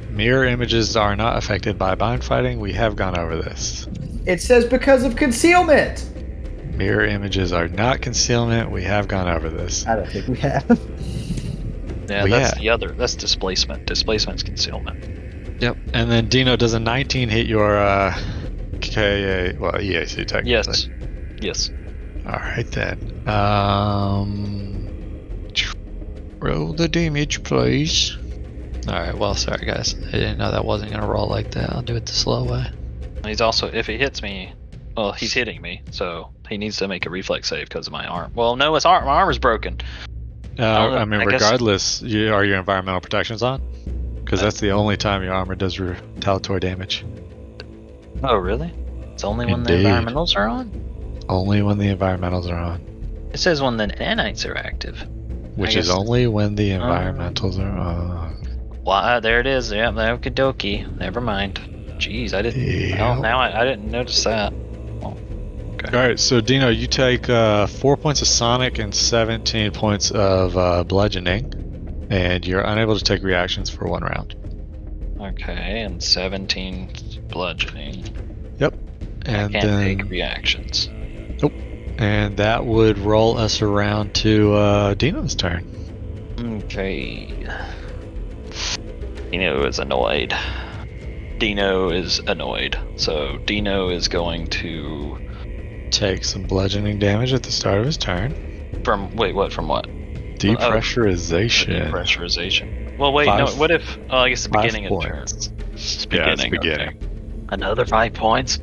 [SPEAKER 2] Mirror images are not affected by bind fighting. We have gone over this.
[SPEAKER 4] It says because of concealment.
[SPEAKER 2] Mirror images are not concealment. We have gone over this.
[SPEAKER 4] I don't think we have.
[SPEAKER 1] Yeah,
[SPEAKER 2] Well,
[SPEAKER 1] that's
[SPEAKER 2] yeah.
[SPEAKER 1] the other. That's displacement. Displacement's concealment.
[SPEAKER 2] Yep. And then Dino does a 19 hit your uh, KA well EAC technically.
[SPEAKER 1] Yes. Yes.
[SPEAKER 2] All right then. Um, roll the damage, please. All right. Well, sorry guys. I didn't know that wasn't gonna roll like that. I'll do it the slow way.
[SPEAKER 1] And He's also if he hits me, well, he's hitting me, so he needs to make a reflex save because of my arm. Well, no, his arm. My arm is broken.
[SPEAKER 2] Uh,
[SPEAKER 1] I'll-
[SPEAKER 2] I mean,
[SPEAKER 1] I guess-
[SPEAKER 2] regardless, you, are your environmental protections on? Because that's the only time your armor does retaliatory damage.
[SPEAKER 1] Oh, really? It's only when
[SPEAKER 2] Indeed.
[SPEAKER 1] the environmentals are on.
[SPEAKER 2] Only when the environmentals are on,
[SPEAKER 1] It says when the nanites are active.
[SPEAKER 2] which is
[SPEAKER 1] guess-
[SPEAKER 2] only when the
[SPEAKER 1] Um,
[SPEAKER 2] environmentals are on.
[SPEAKER 1] Why? there it is. Yep. Okie dokie. Never mind. Jeez, I didn't.
[SPEAKER 2] Yeah.
[SPEAKER 1] Oh, now I, I didn't notice that.
[SPEAKER 2] All right, so Dino, you take uh, four points of sonic and 17 points of uh, bludgeoning, and you're unable to take reactions for one round.
[SPEAKER 1] Okay, and 17 bludgeoning.
[SPEAKER 2] Yep. And
[SPEAKER 1] Can't
[SPEAKER 2] then,
[SPEAKER 1] take reactions.
[SPEAKER 2] and that would roll us around to uh, Dino's turn.
[SPEAKER 1] Okay. Dino is annoyed. Dino is annoyed. So Dino is going to
[SPEAKER 2] Take some bludgeoning damage at the start of his turn.
[SPEAKER 1] from wait what from what
[SPEAKER 2] Depressurization.
[SPEAKER 1] pressurization. Well, wait no.
[SPEAKER 2] Five-
[SPEAKER 1] What if? Oh, I guess the
[SPEAKER 2] five
[SPEAKER 1] beginning of turn.
[SPEAKER 2] points.
[SPEAKER 1] It's
[SPEAKER 2] Yeah, it's
[SPEAKER 1] beginning.
[SPEAKER 2] beginning.
[SPEAKER 1] okay. Another five points.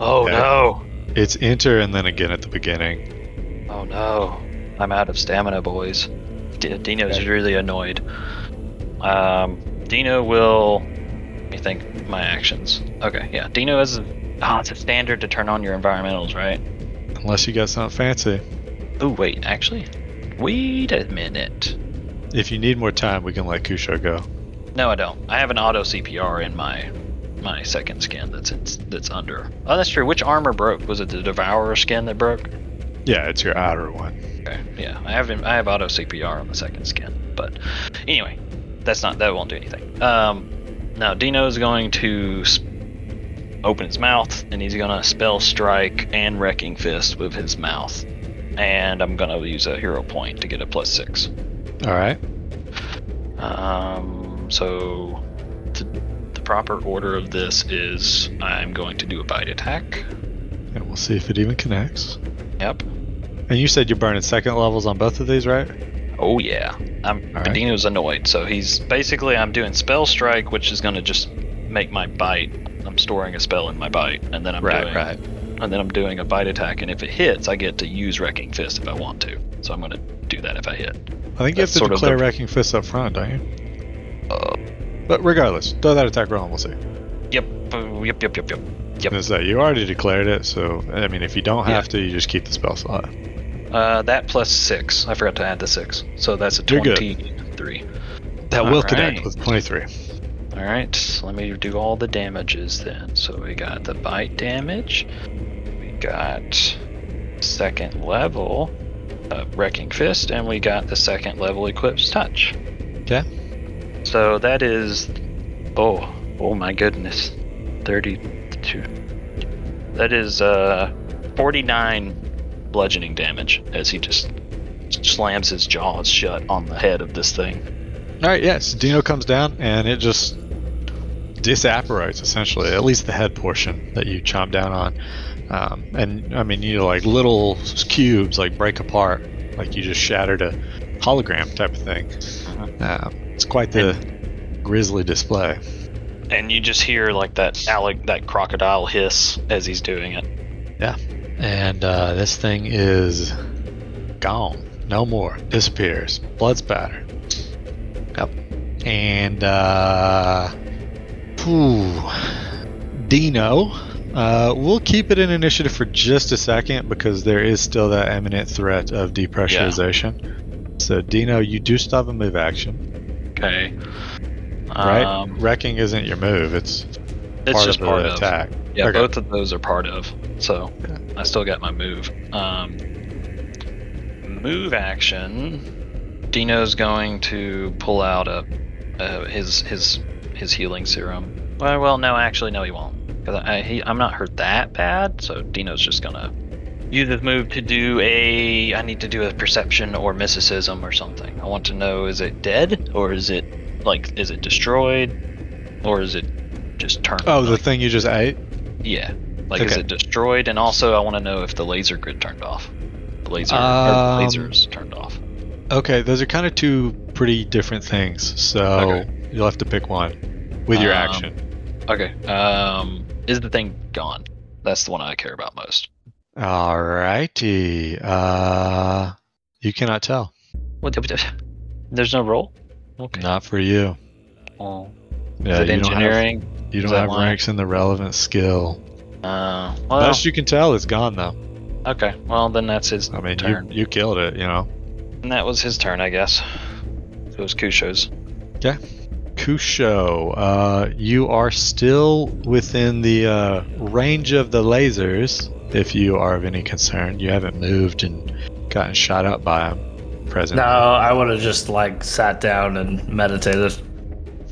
[SPEAKER 1] Oh
[SPEAKER 2] Yeah.
[SPEAKER 1] no!
[SPEAKER 2] It's enter and then again at the beginning.
[SPEAKER 1] Oh no! I'm out of stamina, boys. D- Dino's really annoyed. Um, Dino will. Let me think. My actions. Okay, yeah. Dino is. Oh, it's a standard to turn on your environmentals, right?
[SPEAKER 2] Unless you got something fancy.
[SPEAKER 1] Oh wait, actually, wait a minute.
[SPEAKER 2] If you need more time, we can let Kusho go.
[SPEAKER 1] No, I don't. I have an auto CPR in my my second skin. That's it's, that's under. Oh, that's true. Which armor broke? Was it the Devourer skin that broke?
[SPEAKER 2] Yeah, it's your outer one.
[SPEAKER 1] Okay, yeah, I have I have auto CPR on the second skin, but anyway, that's not that won't do anything. Um, now Dino is going to sp- open his mouth, and he's gonna spell strike and wrecking fist with his mouth, and I'm gonna use a hero point to get a plus six.
[SPEAKER 2] All right.
[SPEAKER 1] Um, so the, the proper order of this is I'm going to do a bite attack.
[SPEAKER 2] And we'll see if it even connects.
[SPEAKER 1] Yep.
[SPEAKER 2] And you said you're burning second levels on both of these, right?
[SPEAKER 1] Oh yeah. I'm
[SPEAKER 2] All right.
[SPEAKER 1] Dino's annoyed, so he's basically I'm doing spell strike, which is gonna just make my bite. I'm storing a spell in my bite, and then I'm
[SPEAKER 2] Right,
[SPEAKER 1] doing
[SPEAKER 2] right.
[SPEAKER 1] and then I'm doing a bite attack, and if it hits, I get to use Wrecking Fist if I want to. So I'm gonna do that if I hit.
[SPEAKER 2] I think you have
[SPEAKER 1] That's
[SPEAKER 2] to
[SPEAKER 1] sort of
[SPEAKER 2] declare
[SPEAKER 1] the- Uh,
[SPEAKER 2] Wrecking Fist up front, don't you? but regardless, throw that attack roll and we'll see.
[SPEAKER 1] Yep, uh, yep, yep, yep, yep. Yep.
[SPEAKER 2] And it's that you already declared it, so I mean, if you don't
[SPEAKER 1] Yeah.
[SPEAKER 2] have to, you just keep the spell slot.
[SPEAKER 1] Uh, that plus six. I forgot to add the six, so that's a
[SPEAKER 2] You're good.
[SPEAKER 1] twenty-three.
[SPEAKER 2] That will connect
[SPEAKER 1] Alright.
[SPEAKER 2] with 23.
[SPEAKER 1] All right, let me do all the damages then. So we got the bite damage, we got second level uh, wrecking fist, and we got the second level equipped touch.
[SPEAKER 2] Okay.
[SPEAKER 1] So that is, oh, oh my goodness, thirty-two. That is uh, forty-nine bludgeoning damage as he just slams his jaws shut on the head of this thing.
[SPEAKER 2] All right, yes. Dino comes down and it just disapparates essentially, at least the head portion that you chomp down on. Um, and I mean, you know, like little cubes like break apart, like you just shattered a hologram type of thing. Um, it's quite the grisly display.
[SPEAKER 1] and you just hear like that alec that crocodile hiss as he's doing it
[SPEAKER 2] Yeah. And uh, this thing is gone. No more. Disappears. Blood spatter. Yep. And uh phew. Dino. Uh, we'll keep it in initiative for just a second because there is still that imminent threat of depressurization. So Dino, you do still have a move action,
[SPEAKER 1] okay
[SPEAKER 2] right?
[SPEAKER 1] um,
[SPEAKER 2] Wrecking isn't your move; it's,
[SPEAKER 1] it's
[SPEAKER 2] part
[SPEAKER 1] just
[SPEAKER 2] of
[SPEAKER 1] part
[SPEAKER 2] the
[SPEAKER 1] of
[SPEAKER 2] attack.
[SPEAKER 1] yeah
[SPEAKER 2] Okay.
[SPEAKER 1] both of those are part of so i still got my move um move action dino's going to pull out a uh, his his his healing serum well, well no actually no he won't because I, he, i'm not hurt that bad so dino's just gonna use his move to do a i need to do a perception or mysticism or something i want to know is it dead or is it like is it destroyed or is it just turned
[SPEAKER 2] Oh, the thing you just ate.
[SPEAKER 1] yeah like is
[SPEAKER 2] Okay.
[SPEAKER 1] it destroyed and also i want to know if the laser grid turned off the laser or
[SPEAKER 2] Um,
[SPEAKER 1] the lasers turned off
[SPEAKER 2] Okay, those are kind of two pretty different things, so you'll have to pick one with your
[SPEAKER 1] Um,
[SPEAKER 2] action.
[SPEAKER 1] okay um is the thing gone that's the one i care about most
[SPEAKER 2] Alrighty. Uh, you cannot tell.
[SPEAKER 1] what, there's no roll okay
[SPEAKER 2] Not for you.
[SPEAKER 1] oh.
[SPEAKER 2] Yeah,
[SPEAKER 1] is it
[SPEAKER 2] you don't have-
[SPEAKER 1] engineering
[SPEAKER 2] You
[SPEAKER 1] Is
[SPEAKER 2] don't
[SPEAKER 1] that
[SPEAKER 2] have
[SPEAKER 1] why?
[SPEAKER 2] ranks in the relevant skill.
[SPEAKER 1] uh well
[SPEAKER 2] Best you can tell, it's gone though.
[SPEAKER 1] okay well then that's his
[SPEAKER 2] I mean, you,
[SPEAKER 1] turn
[SPEAKER 2] you killed it. You know.
[SPEAKER 1] and that was his turn i guess it was kusho's
[SPEAKER 2] Yeah. Kusho, uh, you are still within the uh, range of the lasers. If you are of any concern, you haven't moved and gotten shot up by them. Present.
[SPEAKER 3] No, I would have just like sat down and meditated.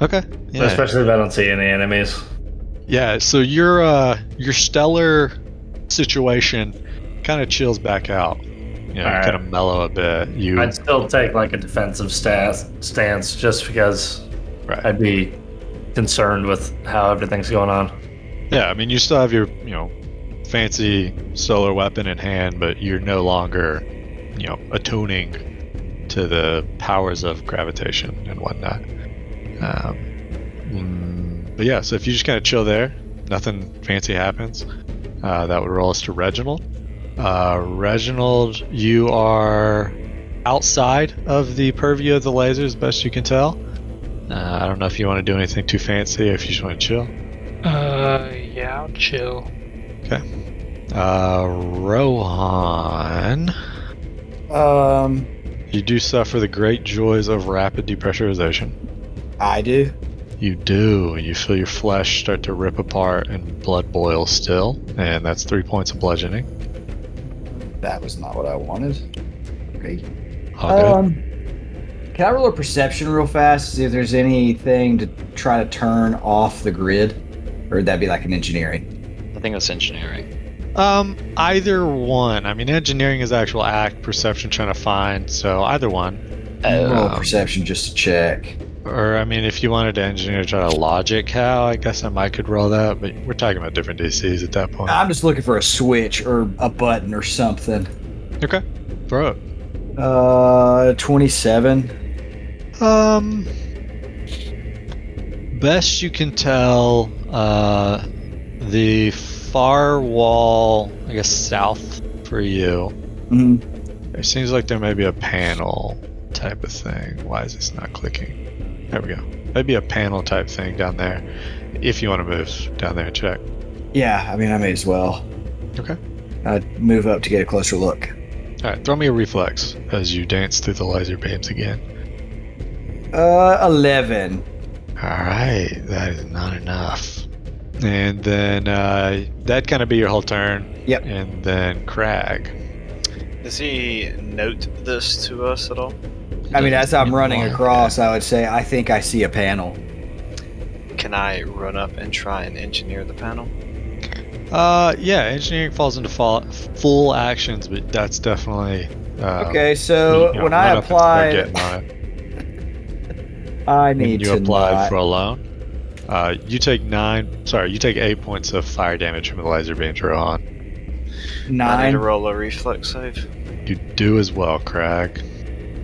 [SPEAKER 2] Okay. Yeah.
[SPEAKER 3] Especially if I don't see any enemies.
[SPEAKER 2] Yeah, so your uh, your stellar situation kind of chills back out. You know,
[SPEAKER 3] Alright.
[SPEAKER 2] kind of mellow a bit. You
[SPEAKER 3] I'd still take like a defensive stance, stance just because
[SPEAKER 2] Right.
[SPEAKER 3] I'd be concerned with how everything's going on.
[SPEAKER 2] yeah, I mean you still have your you know fancy solar weapon in hand, but you're no longer you know attuning to the powers of gravitation and whatnot. Um, mm, but yeah, so if you just kind of chill there, nothing fancy happens. Uh, that would roll us to Reginald. Uh, Reginald, you are outside of the purview of the lasers, best you can tell. Uh, I don't know if you want to do anything too fancy, or if you just want to chill.
[SPEAKER 15] Uh, yeah, I'll chill.
[SPEAKER 2] Uh, Rohan,
[SPEAKER 16] Um,
[SPEAKER 2] you do suffer the great joys of rapid depressurization.
[SPEAKER 16] I do.
[SPEAKER 2] You do. You feel your flesh start to rip apart and blood boil still, and that's three points of bludgeoning.
[SPEAKER 16] That was not what I wanted. Great.
[SPEAKER 2] All
[SPEAKER 4] Uh,
[SPEAKER 2] good.
[SPEAKER 16] um,
[SPEAKER 4] Can I roll a perception real fast, see if there's anything to try to turn off the grid? Or would that be like an engineering?
[SPEAKER 1] I think that's engineering.
[SPEAKER 2] Um, either one. I mean, engineering is actual act, perception trying to find, so either one.
[SPEAKER 4] roll
[SPEAKER 2] Um,
[SPEAKER 4] perception just to check.
[SPEAKER 2] Or I mean, if you wanted to engineer try to logic how, I guess I might could roll that, but we're talking about different DCs at that point.
[SPEAKER 4] I'm just looking for a switch or a button or something.
[SPEAKER 2] Okay, throw it.
[SPEAKER 4] Uh, 27.
[SPEAKER 2] Um, best you can tell, uh, the far wall, I guess south for you.
[SPEAKER 4] hmm
[SPEAKER 2] It seems like there may be a panel type of thing. Why is this not clicking? There we go. That'd be a panel type thing down there. If you want to move down there and check.
[SPEAKER 4] Yeah, I mean, I may as well.
[SPEAKER 2] Okay.
[SPEAKER 4] I'd move up to get a closer look.
[SPEAKER 2] All right, throw me a reflex as you dance through the laser beams again.
[SPEAKER 4] Uh, 11.
[SPEAKER 2] All right, that is not enough. And then uh, that kind of be your whole turn.
[SPEAKER 4] Yep.
[SPEAKER 2] And then Crag.
[SPEAKER 5] Does he note this to us at all?
[SPEAKER 4] I mean, as I'm running across, I would say, I think I see a panel.
[SPEAKER 5] Can I run up and try and engineer the panel?
[SPEAKER 2] Uh, yeah, engineering falls into fall, full actions, but that's definitely. Uh,
[SPEAKER 4] Okay, so
[SPEAKER 2] you know,
[SPEAKER 4] when I
[SPEAKER 2] run up and start
[SPEAKER 4] applied-
[SPEAKER 2] getting on it.
[SPEAKER 4] I
[SPEAKER 2] When
[SPEAKER 4] need
[SPEAKER 2] you
[SPEAKER 4] to
[SPEAKER 2] applied
[SPEAKER 4] not-
[SPEAKER 2] for a loan. Uh, you take nine. Sorry, you take eight points of fire damage from the laser beam you're on.
[SPEAKER 5] I need to
[SPEAKER 4] nine.
[SPEAKER 5] roll a reflex save.
[SPEAKER 2] You do as well, Crag.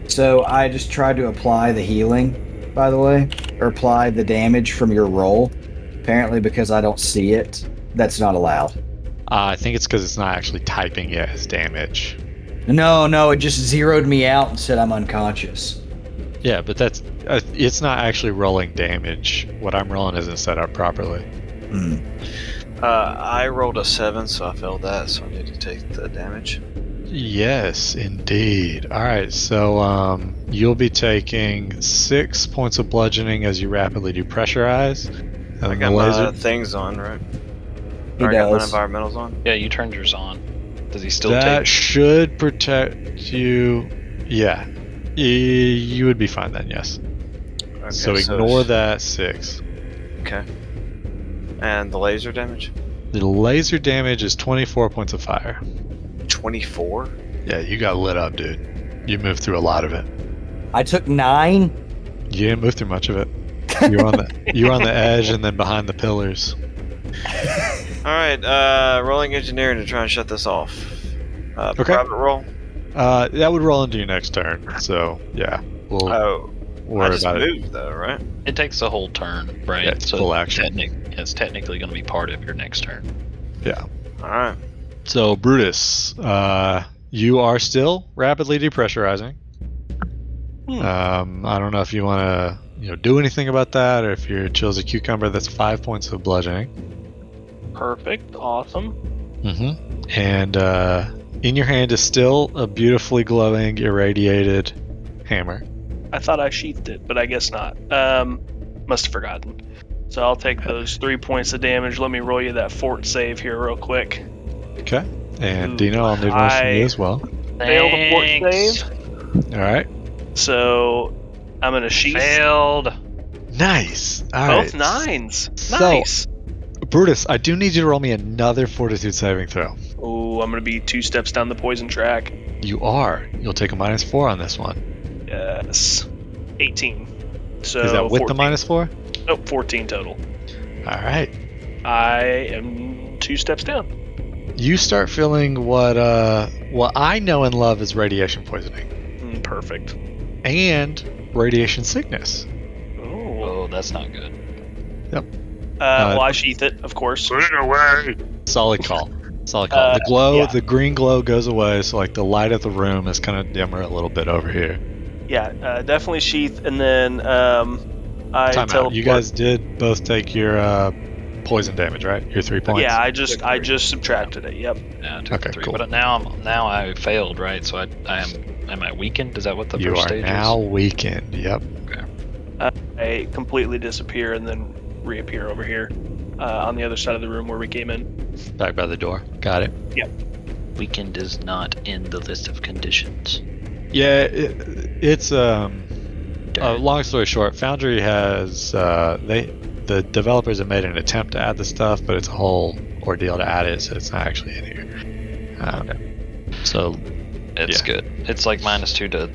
[SPEAKER 4] So I just tried to apply the healing, by the way, or apply the damage from your roll. Apparently, because I don't see it, that's not allowed.
[SPEAKER 2] Uh, I think it's because it's not actually typing it as damage.
[SPEAKER 4] No, no, it just zeroed me out and said I'm unconscious.
[SPEAKER 2] Yeah, but that's uh, it's not actually rolling damage. What I'm rolling isn't set up properly.
[SPEAKER 5] Uh, I rolled a seven, so I failed that, so I need to take the damage.
[SPEAKER 2] Yes, indeed. All right, so um, you'll be taking six points of bludgeoning as you rapidly depressurize. And
[SPEAKER 5] I
[SPEAKER 2] the
[SPEAKER 5] got
[SPEAKER 2] laser.
[SPEAKER 5] my things on, right?
[SPEAKER 4] He
[SPEAKER 5] Or I got my
[SPEAKER 4] does.
[SPEAKER 5] environmentals on.
[SPEAKER 1] Yeah, you turned yours on. Does he still
[SPEAKER 2] that
[SPEAKER 1] take?
[SPEAKER 2] should protect you. Yeah, Y- you would be fine then. Yes.
[SPEAKER 5] Okay,
[SPEAKER 2] so ignore
[SPEAKER 5] it's-
[SPEAKER 2] that six.
[SPEAKER 5] Okay. And the laser damage?
[SPEAKER 2] The laser damage is 24 points of fire.
[SPEAKER 5] 24?
[SPEAKER 2] Yeah, you got lit up, dude. You moved through a lot of it.
[SPEAKER 4] I took nine.
[SPEAKER 2] You didn't move through much of it. You're on the you're on the edge and then behind the pillars.
[SPEAKER 5] Alright, uh, rolling engineering to try and shut this off. Uh,
[SPEAKER 2] Okay.
[SPEAKER 5] Private roll?
[SPEAKER 2] Uh, that would roll into your next turn. So yeah, we'll
[SPEAKER 5] Oh, I
[SPEAKER 2] worry
[SPEAKER 5] just
[SPEAKER 2] about it.
[SPEAKER 5] moved though, right?
[SPEAKER 1] It takes a whole turn, right?
[SPEAKER 2] Yeah, it's full action.
[SPEAKER 1] technic- it's technically going to be part of your next turn.
[SPEAKER 2] Yeah.
[SPEAKER 5] Alright.
[SPEAKER 2] So Brutus, uh, you are still rapidly depressurizing.
[SPEAKER 6] Hmm.
[SPEAKER 2] Um, I don't know if you want to you know do anything about that or if you're chill as a cucumber. That's five points of bludgeoning.
[SPEAKER 6] Perfect. Awesome.
[SPEAKER 2] Mm-hmm. And uh, in your hand is still a beautifully glowing irradiated hammer.
[SPEAKER 6] I thought I sheathed it, but I guess not. Um, must have forgotten. So I'll take those three points of damage. Let me roll you that fort save here real quick.
[SPEAKER 2] Okay. And
[SPEAKER 6] Ooh,
[SPEAKER 2] Dino, I'll need one from
[SPEAKER 6] I-
[SPEAKER 2] you as well.
[SPEAKER 6] Failed a fort
[SPEAKER 1] Thanks.
[SPEAKER 6] save.
[SPEAKER 2] All right.
[SPEAKER 6] So I'm gonna sheath
[SPEAKER 1] Failed.
[SPEAKER 2] Nice. All right.
[SPEAKER 6] both nines.
[SPEAKER 2] So-
[SPEAKER 6] Nice.
[SPEAKER 2] Brutus, I do need you to roll me another fortitude saving throw.
[SPEAKER 6] Oh, I'm gonna be two steps down the poison track.
[SPEAKER 2] You are. You'll take a minus four on this one.
[SPEAKER 6] Yes. 18. So
[SPEAKER 2] Is that with
[SPEAKER 6] 14.
[SPEAKER 2] the minus four?
[SPEAKER 6] Nope, 14 total.
[SPEAKER 2] All right.
[SPEAKER 6] I am two steps down.
[SPEAKER 2] You start feeling what uh what I know and love is radiation poisoning
[SPEAKER 6] Mm, Perfect.
[SPEAKER 2] and radiation sickness.
[SPEAKER 6] Oh.
[SPEAKER 1] Oh, that's not good.
[SPEAKER 6] Uh, well, I sheath it, of course.
[SPEAKER 14] Put it away.
[SPEAKER 2] Solid call. Solid call.
[SPEAKER 6] Uh,
[SPEAKER 2] the glow,
[SPEAKER 6] yeah.
[SPEAKER 2] the green glow goes away, so like the light of the room is kind of dimmer a little bit over here.
[SPEAKER 6] Yeah, uh, definitely sheath, and then um, I
[SPEAKER 2] Time out.
[SPEAKER 6] teleport.
[SPEAKER 2] You guys did both take your uh, poison damage, right? Your three points.
[SPEAKER 6] Yeah, I just I just subtracted it. Yep.
[SPEAKER 1] Yeah, I took
[SPEAKER 2] Okay,
[SPEAKER 1] three.
[SPEAKER 2] cool.
[SPEAKER 1] But now I'm now I failed, right? So I, I am am I weakened? Is that what the
[SPEAKER 2] you
[SPEAKER 1] first
[SPEAKER 2] are
[SPEAKER 1] stage
[SPEAKER 2] now weakened. Yep.
[SPEAKER 6] I completely disappear and then reappear over here uh, on the other side of the room where we came in.
[SPEAKER 1] is? Back by the door. Got it.
[SPEAKER 6] Yep.
[SPEAKER 1] Weakened is not in the list of conditions.
[SPEAKER 2] Yeah, it, it's um. Uh, long story short, Foundry has uh, they the developers have made an attempt to add the stuff, but it's a whole ordeal to add it, so it's not actually in here. Um,
[SPEAKER 1] So it's good. It's like minus two to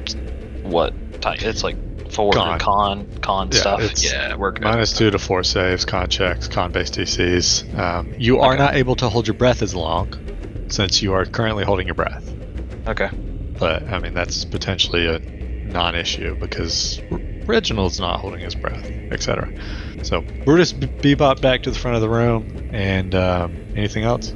[SPEAKER 1] what type? It's like four
[SPEAKER 2] Con.
[SPEAKER 1] con con
[SPEAKER 2] Yeah,
[SPEAKER 1] stuff.
[SPEAKER 2] it's
[SPEAKER 1] Yeah, we're good.
[SPEAKER 2] Minus two to four saves, con checks, con based DCs. Um, you are not able to hold your breath as long, since you are currently holding your breath.
[SPEAKER 1] Okay.
[SPEAKER 2] But I mean, that's potentially a non-issue because R- Reginald's not holding his breath, etc. So Brutus b- bebop back to the front of the room, and um, anything else?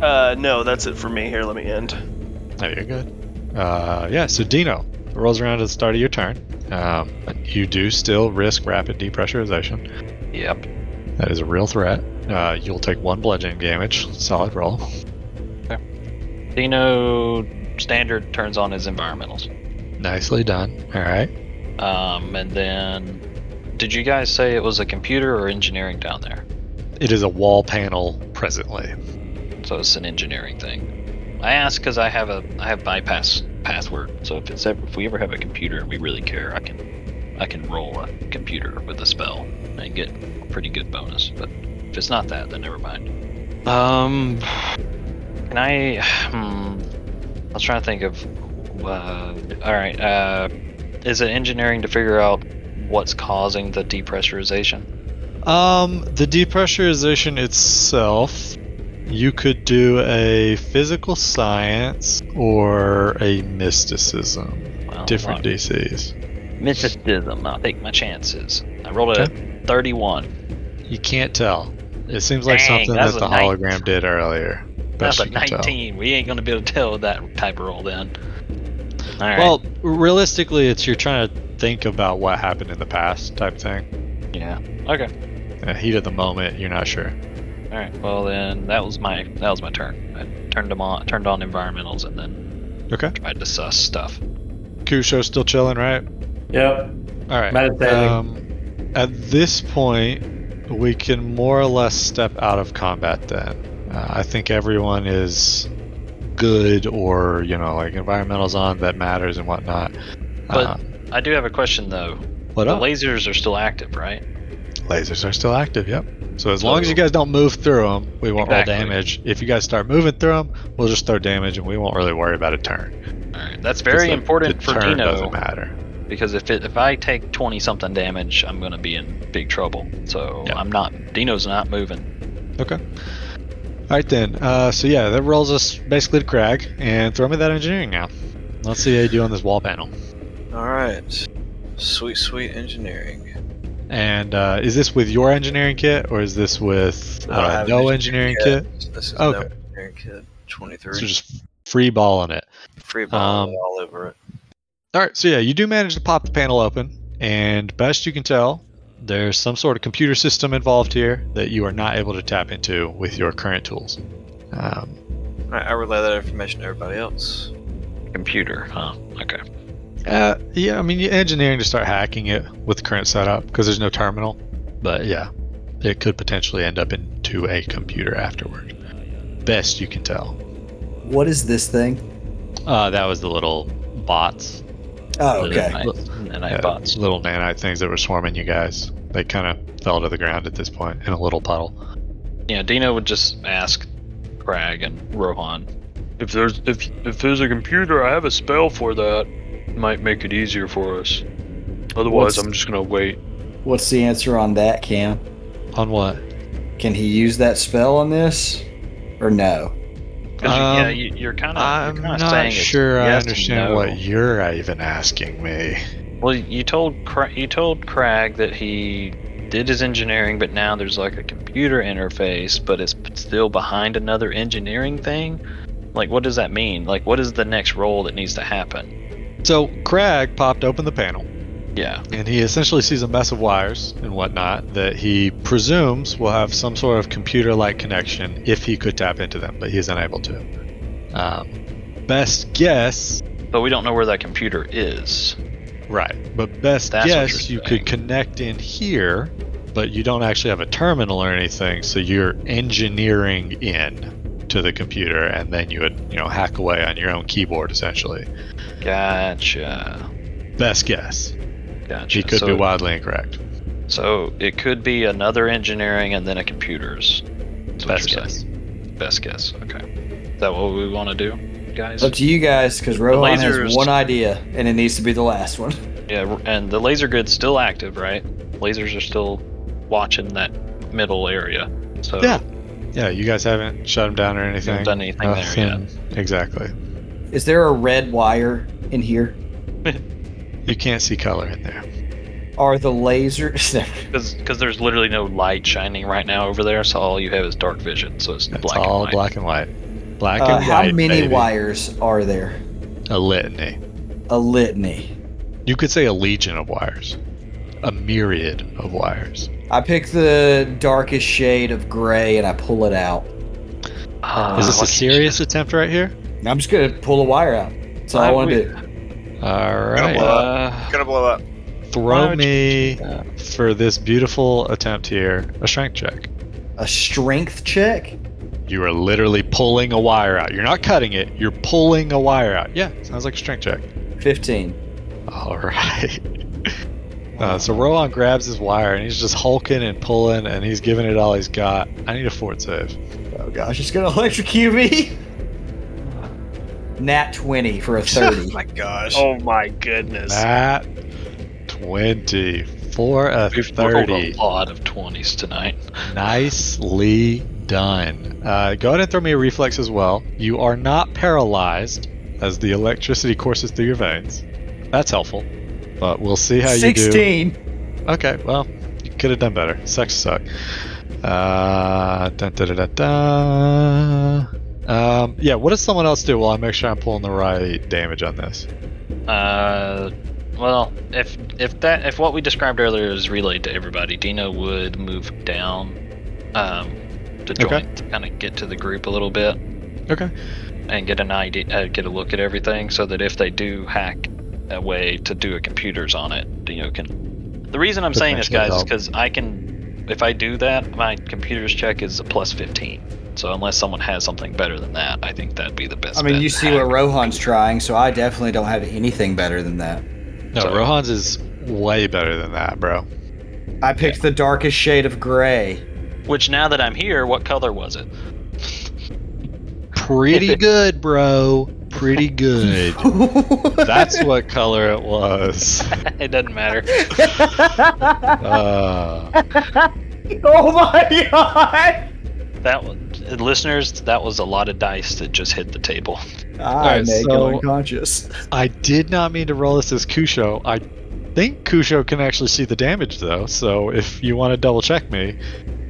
[SPEAKER 6] Uh, no, that's it for me. Here, let me end.
[SPEAKER 2] No, you're good. Uh, yeah. So Dino it rolls around at the start of your turn. Um, but you do still risk rapid depressurization.
[SPEAKER 1] Yep.
[SPEAKER 2] That is a real threat. Uh, you'll take one bludgeoning damage. Solid roll.
[SPEAKER 1] Dino standard turns on his environmentals.
[SPEAKER 2] Nicely done. All right.
[SPEAKER 1] Um, and then did you guys say it was a computer or engineering down there?
[SPEAKER 2] It is a wall panel presently.
[SPEAKER 1] So it's an engineering thing. I ask because I have a I have bypass password. So if it's ever, if we ever have a computer and we really care, I can I can roll a computer with a spell and get a pretty good bonus. But if it's not that, then never mind. Um, can I? Hmm, I was trying to think of. Uh, all right. Uh, is it engineering to figure out what's causing the depressurization?
[SPEAKER 2] Um, the depressurization itself, you could do a physical science or a mysticism.
[SPEAKER 1] Well,
[SPEAKER 2] Different
[SPEAKER 1] look.
[SPEAKER 2] DCs.
[SPEAKER 1] Mysticism. I'll take my chances. I rolled a 31.
[SPEAKER 2] You can't tell. It seems like
[SPEAKER 1] Dang,
[SPEAKER 2] something that
[SPEAKER 1] that's
[SPEAKER 2] the
[SPEAKER 1] a nine-
[SPEAKER 2] hologram did earlier.
[SPEAKER 1] That's
[SPEAKER 2] Best
[SPEAKER 1] a
[SPEAKER 2] you can tell.
[SPEAKER 1] 19. We ain't gonna be able to tell with that type of roll then. All right.
[SPEAKER 2] Well, realistically, it's you're trying to think about what happened in the past type thing.
[SPEAKER 1] yeah. Okay.
[SPEAKER 2] Uh, heat of the moment, you're not sure.
[SPEAKER 1] All right. Well, then that was my that was my turn. I turned them on, turned on environmentals, and then
[SPEAKER 2] Okay.
[SPEAKER 1] tried to suss stuff.
[SPEAKER 2] Kusho's still chilling, right?
[SPEAKER 3] Yep.
[SPEAKER 2] All right.
[SPEAKER 3] Meditating.
[SPEAKER 2] Um, at this point, we can more or less step out of combat. Then uh, I think everyone is good, or you know, like environmentals on that matters and whatnot.
[SPEAKER 1] But
[SPEAKER 2] Uh,
[SPEAKER 1] I do have a question though.
[SPEAKER 2] What
[SPEAKER 1] the
[SPEAKER 2] up?
[SPEAKER 1] lasers are still active, right?
[SPEAKER 2] lasers are still active. Yep. So as long as you guys don't move through them, we won't
[SPEAKER 1] Exactly.
[SPEAKER 2] roll damage. If you guys start moving through them, we'll just throw damage, and we won't really worry about a turn.
[SPEAKER 1] All right. That's
[SPEAKER 2] 'Cause
[SPEAKER 1] very
[SPEAKER 2] the-
[SPEAKER 1] important
[SPEAKER 2] the
[SPEAKER 1] for
[SPEAKER 2] turn
[SPEAKER 1] Dino.
[SPEAKER 2] Doesn't matter.
[SPEAKER 1] because if it, if I take twenty something damage, I'm gonna be in big trouble. So I'm not. Dino's not moving.
[SPEAKER 2] Okay. All right then. Uh, so yeah, that rolls us basically to Crag, and throw me that engineering now. Let's see how you do on this wall panel.
[SPEAKER 5] All right. Sweet, sweet engineering.
[SPEAKER 2] And uh, is this with your engineering kit, or is this with
[SPEAKER 5] I don't
[SPEAKER 2] uh,
[SPEAKER 5] have an
[SPEAKER 2] no engineering kit?
[SPEAKER 5] This is
[SPEAKER 2] Okay,
[SPEAKER 5] no engineering kit. Twenty-three.
[SPEAKER 2] so just free balling it.
[SPEAKER 5] free ball
[SPEAKER 2] um,
[SPEAKER 5] all over it.
[SPEAKER 2] All right, so yeah, you do manage to pop the panel open, and best you can tell, there's some sort of computer system involved here that you are not able to tap into with your current tools. Um,
[SPEAKER 5] All right, I relay that information to everybody else.
[SPEAKER 1] Computer, huh? Okay.
[SPEAKER 2] Uh, yeah, I mean, you- engineering to start hacking it with the current setup because there's no terminal. But yeah, it could potentially end up into a computer afterward. Best you can tell.
[SPEAKER 4] What is this thing?
[SPEAKER 2] Uh, that was the little bots.
[SPEAKER 4] Oh, okay.
[SPEAKER 1] Little nanites- nanite
[SPEAKER 2] Yeah,
[SPEAKER 1] bots.
[SPEAKER 2] Little nanite things that were swarming you guys. They kind of fell to the ground at this point in a little puddle.
[SPEAKER 1] Yeah, Dino would just ask Crag and Rohan.
[SPEAKER 14] If there's if if there's a computer, I have a spell for that. It might make it easier for us. Otherwise,
[SPEAKER 4] What's-
[SPEAKER 14] I'm just gonna wait.
[SPEAKER 4] What's the answer on that, Cam?
[SPEAKER 2] On what?
[SPEAKER 4] Can he use that spell on this? Or no?
[SPEAKER 1] 'Cause you, yeah,
[SPEAKER 2] Um,
[SPEAKER 1] you, you're kind of.
[SPEAKER 2] I'm
[SPEAKER 1] kinda saying
[SPEAKER 2] not
[SPEAKER 1] it's
[SPEAKER 2] sure I
[SPEAKER 1] yes and
[SPEAKER 2] understand
[SPEAKER 1] no.
[SPEAKER 2] what you're even asking me.
[SPEAKER 1] Well, you told Cra- you told Crag that he did his engineering, but now there's like a computer interface, but it's p- still behind another engineering thing. Like, what does that mean? Like, what is the next role that needs to happen?
[SPEAKER 2] So Crag popped open the panel
[SPEAKER 1] Yeah.
[SPEAKER 2] And he essentially sees a mess of wires and whatnot that he presumes will have some sort of computer like connection if he could tap into them, but he's unable to. Um, best guess.
[SPEAKER 1] But we don't know where that computer is.
[SPEAKER 2] Right. But best
[SPEAKER 1] That's what
[SPEAKER 2] guess,
[SPEAKER 1] you're
[SPEAKER 2] you could connect in here, but you don't actually have a terminal or anything, so you're engineering in to the computer, and then you would, you know, hack away on your own keyboard essentially.
[SPEAKER 1] Gotcha.
[SPEAKER 2] Best guess.
[SPEAKER 1] Gotcha.
[SPEAKER 2] She could be
[SPEAKER 1] So-
[SPEAKER 2] wildly incorrect.
[SPEAKER 1] So it could be another engineering and then a computer's. That's what
[SPEAKER 2] Best
[SPEAKER 1] you're
[SPEAKER 2] guess.
[SPEAKER 1] saying. Best guess. Okay. Is that what we want to do, guys?
[SPEAKER 12] Up to you guys, because
[SPEAKER 1] The
[SPEAKER 12] Rohan has
[SPEAKER 1] lasers-
[SPEAKER 12] one idea, and it needs to be the last one.
[SPEAKER 1] Yeah, and the laser grid's still active, right? Lasers are still watching that middle area. So
[SPEAKER 2] Yeah. Yeah, you guys haven't shut him down or anything.
[SPEAKER 1] done anything there
[SPEAKER 2] yet. Exactly.
[SPEAKER 12] Is there a red wire in here?
[SPEAKER 2] You can't see color in there.
[SPEAKER 12] Are the lasers?
[SPEAKER 1] because there's literally no light shining right now over there, so all you have is dark vision. So it's
[SPEAKER 2] It's
[SPEAKER 1] black. and
[SPEAKER 2] all
[SPEAKER 1] white.
[SPEAKER 2] black and white. Black
[SPEAKER 12] Uh,
[SPEAKER 2] and
[SPEAKER 12] how
[SPEAKER 2] white.
[SPEAKER 12] many
[SPEAKER 2] baby.
[SPEAKER 12] wires are there?
[SPEAKER 2] A litany.
[SPEAKER 12] A litany.
[SPEAKER 2] You could say a legion of wires. A myriad of wires.
[SPEAKER 12] I pick the darkest shade of gray and I pull it out.
[SPEAKER 1] Uh,
[SPEAKER 2] Is this a serious attempt right here?
[SPEAKER 12] I'm just gonna pull a wire out. That's all I want to do.
[SPEAKER 2] All
[SPEAKER 5] Gonna
[SPEAKER 2] right.
[SPEAKER 5] blow
[SPEAKER 1] Uh,
[SPEAKER 5] up. Gonna blow up.
[SPEAKER 2] Throw me for this beautiful attempt here a strength check.
[SPEAKER 12] A strength check?
[SPEAKER 2] You are literally pulling a wire out. You're not cutting it. You're pulling a wire out. Yeah, sounds like a strength check.
[SPEAKER 12] Fifteen.
[SPEAKER 2] All right. Uh, so Rohan grabs his wire and he's just hulking and pulling and he's giving it all he's got. I need a fort save.
[SPEAKER 12] Oh gosh, it's gonna electrocute me. Nat twenty for a thirty.
[SPEAKER 5] my gosh.
[SPEAKER 6] Oh my goodness.
[SPEAKER 2] That 20 for
[SPEAKER 1] Rolled
[SPEAKER 2] a 30.
[SPEAKER 1] a lot of twenties tonight.
[SPEAKER 2] Nicely done. Uh, go ahead and throw me a reflex as well. You are not paralyzed as the electricity courses through your veins. That's helpful. But we'll see how you do.
[SPEAKER 12] Sixteen.
[SPEAKER 2] Okay, well, you could have done better. Sex suck. Uh, dun, dun, dun, dun, dun. Um, yeah, what does someone else do while I make sure I'm pulling the right damage on this?
[SPEAKER 1] Uh, well, if if that if what we described earlier is relayed to everybody, Dino would move down, um, to join
[SPEAKER 2] Okay.
[SPEAKER 1] to kind of get to the group a little bit
[SPEAKER 2] Okay.
[SPEAKER 1] and get an idea, uh, get a look at everything, so that if they do hack a way to do a computers on it, Dino can. The reason I'm saying this,
[SPEAKER 2] Potentially
[SPEAKER 1] guys, is
[SPEAKER 2] help.
[SPEAKER 1] because I can. If I do that, my computers check is a plus 15. So unless someone has something better than that, I think that'd be the best.
[SPEAKER 12] I mean,
[SPEAKER 1] bet.
[SPEAKER 12] you see what Rohan's trying, so I definitely don't have anything better than that.
[SPEAKER 2] No, Rohan's is way better than that, bro.
[SPEAKER 12] I picked the darkest shade of gray.
[SPEAKER 1] Which now that I'm here, what color was it?
[SPEAKER 2] Pretty good, bro. Pretty good. That's what color it was.
[SPEAKER 1] it doesn't matter.
[SPEAKER 2] Uh,
[SPEAKER 16] oh my god!
[SPEAKER 1] That was, listeners, that was a lot of dice that just hit the table.
[SPEAKER 16] I
[SPEAKER 2] right,
[SPEAKER 16] may
[SPEAKER 2] so-
[SPEAKER 16] go unconscious.
[SPEAKER 2] I did not mean to roll this as Kusho. I think Kusho can actually see the damage, though, so if you want to double check me,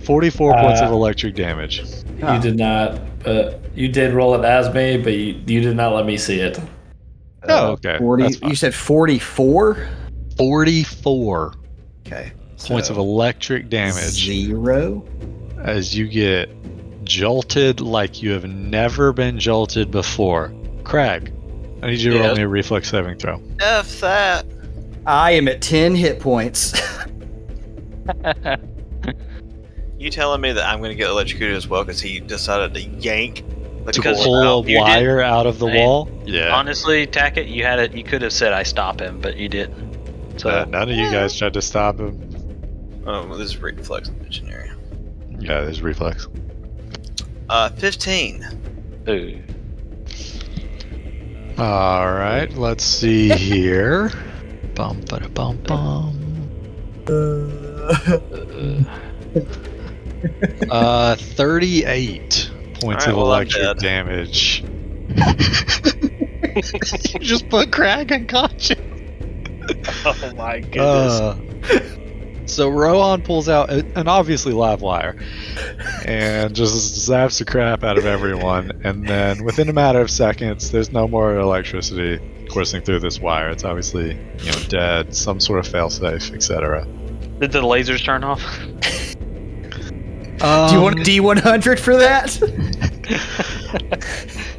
[SPEAKER 2] 44 points
[SPEAKER 3] Uh,
[SPEAKER 2] of electric damage.
[SPEAKER 3] You did not, but you did roll it as me, but you, you did not let me see it.
[SPEAKER 2] Oh, okay. that's
[SPEAKER 12] Forty.
[SPEAKER 2] fine.
[SPEAKER 12] You said forty-four.
[SPEAKER 2] 44
[SPEAKER 12] Okay.
[SPEAKER 2] points of electric damage
[SPEAKER 12] Zero.
[SPEAKER 2] as you get jolted like you have never been jolted before. Craig, I need you to roll
[SPEAKER 5] Yes.
[SPEAKER 2] me a reflex saving throw.
[SPEAKER 5] F that.
[SPEAKER 12] I am at ten hit points.
[SPEAKER 5] You telling me that I'm gonna get electrocuted as well because he decided to yank the Oh,
[SPEAKER 1] Because
[SPEAKER 5] cord
[SPEAKER 2] Pull a
[SPEAKER 5] out?
[SPEAKER 1] you did-
[SPEAKER 2] wire out of the
[SPEAKER 1] Man.
[SPEAKER 2] wall? Yeah.
[SPEAKER 1] Honestly, Tackett, you had it. You could have said I stop him, but you didn't. So
[SPEAKER 2] Uh, none of you guys tried to stop him.
[SPEAKER 5] Oh, well, this is reflex engineering.
[SPEAKER 2] Yeah, there's reflex.
[SPEAKER 5] Uh, 15.
[SPEAKER 1] ooh,
[SPEAKER 2] All right, let's see here. Bum, ba bum, bum. Uh, 38 points
[SPEAKER 5] All right,
[SPEAKER 2] of
[SPEAKER 5] well, I'm
[SPEAKER 2] electric
[SPEAKER 5] dead.
[SPEAKER 2] damage. you just put Craig unconscious.
[SPEAKER 6] Oh my goodness.
[SPEAKER 2] Uh, so Rohan pulls out a- an obviously live wire and just zaps the crap out of everyone. And then within a matter of seconds, there's no more electricity. coursing through this wire. It's obviously you know dead, some sort of failsafe, etc.
[SPEAKER 1] Did the lasers turn off?
[SPEAKER 4] Do you want
[SPEAKER 2] Um,
[SPEAKER 12] Um,
[SPEAKER 4] a D one hundred for that?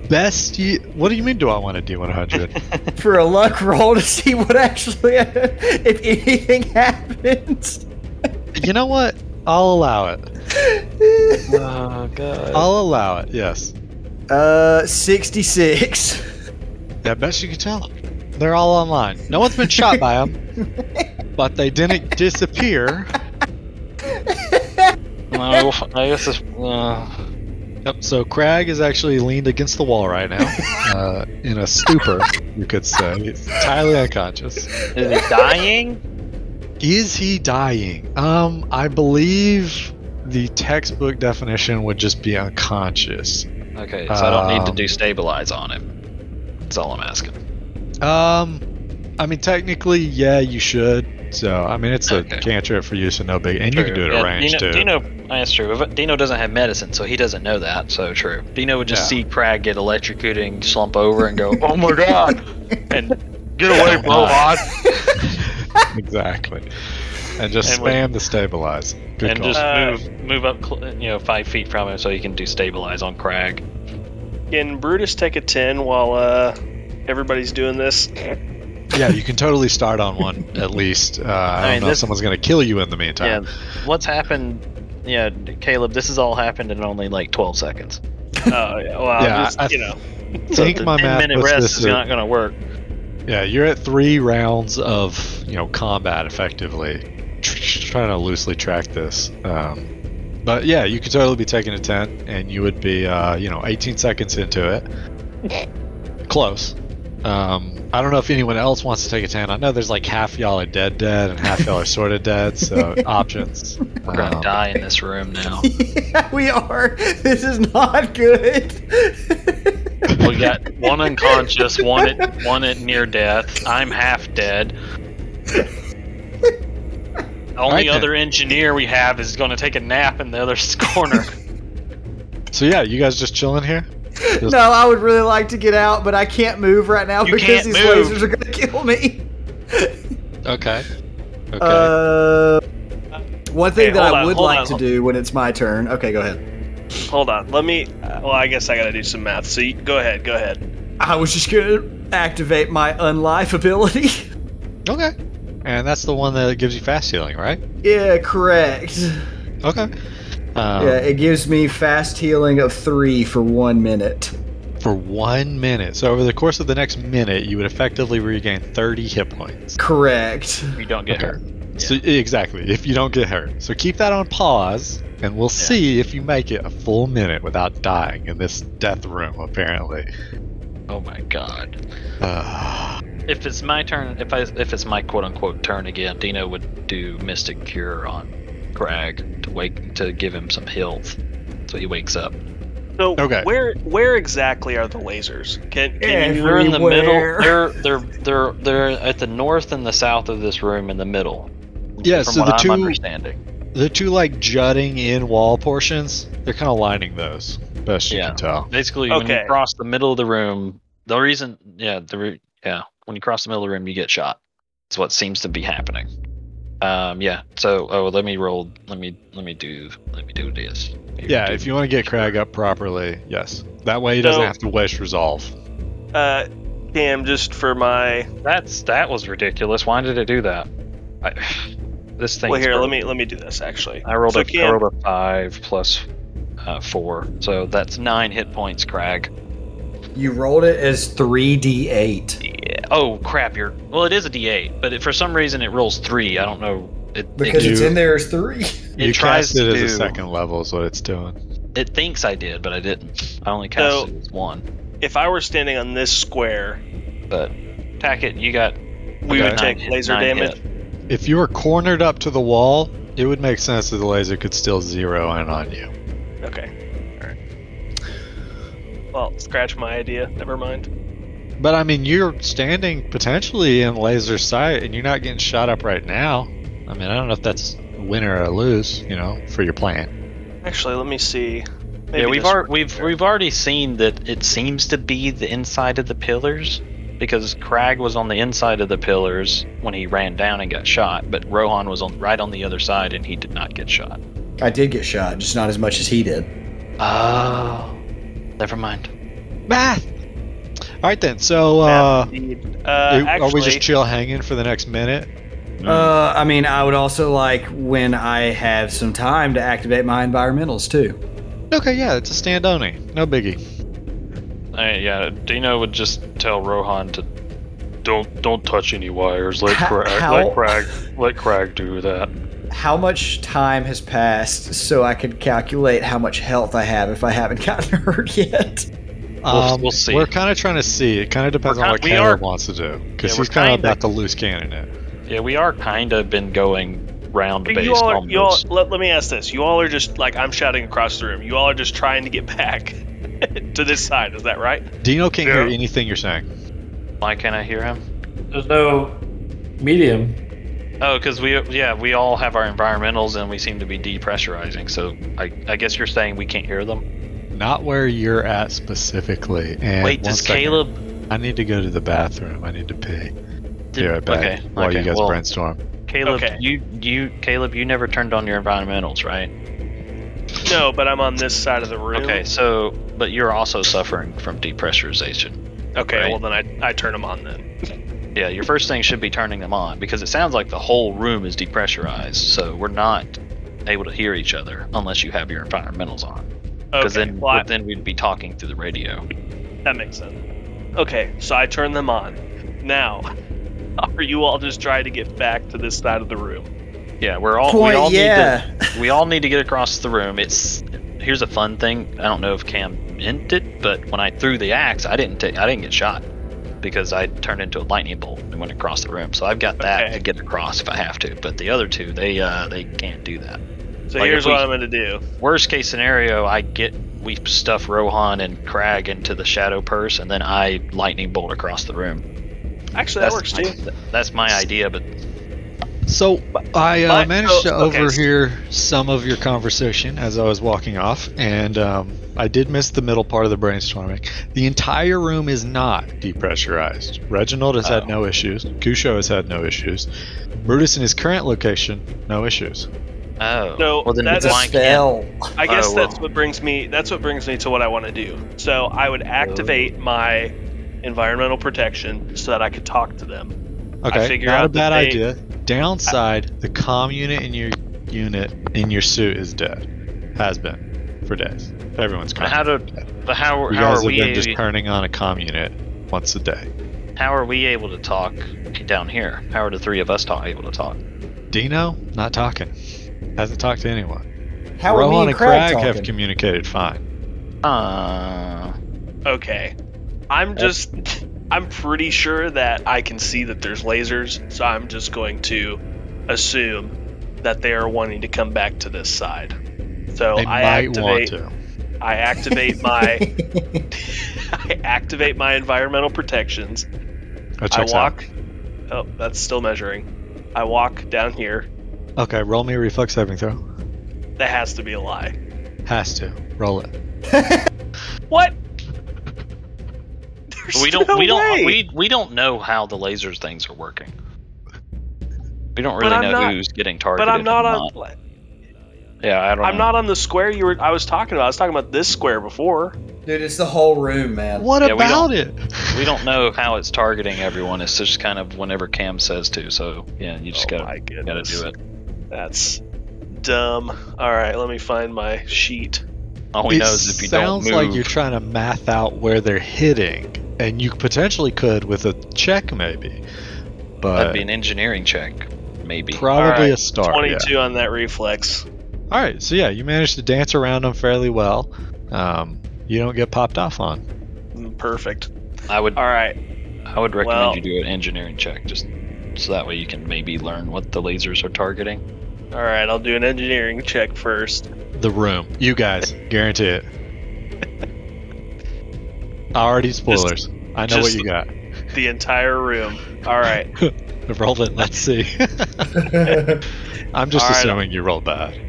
[SPEAKER 2] Best. You, what do you mean? Do I want a D one hundred?
[SPEAKER 4] for a luck roll to see what actually, if anything happens.
[SPEAKER 2] You know what? I'll allow it.
[SPEAKER 1] oh god.
[SPEAKER 2] I'll allow it. Yes.
[SPEAKER 4] Uh, sixty six.
[SPEAKER 2] Yeah, best you can tell. They're all online. No one's been shot by them, but they didn't disappear.
[SPEAKER 1] No, I guess it's. Uh,
[SPEAKER 2] Yep. So Crag is actually leaned against the wall right now, uh, in a stupor, you could say. He's entirely unconscious.
[SPEAKER 1] is he dying?
[SPEAKER 2] Is he dying? Um, I believe the textbook definition would just be unconscious.
[SPEAKER 1] Okay, so I don't need to
[SPEAKER 2] Um,
[SPEAKER 1] do stabilize on him. That's all I'm asking.
[SPEAKER 2] Um, I mean, technically, yeah, you should. So, I mean, it's a
[SPEAKER 1] Okay.
[SPEAKER 2] cantrip for use and no big, and you can do it
[SPEAKER 1] Yeah,
[SPEAKER 2] at range
[SPEAKER 1] Dino,
[SPEAKER 2] too.
[SPEAKER 1] Dino, that's true. But Dino doesn't have medicine, so he doesn't know that. So true. Dino would just see Crag get electrocuted and slump over and go, "Oh my god!" and
[SPEAKER 14] Get away, Blowhard!
[SPEAKER 2] exactly. And just
[SPEAKER 1] And we-
[SPEAKER 2] spam the stabilize. Good
[SPEAKER 1] and
[SPEAKER 2] call.
[SPEAKER 1] just move move up, cl- you know, five feet from him, so he can do stabilize on Crag.
[SPEAKER 6] Can Brutus take a ten while uh, everybody's doing this?
[SPEAKER 2] yeah, you can totally start on one at least. Uh, I don't
[SPEAKER 1] mean,
[SPEAKER 2] know
[SPEAKER 1] this-
[SPEAKER 2] if someone's going to kill you in the meantime.
[SPEAKER 1] Yeah. What's happened? Yeah, Caleb. This has all happened in only like 12 seconds.
[SPEAKER 6] Oh yeah, well,
[SPEAKER 2] Yeah,
[SPEAKER 6] just,
[SPEAKER 2] I-
[SPEAKER 6] you know,
[SPEAKER 2] I think my math
[SPEAKER 1] minute
[SPEAKER 2] puts
[SPEAKER 1] rest
[SPEAKER 2] this
[SPEAKER 1] is
[SPEAKER 2] at-
[SPEAKER 1] not going to work.
[SPEAKER 2] Yeah, you're at three rounds of you know combat effectively. Tr- tr- Trying to loosely track this, um, but yeah, you could totally be taking a ten, and you would be uh, you know 18 seconds into it. Close. Um, I don't know if anyone else wants to take a ten. I know there's like half y'all are dead, dead, and half y'all are sort of dead. So options.
[SPEAKER 1] We're going to
[SPEAKER 2] Um,
[SPEAKER 1] die in this room now.
[SPEAKER 4] yeah, we are. This is not good.
[SPEAKER 1] we got one unconscious, one at one at near death. I'm half dead. The only
[SPEAKER 2] Alright then.
[SPEAKER 1] other engineer we have is going to take a nap in the other corner.
[SPEAKER 2] So yeah, you guys just chilling here.
[SPEAKER 4] no, I would really like to get out, but I can't move right now
[SPEAKER 1] You
[SPEAKER 4] because
[SPEAKER 1] can't
[SPEAKER 4] these
[SPEAKER 1] move.
[SPEAKER 4] lasers are gonna kill me.
[SPEAKER 2] Okay. Okay.
[SPEAKER 4] Uh, one thing
[SPEAKER 6] Hey,
[SPEAKER 4] that
[SPEAKER 6] hold
[SPEAKER 4] I
[SPEAKER 6] on,
[SPEAKER 4] would
[SPEAKER 6] hold
[SPEAKER 4] like
[SPEAKER 6] on,
[SPEAKER 4] to
[SPEAKER 6] hold-
[SPEAKER 4] do when it's my turn. Okay, go ahead.
[SPEAKER 6] hold on. Let me. Uh, well, I guess I gotta do some math. So you, go ahead, go ahead.
[SPEAKER 4] I was just gonna activate my unlife ability.
[SPEAKER 2] okay. And that's the one that gives you fast healing, right?
[SPEAKER 4] yeah, correct.
[SPEAKER 2] Okay. Um,
[SPEAKER 4] yeah, it gives me fast healing of three for one minute.
[SPEAKER 2] for one minute. So over the course of the next minute, you would effectively regain 30 hit points.
[SPEAKER 4] Correct.
[SPEAKER 1] You don't get hurt.
[SPEAKER 2] So exactly, if you don't get hurt. So keep that on pause, and we'll see if you make it a full minute without dying in this death room. Apparently,
[SPEAKER 1] Oh my god.
[SPEAKER 2] uh,
[SPEAKER 1] If it's my turn, if I if it's my quote unquote turn again, Dino would do Mystic Cure on Crag to wake to give him some health, so he wakes up.
[SPEAKER 6] So
[SPEAKER 2] Okay.
[SPEAKER 6] where where exactly are the lasers? Can, can you
[SPEAKER 1] They're in the middle.
[SPEAKER 4] Everywhere.
[SPEAKER 1] They're they're they're they're at the north and the south of this room in the middle.
[SPEAKER 2] Yeah,
[SPEAKER 1] From
[SPEAKER 2] so
[SPEAKER 1] what
[SPEAKER 2] the
[SPEAKER 1] I'm
[SPEAKER 2] two-
[SPEAKER 1] understanding.
[SPEAKER 2] the two like jutting in wall portions, they're kind of lining those, best you
[SPEAKER 1] Yeah.
[SPEAKER 2] can tell.
[SPEAKER 1] Basically, when
[SPEAKER 6] Okay.
[SPEAKER 1] you cross the middle of the room, the reason yeah the re- yeah when you cross the middle of the room you get shot. It's what seems to be happening. Um yeah. So oh let me roll. Let me let me do let me do this. Here,
[SPEAKER 2] Yeah,
[SPEAKER 1] do-
[SPEAKER 2] if you want to get Crag up properly, yes. That way he doesn't
[SPEAKER 6] So-
[SPEAKER 2] have to waste resolve.
[SPEAKER 6] Uh, damn, just for my.
[SPEAKER 1] that's that was ridiculous. Why did it do that? I, this thing.
[SPEAKER 6] Well, here, let me let me do this actually.
[SPEAKER 1] I rolled,
[SPEAKER 6] So
[SPEAKER 1] a, I
[SPEAKER 6] can-
[SPEAKER 1] rolled a five plus uh, four, so that's nine hit points, Crag.
[SPEAKER 12] You rolled it as 3d8
[SPEAKER 1] Yeah. Oh crap! You're well. It is a D8, but it, for some reason it rolls three. I don't know. It,
[SPEAKER 12] because
[SPEAKER 1] it,
[SPEAKER 12] it's in there as three.
[SPEAKER 1] it
[SPEAKER 2] you
[SPEAKER 1] tries
[SPEAKER 2] cast it
[SPEAKER 1] to
[SPEAKER 2] as
[SPEAKER 1] do,
[SPEAKER 2] a second level is what it's doing.
[SPEAKER 1] It thinks I did, but I didn't. I only cast
[SPEAKER 6] So-
[SPEAKER 1] it as one.
[SPEAKER 6] If I were standing on this square,
[SPEAKER 1] But Tackett, you got
[SPEAKER 6] we
[SPEAKER 2] Okay.
[SPEAKER 6] would
[SPEAKER 1] nine
[SPEAKER 6] take
[SPEAKER 1] hit-
[SPEAKER 6] laser
[SPEAKER 1] nine
[SPEAKER 6] damage.
[SPEAKER 1] hit.
[SPEAKER 2] If you were cornered up to the wall, it would make sense that the laser could still zero in on you.
[SPEAKER 6] Okay. All right. Well, scratch my idea. Never mind.
[SPEAKER 2] But I mean, you're standing potentially in laser sight, and you're not getting shot up right now. I mean, I don't know if that's win or a lose, you know, for your plan.
[SPEAKER 6] Actually, let me see. Maybe
[SPEAKER 1] Yeah, we've
[SPEAKER 6] this-
[SPEAKER 1] already we've we've already seen that it seems to be the inside of the pillars because Crag was on the inside of the pillars when he ran down and got shot, but Rohan was on right on the other side and he did not get shot.
[SPEAKER 4] I did get shot, just not as much as he did.
[SPEAKER 1] Oh, never mind.
[SPEAKER 2] Math. All right then. So, uh,
[SPEAKER 6] Uh,
[SPEAKER 2] are we
[SPEAKER 6] actually-
[SPEAKER 2] just chill hanging for the next minute?
[SPEAKER 4] Uh, I mean, I would also like when I have some time to activate my environmentals too.
[SPEAKER 2] Okay, yeah, it's a stand only. No biggie.
[SPEAKER 17] Hey, yeah, Dino would just tell Rohan to don't don't touch any wires. Let
[SPEAKER 4] Ho-
[SPEAKER 17] Crag
[SPEAKER 4] how-
[SPEAKER 17] let Crag let Crag do that.
[SPEAKER 4] How much time has passed so I can calculate how much health I have if I haven't gotten hurt yet?
[SPEAKER 2] Um, We're kind of trying to see. It kind of depends
[SPEAKER 1] We're
[SPEAKER 2] on
[SPEAKER 1] kin-
[SPEAKER 2] what
[SPEAKER 1] we
[SPEAKER 2] Caleb
[SPEAKER 1] are-
[SPEAKER 2] wants to do
[SPEAKER 1] Yeah,
[SPEAKER 2] because
[SPEAKER 1] we're
[SPEAKER 2] he's kind of
[SPEAKER 1] kinda-
[SPEAKER 2] about to loose cannon it.
[SPEAKER 1] Yeah, we are kind of been going round
[SPEAKER 6] But
[SPEAKER 1] based
[SPEAKER 6] you all, are,
[SPEAKER 1] almost.
[SPEAKER 6] you all let, let me ask this. You all are just like I'm shouting across the room. You all are just trying to get back to this side. Is that right?
[SPEAKER 2] Dino can't hear anything you're saying.
[SPEAKER 1] Why can't I hear him?
[SPEAKER 3] There's no medium.
[SPEAKER 1] Oh, because we yeah we all have our environmentals and we seem to be depressurizing. So I I guess you're saying we can't hear them.
[SPEAKER 2] Not where you're at specifically. And
[SPEAKER 1] Wait,
[SPEAKER 2] one
[SPEAKER 1] does
[SPEAKER 2] second.
[SPEAKER 1] Caleb?
[SPEAKER 2] I need to go to the bathroom. I need to pee. Be
[SPEAKER 1] Did-
[SPEAKER 2] right back
[SPEAKER 1] okay,
[SPEAKER 2] while
[SPEAKER 1] okay,
[SPEAKER 2] you guys
[SPEAKER 1] well-
[SPEAKER 2] brainstorm.
[SPEAKER 1] Caleb, you you Caleb, you never turned on your environmentals, right?
[SPEAKER 6] No, but I'm on this side of the room.
[SPEAKER 1] Okay, so but you're also suffering from depressurization.
[SPEAKER 6] Okay.
[SPEAKER 1] right?
[SPEAKER 6] Well, then I I turn them on then.
[SPEAKER 1] yeah, your first thing should be turning them on because it sounds like the whole room is depressurized, so we're not able to hear each other unless you have your environmentals on. Because
[SPEAKER 6] Okay,
[SPEAKER 1] then
[SPEAKER 6] well, I-
[SPEAKER 1] then we'd be talking through the radio.
[SPEAKER 6] That makes sense. Okay, so I turn them on. Now, are you all just trying to get back to this side of the room?
[SPEAKER 1] Yeah, we're all
[SPEAKER 6] Point,
[SPEAKER 1] we all
[SPEAKER 6] yeah.
[SPEAKER 1] need to we all need to get across the room. It's here's a fun thing. I don't know if Cam meant it, but when I threw the axe, I didn't take I didn't get shot because I turned into a lightning bolt and went across the room. So I've got that to get across if I have to. But the other two, they uh they can't do that.
[SPEAKER 6] So
[SPEAKER 1] Like, if
[SPEAKER 6] here's
[SPEAKER 1] we-
[SPEAKER 6] what I'm gonna do.
[SPEAKER 1] Worst case scenario, I get we stuff Rohan and Crag into the shadow purse, and then I lightning bolt across the room.
[SPEAKER 6] Actually,
[SPEAKER 1] that's,
[SPEAKER 6] that works too.
[SPEAKER 1] That's my idea, but
[SPEAKER 2] So I uh,
[SPEAKER 1] But-
[SPEAKER 2] managed to
[SPEAKER 1] oh, okay.
[SPEAKER 2] overhear some of your conversation as I was walking off, and um, I did miss the middle part of the brainstorming. The entire room is not depressurized. Reginald has
[SPEAKER 1] Oh.
[SPEAKER 2] had no issues. Kusho has had no issues. Brutus in his current location, no issues.
[SPEAKER 1] Oh,
[SPEAKER 6] So
[SPEAKER 2] Well, then
[SPEAKER 6] that-
[SPEAKER 2] it's a
[SPEAKER 6] that's-
[SPEAKER 2] spell.
[SPEAKER 6] I guess
[SPEAKER 2] Oh, well.
[SPEAKER 6] that's what brings me. That's what brings me to what I want to do. So I would
[SPEAKER 1] Oh.
[SPEAKER 6] activate my environmental protection so that I could talk to them. I
[SPEAKER 2] Okay,
[SPEAKER 6] figure
[SPEAKER 2] not
[SPEAKER 6] out
[SPEAKER 2] a bad
[SPEAKER 6] that they-
[SPEAKER 2] idea. Downside, the comm unit in your unit in your suit is dead. Has been for days. Everyone's
[SPEAKER 1] But
[SPEAKER 2] current.
[SPEAKER 1] how do but how,
[SPEAKER 2] you
[SPEAKER 1] how
[SPEAKER 2] guys
[SPEAKER 1] are
[SPEAKER 2] have
[SPEAKER 1] we
[SPEAKER 2] been just turning on a comm unit once a day.
[SPEAKER 1] how are we able to talk down here? How are the three of us talk, able to talk?
[SPEAKER 2] Dino not talking. Hasn't talked to anyone.
[SPEAKER 1] How are me
[SPEAKER 2] Rohan
[SPEAKER 1] and
[SPEAKER 2] and
[SPEAKER 1] Craig
[SPEAKER 2] Crag have
[SPEAKER 1] talking?
[SPEAKER 2] communicated fine.
[SPEAKER 1] Uh,
[SPEAKER 6] Okay, I'm just. I'm pretty sure that I can see that there's lasers, so I'm just going to assume that they are wanting to come back to this side. So
[SPEAKER 2] They
[SPEAKER 6] I
[SPEAKER 2] might want
[SPEAKER 6] activate.
[SPEAKER 2] to.
[SPEAKER 6] I activate my. I activate my environmental protections.
[SPEAKER 2] That
[SPEAKER 6] I
[SPEAKER 2] checks out.
[SPEAKER 6] walk. Oh, that's still measuring. I walk down here.
[SPEAKER 2] Okay, roll me a reflex saving throw.
[SPEAKER 6] That has to be a lie.
[SPEAKER 2] Has to roll it.
[SPEAKER 6] What?
[SPEAKER 1] we don't
[SPEAKER 6] no
[SPEAKER 1] we don't
[SPEAKER 6] way.
[SPEAKER 1] we we don't know how the lasers things are working. We don't
[SPEAKER 6] But
[SPEAKER 1] really
[SPEAKER 6] I'm
[SPEAKER 1] know
[SPEAKER 6] not-
[SPEAKER 1] who's getting targeted.
[SPEAKER 6] But I'm not
[SPEAKER 1] and
[SPEAKER 6] on.
[SPEAKER 1] Yeah, I don't.
[SPEAKER 6] I'm
[SPEAKER 1] know.
[SPEAKER 6] not on the square you were. I was talking about. I was talking about this square before.
[SPEAKER 4] Dude, it's the whole room, man.
[SPEAKER 2] What
[SPEAKER 1] Yeah, we
[SPEAKER 2] about
[SPEAKER 1] don't-
[SPEAKER 2] it?
[SPEAKER 1] We don't know how it's targeting everyone. It's just kind of whenever Cam says to. So yeah, you
[SPEAKER 6] Oh
[SPEAKER 1] just gotta gotta do it.
[SPEAKER 6] That's dumb. All right, let me find my sheet.
[SPEAKER 1] All
[SPEAKER 2] it sounds like you're trying to math out where they're hitting, and you potentially could with a check, maybe. But
[SPEAKER 1] That'd be an engineering check, maybe.
[SPEAKER 2] Probably All right, a star, Oh, yeah.
[SPEAKER 6] 22 on that reflex.
[SPEAKER 2] all right, so yeah, you managed to dance around them fairly well. Um, you don't get popped off on.
[SPEAKER 6] Mm, Perfect.
[SPEAKER 1] I would. All
[SPEAKER 6] right.
[SPEAKER 1] I would recommend
[SPEAKER 6] Well-
[SPEAKER 1] you do an engineering check, just so that way you can maybe learn what the lasers are targeting.
[SPEAKER 6] All right, I'll do an engineering check first.
[SPEAKER 2] The room, you guys, guarantee it. Already spoilers. I know what
[SPEAKER 6] just-
[SPEAKER 2] you got.
[SPEAKER 6] The entire room. All right.
[SPEAKER 2] roll it. Let's see. I'm just
[SPEAKER 6] All right.
[SPEAKER 2] assuming you rolled bad.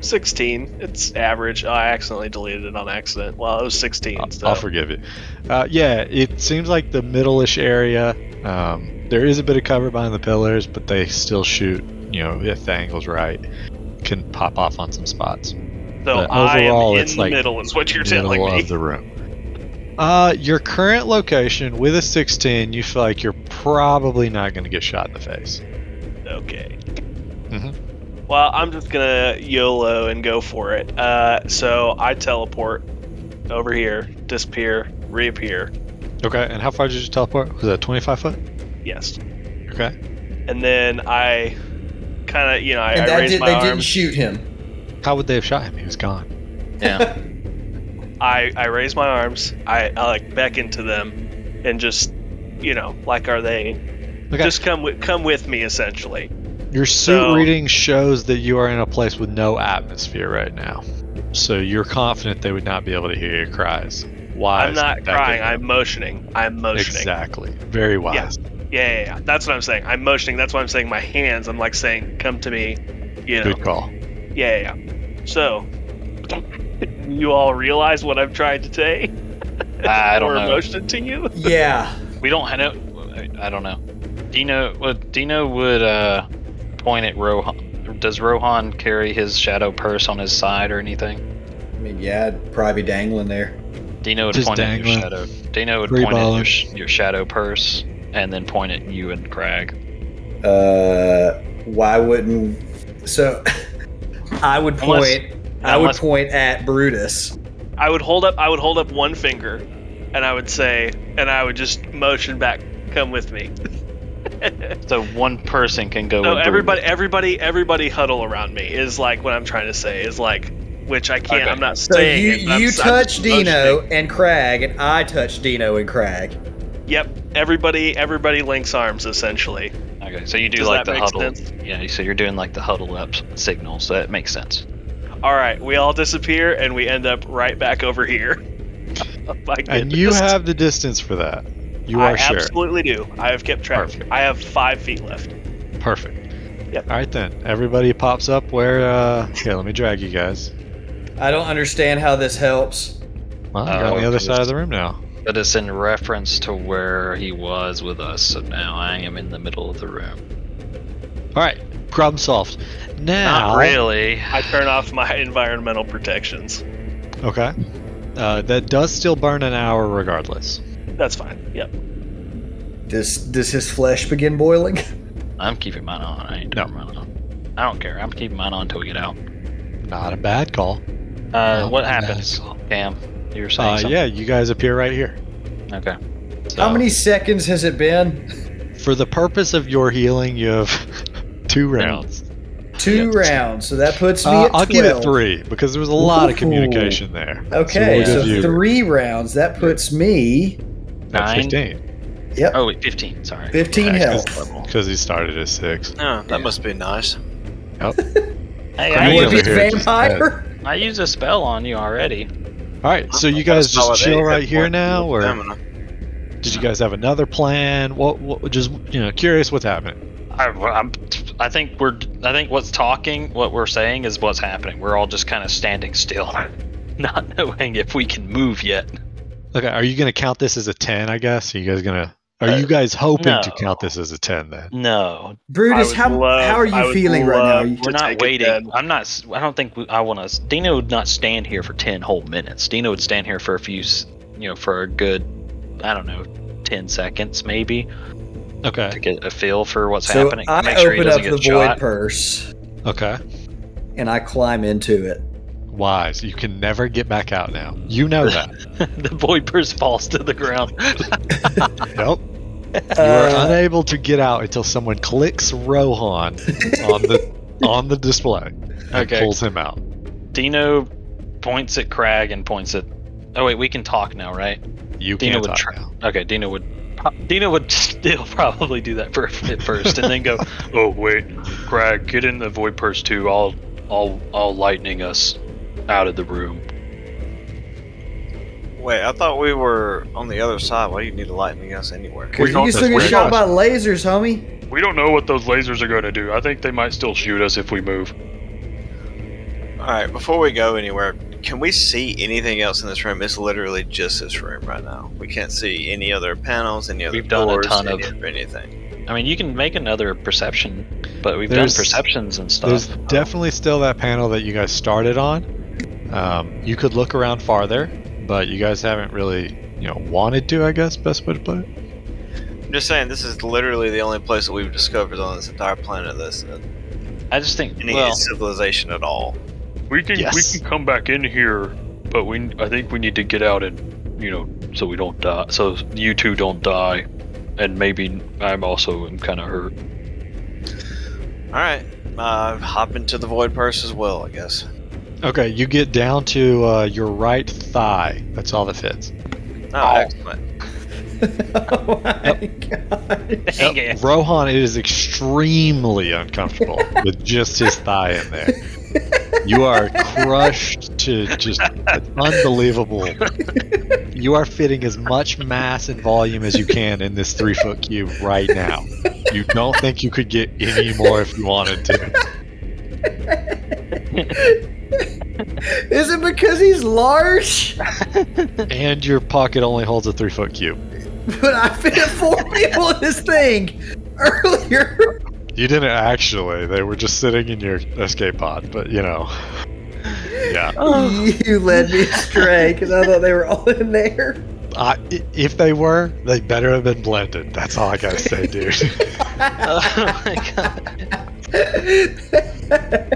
[SPEAKER 6] 16. It's average. Oh, I accidentally deleted it on accident. Well, it was 16. So.
[SPEAKER 2] I'll forgive you. Uh, yeah, it seems like the middle-ish area. Um, there is a bit of cover behind the pillars, but they still shoot. You know, if the angle's right, can pop off on some spots.
[SPEAKER 6] So
[SPEAKER 2] But
[SPEAKER 6] I am
[SPEAKER 2] overall,
[SPEAKER 6] in
[SPEAKER 2] it's
[SPEAKER 6] the
[SPEAKER 2] like
[SPEAKER 6] middle is what you're
[SPEAKER 2] middle
[SPEAKER 6] telling me.
[SPEAKER 2] of the room. Uh, your current location with a 16, you feel like you're probably not going to get shot in the face.
[SPEAKER 6] Okay.
[SPEAKER 2] Mhm.
[SPEAKER 12] Mm-hmm.
[SPEAKER 6] Well, I'm just gonna YOLO and go for it. Uh, so I teleport over here, disappear, reappear.
[SPEAKER 2] Okay, and how far did you teleport? Was that 25 foot?
[SPEAKER 6] Yes.
[SPEAKER 2] Okay.
[SPEAKER 6] And then I kind of, you know, I,
[SPEAKER 12] and
[SPEAKER 6] I
[SPEAKER 12] that
[SPEAKER 6] raise
[SPEAKER 12] did,
[SPEAKER 6] my
[SPEAKER 12] they
[SPEAKER 6] arm.
[SPEAKER 12] didn't shoot him.
[SPEAKER 2] How would they have shot him? He was gone.
[SPEAKER 5] Yeah.
[SPEAKER 6] I I raise my arms. I, I like beckon to them, and just, you know, like are they? Just come with come with me, essentially.
[SPEAKER 2] Your suit
[SPEAKER 6] So-
[SPEAKER 2] reading shows that you are in a place with no atmosphere right now. So you're confident they would not be able to hear your cries. Wise.
[SPEAKER 6] I'm not
[SPEAKER 2] that
[SPEAKER 6] crying.
[SPEAKER 2] good.
[SPEAKER 6] I'm motioning. I'm motioning.
[SPEAKER 2] Exactly. Very wise.
[SPEAKER 6] Yeah, yeah, yeah. That's what I'm saying. I'm motioning. That's why I'm saying my hands. I'm like saying, "Come to me," you know.
[SPEAKER 2] Good call.
[SPEAKER 6] Yeah, yeah. yeah. So, you all realize what I'm trying to say?
[SPEAKER 1] I don't
[SPEAKER 6] or
[SPEAKER 1] know.
[SPEAKER 6] motion to you?
[SPEAKER 12] Yeah.
[SPEAKER 1] We don't I know. I don't know. Dino. Well, Dino would uh, point at Rohan. Does Rohan carry his shadow purse on his side or anything?
[SPEAKER 4] I mean, yeah, it'd probably be dangling there.
[SPEAKER 1] Dino would
[SPEAKER 4] Just
[SPEAKER 1] point at
[SPEAKER 4] dangling.
[SPEAKER 1] your shadow. Dino would
[SPEAKER 4] Free
[SPEAKER 1] point
[SPEAKER 4] baller.
[SPEAKER 1] at your, sh- your shadow purse and then point at you and Crag.
[SPEAKER 4] Uh, why wouldn't? So,
[SPEAKER 12] I would
[SPEAKER 1] Unless-
[SPEAKER 12] point. I would
[SPEAKER 1] unless-
[SPEAKER 12] point at Brutus.
[SPEAKER 6] I would hold up. I would hold up one finger, and I would say, and I would just motion back. Come with me.
[SPEAKER 1] So one person can go.
[SPEAKER 6] No,
[SPEAKER 1] with Brutus.
[SPEAKER 6] everybody, everybody, everybody, huddle around me is like what I'm trying to say is like, which I can't. I'm not
[SPEAKER 12] So
[SPEAKER 6] saying.
[SPEAKER 12] you
[SPEAKER 6] it, but I'm
[SPEAKER 12] you
[SPEAKER 6] s- I'm just
[SPEAKER 12] touch Dino and Crag, and I touch Dino and Crag.
[SPEAKER 6] Yep. Everybody, everybody links arms essentially.
[SPEAKER 1] Okay, so you do
[SPEAKER 6] Does
[SPEAKER 1] like
[SPEAKER 6] that
[SPEAKER 1] the
[SPEAKER 6] make
[SPEAKER 1] huddle.
[SPEAKER 6] sense?
[SPEAKER 1] Yeah, so you're doing like the huddle up signal, so that makes sense.
[SPEAKER 6] All right, we all disappear and we end up right back over here. My
[SPEAKER 2] And you
[SPEAKER 6] goodness.
[SPEAKER 2] have the distance for that. You are
[SPEAKER 6] I
[SPEAKER 2] sure.
[SPEAKER 6] absolutely do. I have kept track. I have five feet left.
[SPEAKER 2] Perfect.
[SPEAKER 6] Yep.
[SPEAKER 2] All right then. Everybody pops up where. Uh... Okay, let me drag you guys.
[SPEAKER 12] I don't understand how this helps.
[SPEAKER 2] Well, you're
[SPEAKER 6] Oh,
[SPEAKER 2] on the other side of the room now.
[SPEAKER 1] But it's in reference to where he was with us, so now I am in the middle of the room.
[SPEAKER 2] All right. Problem solved. Now.
[SPEAKER 1] Not really.
[SPEAKER 6] I turn off my environmental protections.
[SPEAKER 2] Okay. Uh, that does still burn an hour regardless.
[SPEAKER 6] That's fine. Yep.
[SPEAKER 4] does does his flesh begin boiling?
[SPEAKER 1] I'm keeping mine on. I ain't
[SPEAKER 2] No.
[SPEAKER 1] turning mine on. I don't care. I'm keeping mine on until we get out.
[SPEAKER 2] Not a bad call.
[SPEAKER 1] Uh,
[SPEAKER 2] Not
[SPEAKER 1] what
[SPEAKER 2] a
[SPEAKER 1] happens? Cam, you were saying
[SPEAKER 2] Uh,
[SPEAKER 1] something.
[SPEAKER 2] yeah, you guys appear right here.
[SPEAKER 1] Okay.
[SPEAKER 4] How many seconds has it been?
[SPEAKER 2] For the purpose of your healing, you have two rounds.
[SPEAKER 4] Two rounds. So that puts me
[SPEAKER 2] Uh,
[SPEAKER 4] at
[SPEAKER 2] I'll
[SPEAKER 4] 12.
[SPEAKER 2] give it three because there was a lot of
[SPEAKER 4] Ooh.
[SPEAKER 2] communication there.
[SPEAKER 4] Okay,
[SPEAKER 2] we'll
[SPEAKER 4] so,
[SPEAKER 2] give you-
[SPEAKER 4] three rounds. That puts me.
[SPEAKER 2] That's
[SPEAKER 1] Nine?
[SPEAKER 2] 15.
[SPEAKER 4] Yep.
[SPEAKER 1] Oh, wait, 15. Sorry.
[SPEAKER 4] 15
[SPEAKER 1] Okay.
[SPEAKER 4] health.
[SPEAKER 2] Because he started at six.
[SPEAKER 5] Oh, that must be nice.
[SPEAKER 2] Yep.
[SPEAKER 1] Hey,
[SPEAKER 2] Crag
[SPEAKER 1] I,
[SPEAKER 2] over
[SPEAKER 1] used,
[SPEAKER 2] here just
[SPEAKER 1] I used a spell on you already.
[SPEAKER 2] dead. All right, so you guys
[SPEAKER 5] smell
[SPEAKER 2] just
[SPEAKER 5] it,
[SPEAKER 2] chill
[SPEAKER 5] eh?
[SPEAKER 2] right here
[SPEAKER 5] Point
[SPEAKER 2] now, or
[SPEAKER 5] Stamina.
[SPEAKER 2] did you guys have another plan? What? what just you know, curious what's happening.
[SPEAKER 1] I, I'm, I think we're. I think what's talking, what we're saying, is what's happening. We're all just kind of standing still, not knowing if we can move yet.
[SPEAKER 2] Okay, are you gonna count this as a ten? I guess. Are you guys gonna? Are you guys hoping to count this as a ten then?
[SPEAKER 1] No,
[SPEAKER 4] Brutus, how, how are you feeling right now? Are you-
[SPEAKER 1] We're not waiting. I'm not. s- I don't think we, I want to. Dino would not stand here for ten whole minutes. Dino would stand here for a few, s- you know, for a good, I don't know, ten seconds maybe
[SPEAKER 2] Okay.
[SPEAKER 1] to get a feel for what's
[SPEAKER 4] So
[SPEAKER 1] happening.
[SPEAKER 4] I
[SPEAKER 1] Make sure he
[SPEAKER 4] open up
[SPEAKER 1] doesn't
[SPEAKER 4] the
[SPEAKER 1] get
[SPEAKER 4] void
[SPEAKER 1] shot.
[SPEAKER 4] purse
[SPEAKER 2] Okay.
[SPEAKER 4] and I climb into it.
[SPEAKER 2] Wise. You can never get back out now. You know that.
[SPEAKER 1] the void purse falls to the ground.
[SPEAKER 2] nope. You are
[SPEAKER 4] Uh,
[SPEAKER 2] unable to get out until someone clicks Rohan on the on the display and
[SPEAKER 1] Okay.
[SPEAKER 2] pulls him out.
[SPEAKER 1] Dino points at Crag and points at. Oh wait, we can talk now, right?
[SPEAKER 2] You
[SPEAKER 1] Dino
[SPEAKER 2] can't
[SPEAKER 1] would
[SPEAKER 2] talk
[SPEAKER 1] try-
[SPEAKER 2] now.
[SPEAKER 1] Okay, Dino would. Dino would still probably do that for at first, and then go.
[SPEAKER 14] Oh wait, Crag, get in the void purse too. I'll, I'll, I'll lightning us out of the room.
[SPEAKER 5] Wait, I thought we were on the other side. Why do you need a lightning us anywhere?
[SPEAKER 14] We
[SPEAKER 4] Because you
[SPEAKER 14] thought
[SPEAKER 4] can
[SPEAKER 14] this
[SPEAKER 4] still get
[SPEAKER 14] was-
[SPEAKER 4] shot by lasers, homie.
[SPEAKER 14] We don't know what those lasers are going to do. I think they might still shoot us if we move.
[SPEAKER 5] All right, before we go anywhere, can we see anything else in this room? It's literally just this room right now. We can't see any other panels, any other
[SPEAKER 1] We've done a
[SPEAKER 5] doors,
[SPEAKER 1] ton
[SPEAKER 5] any-
[SPEAKER 1] of-
[SPEAKER 5] anything.
[SPEAKER 1] I mean, you can make another perception, but we've
[SPEAKER 2] There's-
[SPEAKER 1] done perceptions and stuff.
[SPEAKER 2] There's definitely still that panel that you guys started on. Um, you could look around farther, but you guys haven't really, you know, wanted to. I guess best way to put it.
[SPEAKER 5] I'm just saying, this is literally the only place that we've discovered on this entire planet that's uh,
[SPEAKER 1] I just think
[SPEAKER 5] any
[SPEAKER 17] well-
[SPEAKER 5] civilization at all.
[SPEAKER 14] We can
[SPEAKER 5] Yes.
[SPEAKER 14] we can come back in here, but we I think we need to get out and you know so we don't die, so you two don't die, and maybe I'm also am kind of hurt.
[SPEAKER 5] All right, uh, hop into the void purse as well, I guess.
[SPEAKER 2] Okay, you get down to uh, your right thigh. That's all that fits.
[SPEAKER 5] Oh, excellent.
[SPEAKER 2] Yep, Rohan is extremely uncomfortable with just his thigh in there. You are crushed to just it's unbelievable. You are fitting as much mass and volume as you can in this three foot cube right now. You don't think you could get any more if you wanted to.
[SPEAKER 16] Is it because he's large?
[SPEAKER 2] And your pocket only holds a three foot cube.
[SPEAKER 16] but I fit four people in this thing earlier.
[SPEAKER 2] You didn't actually. They were just sitting in your escape pod, but you know. Yeah.
[SPEAKER 16] You led me astray because I thought they were all in there.
[SPEAKER 2] I, i- if they were, they better have been blended. That's all I gotta say, dude.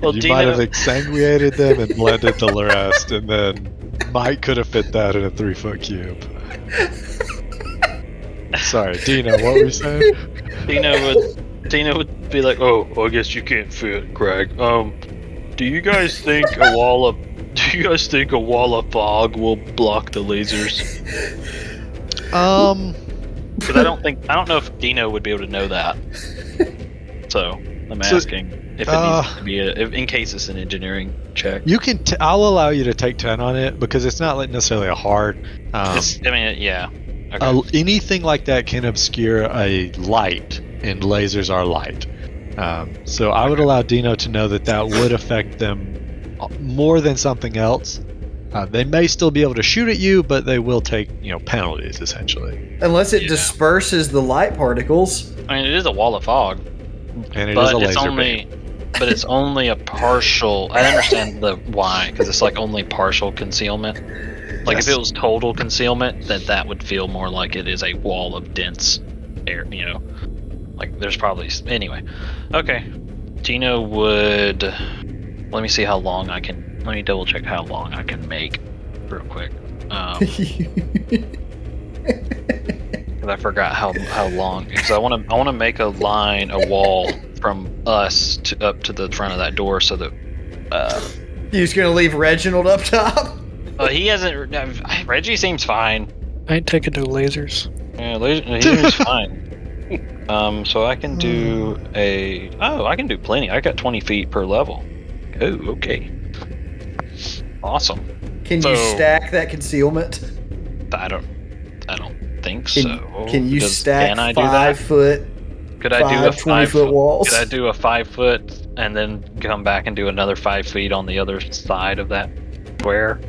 [SPEAKER 1] Well,
[SPEAKER 2] you
[SPEAKER 1] Dino-
[SPEAKER 2] might have exsanguinated them and blended the rest, and then Mike could have fit that in a three foot cube. Sorry, Dino, what were you saying?
[SPEAKER 14] Dino would Dino would be like, "Oh, well, I guess you can't fit, Greg." Um, do you guys think a wall of do you guys think a wall of fog will block the lasers?
[SPEAKER 2] Um,
[SPEAKER 1] because I don't think I don't know if Dino would be able to know that. So I'm
[SPEAKER 2] So,
[SPEAKER 1] asking if it
[SPEAKER 2] uh,
[SPEAKER 1] needs to be a, if, in case it's an engineering check.
[SPEAKER 2] You can. T- I'll allow you to take ten on it because it's not like necessarily a hard. Um,
[SPEAKER 1] It's- I mean, yeah. Okay.
[SPEAKER 2] a- anything like that can obscure a light, and lasers are light. Um, so I would allow Dino to know that that would affect them uh, more than something else. Uh, they may still be able to shoot at you, but they will take you know penalties essentially.
[SPEAKER 16] Unless it disperses the light particles.
[SPEAKER 1] I mean, it is a wall of fog,
[SPEAKER 2] And it is
[SPEAKER 1] but
[SPEAKER 2] a laser
[SPEAKER 1] it's only but it's only a partial. I understand the why because it's like only partial concealment. Like if
[SPEAKER 2] Yes.
[SPEAKER 1] it was total concealment, then that would feel more like it is a wall of dense air. You know, like there's probably s- anyway. Okay, Gino would. Let me see how long I can. Let me double check how long I can make, real quick. Um, because I forgot how how long. Because I want to I want to make a line, a wall from us to up to the front of that door, so that. Uh,
[SPEAKER 16] You just gonna leave Reginald up top?
[SPEAKER 1] well, he hasn't. no, Reggie seems fine.
[SPEAKER 15] I ain't taking no lasers.
[SPEAKER 1] Yeah, laser, he seems fine. Um, so I can do
[SPEAKER 16] Hmm.
[SPEAKER 1] a. Oh, I can do plenty. I got twenty feet per level. Oh, okay. Awesome.
[SPEAKER 16] Can you
[SPEAKER 1] So-
[SPEAKER 16] stack that concealment?
[SPEAKER 1] I don't. I don't think
[SPEAKER 16] Can,
[SPEAKER 1] so.
[SPEAKER 16] can you
[SPEAKER 1] Does-
[SPEAKER 16] stack
[SPEAKER 1] can I do
[SPEAKER 16] five
[SPEAKER 1] that?
[SPEAKER 16] foot?
[SPEAKER 1] Could I do a
[SPEAKER 16] five 20
[SPEAKER 1] five
[SPEAKER 16] foot walls?
[SPEAKER 1] Could I do a five foot and then come back and do another five feet on the other side of that square?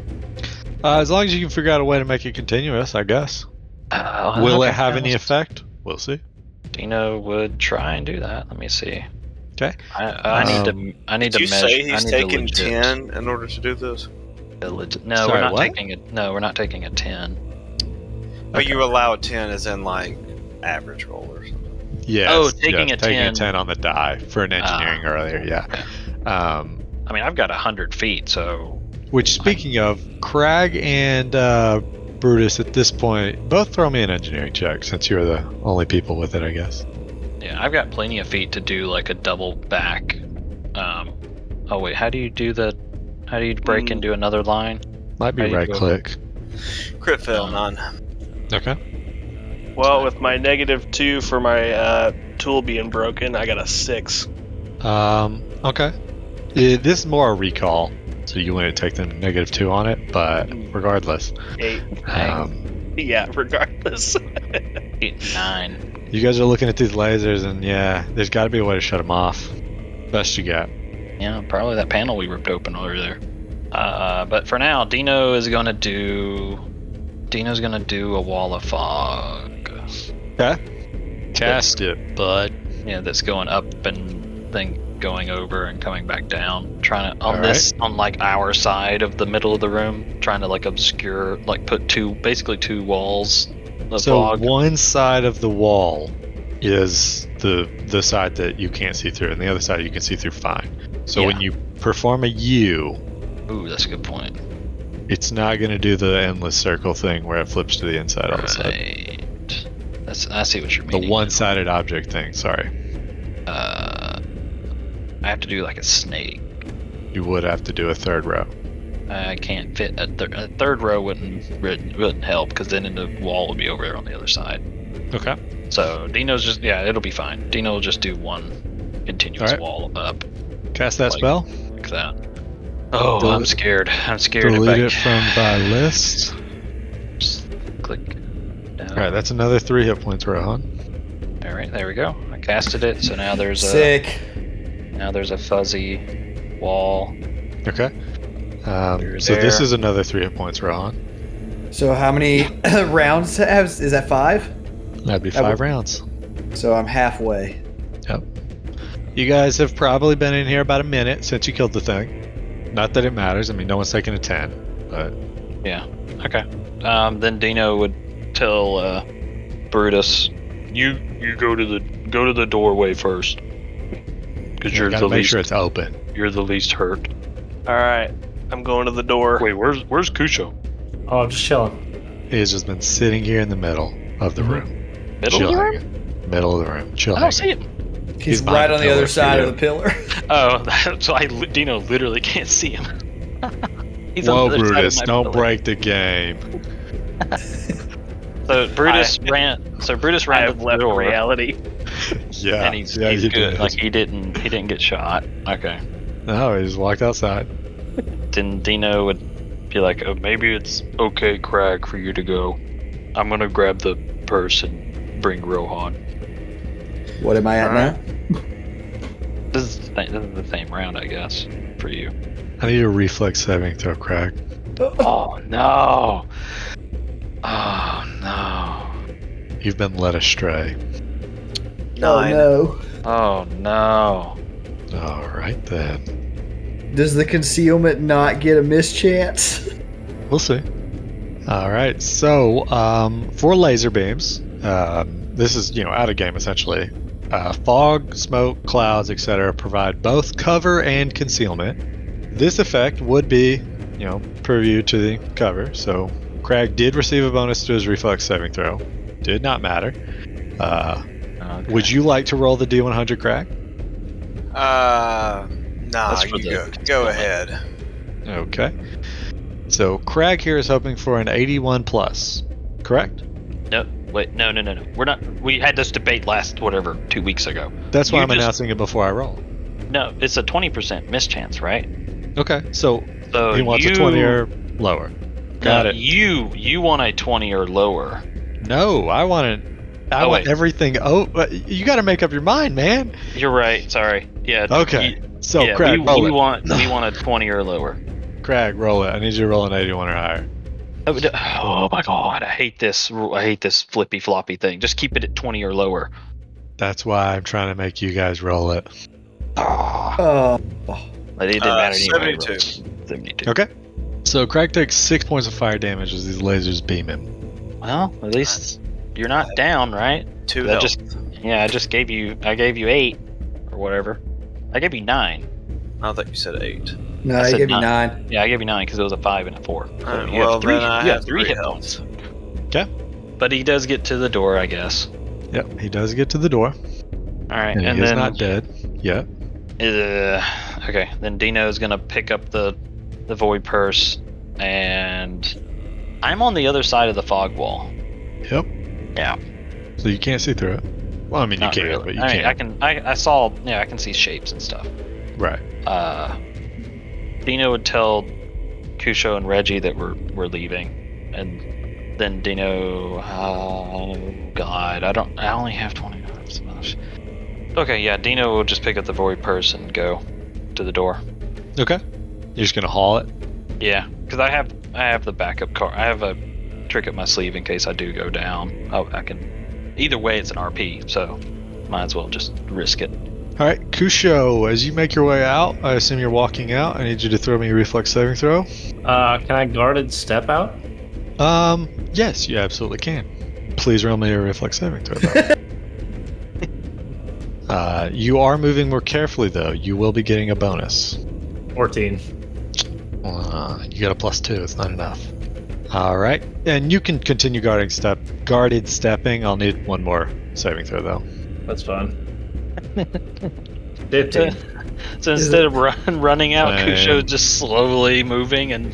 [SPEAKER 2] Uh, as long as you can figure out a way to make it continuous, I guess.
[SPEAKER 1] Uh,
[SPEAKER 2] Will
[SPEAKER 1] okay.
[SPEAKER 2] it have any effect? We'll see.
[SPEAKER 1] Dino would try and do that. Let me see.
[SPEAKER 2] Okay. Um,
[SPEAKER 1] I, I need to. I need
[SPEAKER 5] Did
[SPEAKER 1] to
[SPEAKER 5] you
[SPEAKER 1] measure.
[SPEAKER 5] say
[SPEAKER 1] I
[SPEAKER 5] he's
[SPEAKER 1] need
[SPEAKER 5] taking
[SPEAKER 1] to legit,
[SPEAKER 5] ten in order to do this?
[SPEAKER 1] a legit- no,
[SPEAKER 2] Sorry,
[SPEAKER 1] we're not
[SPEAKER 2] what?
[SPEAKER 1] taking a. No, we're not taking a ten.
[SPEAKER 5] But you allow ten as in like average rollers.
[SPEAKER 2] Yeah.
[SPEAKER 1] Oh,
[SPEAKER 2] it's-
[SPEAKER 1] taking
[SPEAKER 2] yeah,
[SPEAKER 1] a Ah,
[SPEAKER 2] taking
[SPEAKER 1] 10.
[SPEAKER 2] a ten on the die for an engineering earlier. Yeah. Um,
[SPEAKER 1] I mean, I've got hundred feet, so
[SPEAKER 2] Which, speaking of, Crag and uh, Brutus at this point both throw me an engineering check since you're the only people with it, I guess.
[SPEAKER 1] yeah, I've got plenty of feet to do like a double back. Um. Oh wait, how do you do the? How do you break
[SPEAKER 5] Mm.
[SPEAKER 1] into another line?
[SPEAKER 2] Might be
[SPEAKER 1] How do you
[SPEAKER 2] right
[SPEAKER 1] do it?
[SPEAKER 2] click.
[SPEAKER 5] Crit fail none.
[SPEAKER 2] Okay.
[SPEAKER 6] Well, with my negative two for my uh, tool being broken, I got a six.
[SPEAKER 2] Um, okay. Yeah, this is more a recall, so you wouldn't take the negative two on it, but
[SPEAKER 1] Mm.
[SPEAKER 2] regardless.
[SPEAKER 6] Eight.
[SPEAKER 2] Um,
[SPEAKER 6] Yeah, regardless.
[SPEAKER 1] Eight, nine.
[SPEAKER 2] you guys are looking at these lasers, and yeah, there's got to be a way to shut them off. Best you got.
[SPEAKER 1] Yeah, probably that panel we ripped open over there. Uh, but for now, Dino is gonna do. Dino's gonna do a wall of fog.
[SPEAKER 2] Okay. Cast it, bud.
[SPEAKER 1] Yeah, that's going up and then going over and coming back down. Trying to on
[SPEAKER 2] All
[SPEAKER 1] this on like our side of the middle of the room, trying to like obscure, like put two basically two walls of
[SPEAKER 2] So
[SPEAKER 1] fog.
[SPEAKER 2] one side of the wall is the the side that you can't see through, and the other side you can see through fine. So when you perform a U,
[SPEAKER 1] Ooh, that's a good point.
[SPEAKER 2] it's not going to do the endless circle thing where it flips to the inside all of a sudden.
[SPEAKER 1] That's I see what you're
[SPEAKER 2] The one-sided object thing. Sorry,
[SPEAKER 1] Uh, I have to do like a snake.
[SPEAKER 2] you would have to do a third row.
[SPEAKER 1] I can't fit a, thir- a third row wouldn't wouldn't wouldn't help because then the wall would be over there on the other side.
[SPEAKER 2] Okay.
[SPEAKER 1] So Dino's just yeah, it'll be fine. Dino will just do one continuous
[SPEAKER 2] Alright.
[SPEAKER 1] wall up
[SPEAKER 2] Cast that spell.
[SPEAKER 1] like that. Oh,
[SPEAKER 2] Del-
[SPEAKER 1] I'm scared. I'm scared. If I
[SPEAKER 2] Delete it from my list.
[SPEAKER 1] click.
[SPEAKER 2] All right, that's another three hit points we're on.
[SPEAKER 1] All right, there we go. I casted it, so now there's a
[SPEAKER 12] Sick.
[SPEAKER 1] now there's a fuzzy wall.
[SPEAKER 2] Okay. Um, so
[SPEAKER 1] there.
[SPEAKER 2] this is another three hit points, Rohan.
[SPEAKER 16] So how many rounds has, is that five?
[SPEAKER 2] That'd be
[SPEAKER 16] That
[SPEAKER 2] five
[SPEAKER 16] would-
[SPEAKER 2] rounds.
[SPEAKER 16] So I'm halfway.
[SPEAKER 2] Yep. You guys have probably been in here about a minute since you killed the thing. Not that it matters. I mean, no one's taking a ten, but
[SPEAKER 1] Yeah. Okay. Um, then Dino would tell uh, Brutus,
[SPEAKER 14] You you go to the go to the doorway first. Cause
[SPEAKER 2] you
[SPEAKER 14] you're
[SPEAKER 2] gotta
[SPEAKER 14] the
[SPEAKER 2] make
[SPEAKER 14] least
[SPEAKER 2] sure it's open.
[SPEAKER 14] you're the least hurt.
[SPEAKER 6] All right, I'm going to the door.
[SPEAKER 14] Wait, where's where's Kusho?
[SPEAKER 3] Oh, just chilling.
[SPEAKER 2] He has just been sitting here in the middle of the room.
[SPEAKER 1] "Middle of the room?
[SPEAKER 2] room? Middle of the room. Chill.
[SPEAKER 1] I don't see him."
[SPEAKER 2] He's right on the other side of the
[SPEAKER 16] pillar.
[SPEAKER 1] Oh, so I li- Dino literally can't see him. He's
[SPEAKER 2] Whoa,
[SPEAKER 1] on the other side of
[SPEAKER 2] Brutus!
[SPEAKER 1] my
[SPEAKER 2] Don't
[SPEAKER 1] pillar.
[SPEAKER 2] break the game.
[SPEAKER 1] So Brutus ran. So Brutus ran to
[SPEAKER 6] have
[SPEAKER 1] the
[SPEAKER 6] left
[SPEAKER 1] door,
[SPEAKER 6] reality.
[SPEAKER 2] Yeah.
[SPEAKER 1] and he's,
[SPEAKER 2] yeah,
[SPEAKER 1] he's
[SPEAKER 2] you
[SPEAKER 1] good.
[SPEAKER 2] did.
[SPEAKER 1] Like he didn't he didn't get shot. Okay.
[SPEAKER 2] No, he just walked outside.
[SPEAKER 1] Then Dino would be like, oh,
[SPEAKER 14] Maybe it's okay, Crag, for you to go. I'm gonna grab the purse and bring Rohan.
[SPEAKER 16] What am I at now?
[SPEAKER 1] this is, the, this is the same round, I guess, for you.
[SPEAKER 2] I need a reflex saving throw, crack.
[SPEAKER 1] Oh no! Oh no!
[SPEAKER 2] You've been led astray.
[SPEAKER 5] Nine.
[SPEAKER 16] Oh
[SPEAKER 1] Oh no!
[SPEAKER 2] All right then.
[SPEAKER 16] no. Does the concealment not get a mischance?
[SPEAKER 2] We'll see. All right. So um, for laser beams, um, this is you know out of game essentially. Uh, fog, smoke, clouds, etc. provide both cover and concealment. This effect would be you know purview to the cover. So Crag did receive a bonus to his reflex saving throw. Did not matter. Uh,
[SPEAKER 1] Okay.
[SPEAKER 2] Would you like to roll the D100, Crag?
[SPEAKER 5] Uh, nah,
[SPEAKER 1] That's for
[SPEAKER 5] you
[SPEAKER 1] the-
[SPEAKER 5] go, go ahead.
[SPEAKER 2] Okay. So Crag here is hoping for an 81 plus, correct?
[SPEAKER 1] No, wait, no, no, no, no. We're not. We had this debate last whatever two weeks ago.
[SPEAKER 2] That's why
[SPEAKER 1] You
[SPEAKER 2] I'm
[SPEAKER 1] just-
[SPEAKER 2] announcing it before I roll.
[SPEAKER 1] No, it's a twenty percent mischance, right?
[SPEAKER 2] Okay, so
[SPEAKER 1] So
[SPEAKER 2] he wants
[SPEAKER 1] you,
[SPEAKER 2] a 20 or lower. Got
[SPEAKER 1] no,
[SPEAKER 2] it.
[SPEAKER 1] You you want a twenty or lower.
[SPEAKER 2] No, I want it. I
[SPEAKER 1] Oh,
[SPEAKER 2] want
[SPEAKER 1] wait.
[SPEAKER 2] everything. Oh, but you got to make up your mind, man.
[SPEAKER 1] You're right. Sorry. Yeah.
[SPEAKER 2] Okay,
[SPEAKER 1] you-
[SPEAKER 2] so
[SPEAKER 1] yeah,
[SPEAKER 2] Crag,
[SPEAKER 1] we,
[SPEAKER 2] roll
[SPEAKER 1] we
[SPEAKER 2] it.
[SPEAKER 1] want we want a twenty or lower.
[SPEAKER 2] Crag, roll it. I need you to roll an 81 or higher.
[SPEAKER 1] Oh, d- oh my god, I hate this. ru- I hate this flippy floppy thing. Just keep it at twenty or lower.
[SPEAKER 2] That's why I'm trying to make you guys roll it.
[SPEAKER 16] Oh,
[SPEAKER 1] Like, Ah, it didn't
[SPEAKER 5] Uh,
[SPEAKER 1] matter anyway.
[SPEAKER 5] 72.
[SPEAKER 1] Seventy-two.
[SPEAKER 2] Okay. So Crag takes six points of fire damage as these lasers beam him.
[SPEAKER 1] Well, at least you're not down, right?
[SPEAKER 5] Two
[SPEAKER 1] That
[SPEAKER 5] health.
[SPEAKER 1] just yeah, I just gave you I gave you eight or whatever. I gave you nine.
[SPEAKER 5] I thought you said eight.
[SPEAKER 16] no,
[SPEAKER 1] I
[SPEAKER 16] he
[SPEAKER 1] said
[SPEAKER 16] gave me
[SPEAKER 1] nine.
[SPEAKER 16] nine.
[SPEAKER 1] Yeah, I gave you nine because it was a five and a four. So
[SPEAKER 5] Alright,
[SPEAKER 1] you have
[SPEAKER 5] well,
[SPEAKER 1] three-
[SPEAKER 5] then I
[SPEAKER 1] you
[SPEAKER 5] have
[SPEAKER 1] three
[SPEAKER 5] three
[SPEAKER 1] hit
[SPEAKER 5] health.
[SPEAKER 1] points.
[SPEAKER 2] Okay.
[SPEAKER 1] But he does get to the door, I guess.
[SPEAKER 2] Yep, he does get to the door,
[SPEAKER 1] All right,
[SPEAKER 2] and,
[SPEAKER 1] and,
[SPEAKER 2] he is
[SPEAKER 1] then
[SPEAKER 2] not dead yet.
[SPEAKER 1] uh, okay, then Dino is gonna pick up the the void purse, and I'm on the other side of the fog wall.
[SPEAKER 2] Yep.
[SPEAKER 1] Yeah.
[SPEAKER 2] So you can't see through it. Well, I mean,
[SPEAKER 1] Not
[SPEAKER 2] you can,
[SPEAKER 1] really.
[SPEAKER 2] but you
[SPEAKER 1] I mean,
[SPEAKER 2] can't.
[SPEAKER 1] I can. I, I saw. Yeah, I can see shapes and stuff.
[SPEAKER 2] Right.
[SPEAKER 1] uh, Dino would tell Kusho and Reggie that we're we're leaving, and then Dino, oh god, I don't, I only have twenty. dollars. Okay, yeah, Dino will just pick up the void purse and go, to the door.
[SPEAKER 2] Okay. You're just gonna haul it.
[SPEAKER 1] Yeah, because I have I have the backup car. I have a trick up my sleeve in case I do go down. Oh, I, I can. Either way, it's an RP, so might as well just risk it.
[SPEAKER 2] All right, Kusho, as you make your way out, I assume you're walking out. I need you to throw me a reflex saving throw.
[SPEAKER 3] Uh, can I guarded step out?
[SPEAKER 2] Um, yes, you absolutely can. Please roll me a reflex saving throw. though. uh, you are moving more carefully though. You will be getting a bonus.
[SPEAKER 3] 14.
[SPEAKER 2] Uh, you got a plus two. It's not enough. All right, and you can continue guarding step, guarded stepping. I'll need one more saving throw though.
[SPEAKER 3] That's fun. 15.
[SPEAKER 1] So instead of run, running out, Kusho
[SPEAKER 2] Fine.
[SPEAKER 1] just slowly moving and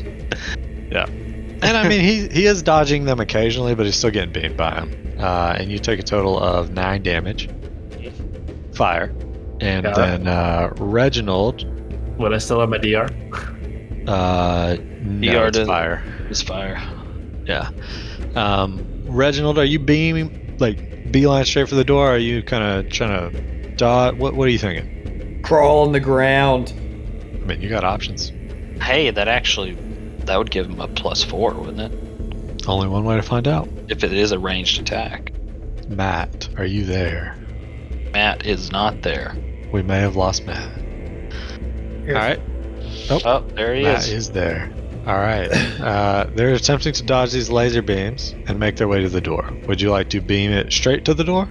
[SPEAKER 2] Yeah. And I mean, he he is dodging them occasionally, but he's still getting beaten by him. Uh, and you take a total of nine damage, fire, and
[SPEAKER 3] Got it.
[SPEAKER 2] then uh, Reginald.
[SPEAKER 3] Would I still have my DR?
[SPEAKER 2] Uh, no,
[SPEAKER 1] DR
[SPEAKER 2] it's
[SPEAKER 1] doesn't-
[SPEAKER 2] fire.
[SPEAKER 1] just fire.
[SPEAKER 2] Yeah. Um, Reginald, are you beaming like beeline straight for the door? Or are you kind of trying to dodge? What What are you thinking?
[SPEAKER 12] Crawl on the ground.
[SPEAKER 2] I mean, you got options.
[SPEAKER 1] Hey, that actually that would give him a plus four, wouldn't it?
[SPEAKER 2] Only one way to find out.
[SPEAKER 1] If it is a ranged attack.
[SPEAKER 2] Matt, are you there?
[SPEAKER 1] Matt is not there.
[SPEAKER 2] We may have lost Matt. All right.
[SPEAKER 1] Oh, there he
[SPEAKER 2] That
[SPEAKER 1] is.
[SPEAKER 2] is there. All right. Uh, they're attempting to dodge these laser beams and make their way to the door. Would you like to beam it straight to the door,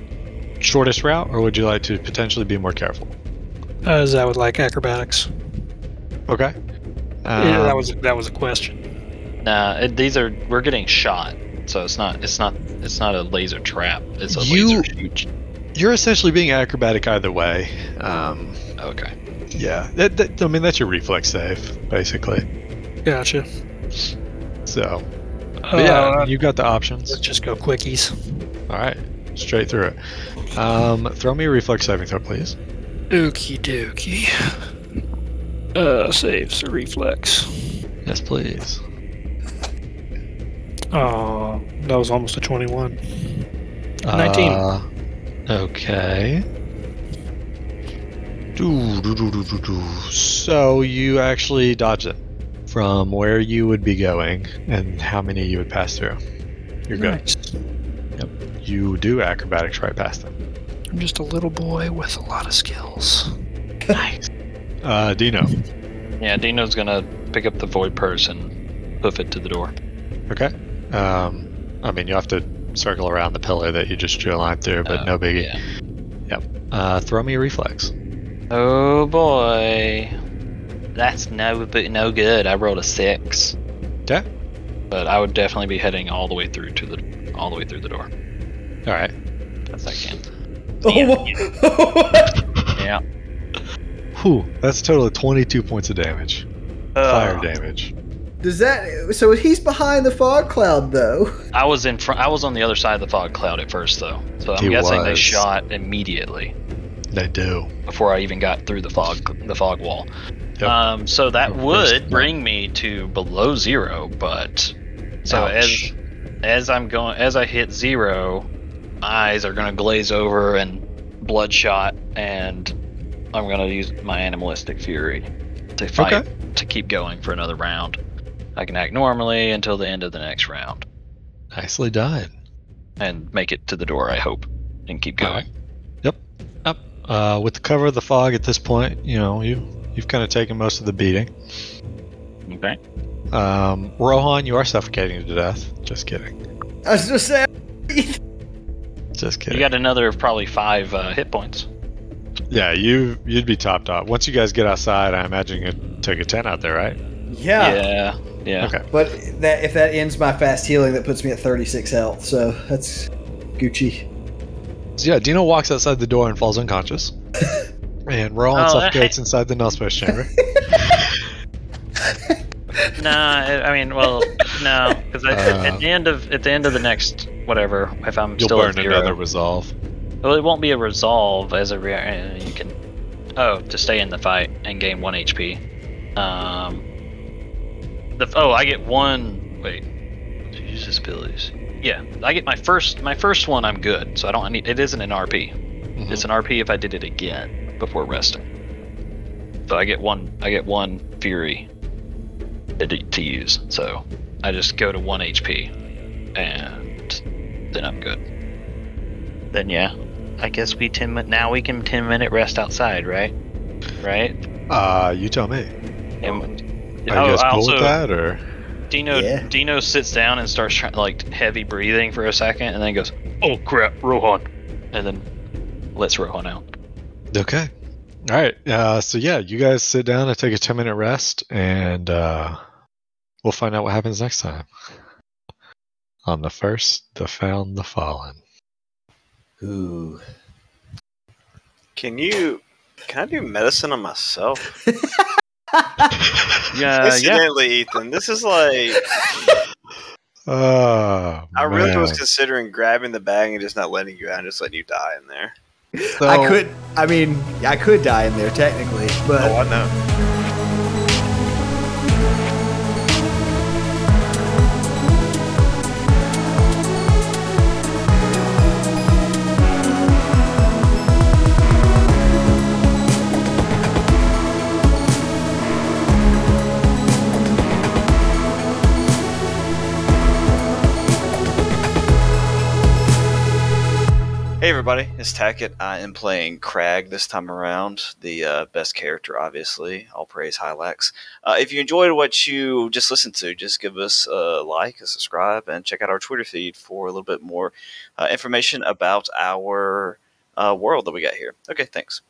[SPEAKER 2] shortest route, or would you like to potentially be more careful?
[SPEAKER 15] As I would like acrobatics.
[SPEAKER 2] Okay.
[SPEAKER 15] yeah, that
[SPEAKER 2] Um,
[SPEAKER 15] was that was a question.
[SPEAKER 1] Nah, it, these are we're getting shot, so it's not it's not it's not a laser trap. It's a
[SPEAKER 2] You-
[SPEAKER 1] laser shoot.
[SPEAKER 2] You're essentially being acrobatic either way. Um,
[SPEAKER 1] Okay.
[SPEAKER 2] yeah. That, that, I mean, that's your reflex save, basically.
[SPEAKER 15] Gotcha.
[SPEAKER 2] So, but yeah,
[SPEAKER 15] Uh,
[SPEAKER 2] you've got the options.
[SPEAKER 15] let's just go quickies.
[SPEAKER 2] All right. Straight through it. Um, throw me a reflex saving throw, please.
[SPEAKER 15] Okie dokie. Uh, saves a reflex.
[SPEAKER 2] Yes, please.
[SPEAKER 15] Oh, that was almost a 21. 19.
[SPEAKER 2] Uh, okay. Doo, doo, doo, doo, doo, doo. So you actually dodge it from where you would be going and how many you would pass through. You're good.
[SPEAKER 15] nice.
[SPEAKER 2] You do acrobatics right past them.
[SPEAKER 15] I'm just a little boy with a lot of skills.
[SPEAKER 2] Uh, Dino.
[SPEAKER 1] Yeah, Dino's gonna pick up the void purse and hoof it to the door.
[SPEAKER 2] Okay. Um, I mean, you have to circle around the pillar that you just drew a line through, but
[SPEAKER 1] Uh,
[SPEAKER 2] no biggie.
[SPEAKER 1] yeah.
[SPEAKER 2] Yep. Uh, throw me a reflex.
[SPEAKER 1] Oh boy, that's no but no good. I rolled a six,
[SPEAKER 2] Okay.
[SPEAKER 1] but I would definitely be heading all the way through to the all the way through the door.
[SPEAKER 2] All right.
[SPEAKER 1] Yes, I can.
[SPEAKER 12] Oh,
[SPEAKER 1] Yeah.
[SPEAKER 2] Whew, that's a total of 22 points of damage.
[SPEAKER 6] Uh,
[SPEAKER 2] Fire damage.
[SPEAKER 16] Does that? So he's behind the fog cloud, though.
[SPEAKER 1] I was in front. I was on the other side of the fog cloud at first, though. So I'm
[SPEAKER 2] He
[SPEAKER 1] guessing they
[SPEAKER 2] was.
[SPEAKER 1] shot immediately
[SPEAKER 2] They do.
[SPEAKER 1] before I even got through the fog the fog wall.
[SPEAKER 2] Yep.
[SPEAKER 1] Um, so that
[SPEAKER 2] first
[SPEAKER 1] would bring me to below zero, but so
[SPEAKER 2] Ouch.
[SPEAKER 1] as as I'm going as I hit zero, my eyes are gonna glaze over and bloodshot, and I'm gonna use my animalistic fury to fight
[SPEAKER 2] Okay.
[SPEAKER 1] to keep going for another round. I can act normally until the end of the next round
[SPEAKER 2] Nicely done.
[SPEAKER 1] and make it to the door. I hope and keep going.
[SPEAKER 2] Alright. Yep. Up. Uh, with the cover of the fog at this point, you know you you've kind of taken most of the beating.
[SPEAKER 1] Okay.
[SPEAKER 2] Um, Rohan, you are suffocating to death. Just kidding.
[SPEAKER 16] I was just saying.
[SPEAKER 2] Just
[SPEAKER 1] You
[SPEAKER 2] kidding.
[SPEAKER 1] got another probably five uh, hit points.
[SPEAKER 2] yeah, you you'd be topped off once you guys get outside. I imagine you took a ten out there, right?
[SPEAKER 16] Yeah.
[SPEAKER 1] Yeah. Yeah.
[SPEAKER 2] Okay.
[SPEAKER 16] But that if that ends my fast healing, that puts me at 36 health. So that's Gucci.
[SPEAKER 2] So yeah, Dino walks outside the door and falls unconscious. and Rohan
[SPEAKER 1] Oh,
[SPEAKER 2] suffocates inside the Nullspace chamber.
[SPEAKER 1] No, I I mean, well, no, because
[SPEAKER 2] Uh.
[SPEAKER 1] at the end of at the end of the next whatever, if I'm
[SPEAKER 2] You'll
[SPEAKER 1] still at
[SPEAKER 2] burn
[SPEAKER 1] zero,
[SPEAKER 2] another resolve.
[SPEAKER 1] well, it won't be a resolve as a rea- uh, you can. Oh, to stay in the fight and gain one HP. Um. The oh, I get one. Wait, to use his abilities. Yeah, I get my first my first one. I'm good, so I Mm-hmm. don't I need. It isn't an RP. It's an RP if I did it again before resting. So I get one. I get one fury to, d- to use. So I just go to one HP, and then I'm good. Then yeah, I guess we ten. min- Now we can ten minute rest outside, right? Right.
[SPEAKER 2] Uh, you tell me.
[SPEAKER 1] And,
[SPEAKER 2] Are you guys
[SPEAKER 1] Oh, I
[SPEAKER 2] cool with
[SPEAKER 1] also-
[SPEAKER 2] that, or
[SPEAKER 1] Dino
[SPEAKER 2] Yeah.
[SPEAKER 1] Dino sits down and starts trying, like heavy breathing for a second, and then goes,
[SPEAKER 14] Oh crap, Rohan.
[SPEAKER 1] and then lets Rohan out.
[SPEAKER 2] okay? All right. Uh, so yeah, you guys sit down and take a ten minute rest, and uh, we'll find out what happens next time. On the first, the found, the fallen.
[SPEAKER 5] Ooh. Can you? Can I do medicine on myself?
[SPEAKER 1] yeah,
[SPEAKER 5] Incidentally, Ethan, this is like
[SPEAKER 2] Oh,
[SPEAKER 5] Ah, I really
[SPEAKER 2] man.
[SPEAKER 5] was considering grabbing the bag and just not letting you out and just letting you die in there.
[SPEAKER 4] I could. I mean, I could die in there technically, but
[SPEAKER 5] oh, I know. Hey everybody, it's Tackett. I am playing Crag this time around, the uh, best character, obviously. All praise Hylax. Uh, if you enjoyed what you just listened to, just give us a like, a subscribe, and check out our Twitter feed for a little bit more uh, information about our uh, world that we got here. Okay, thanks.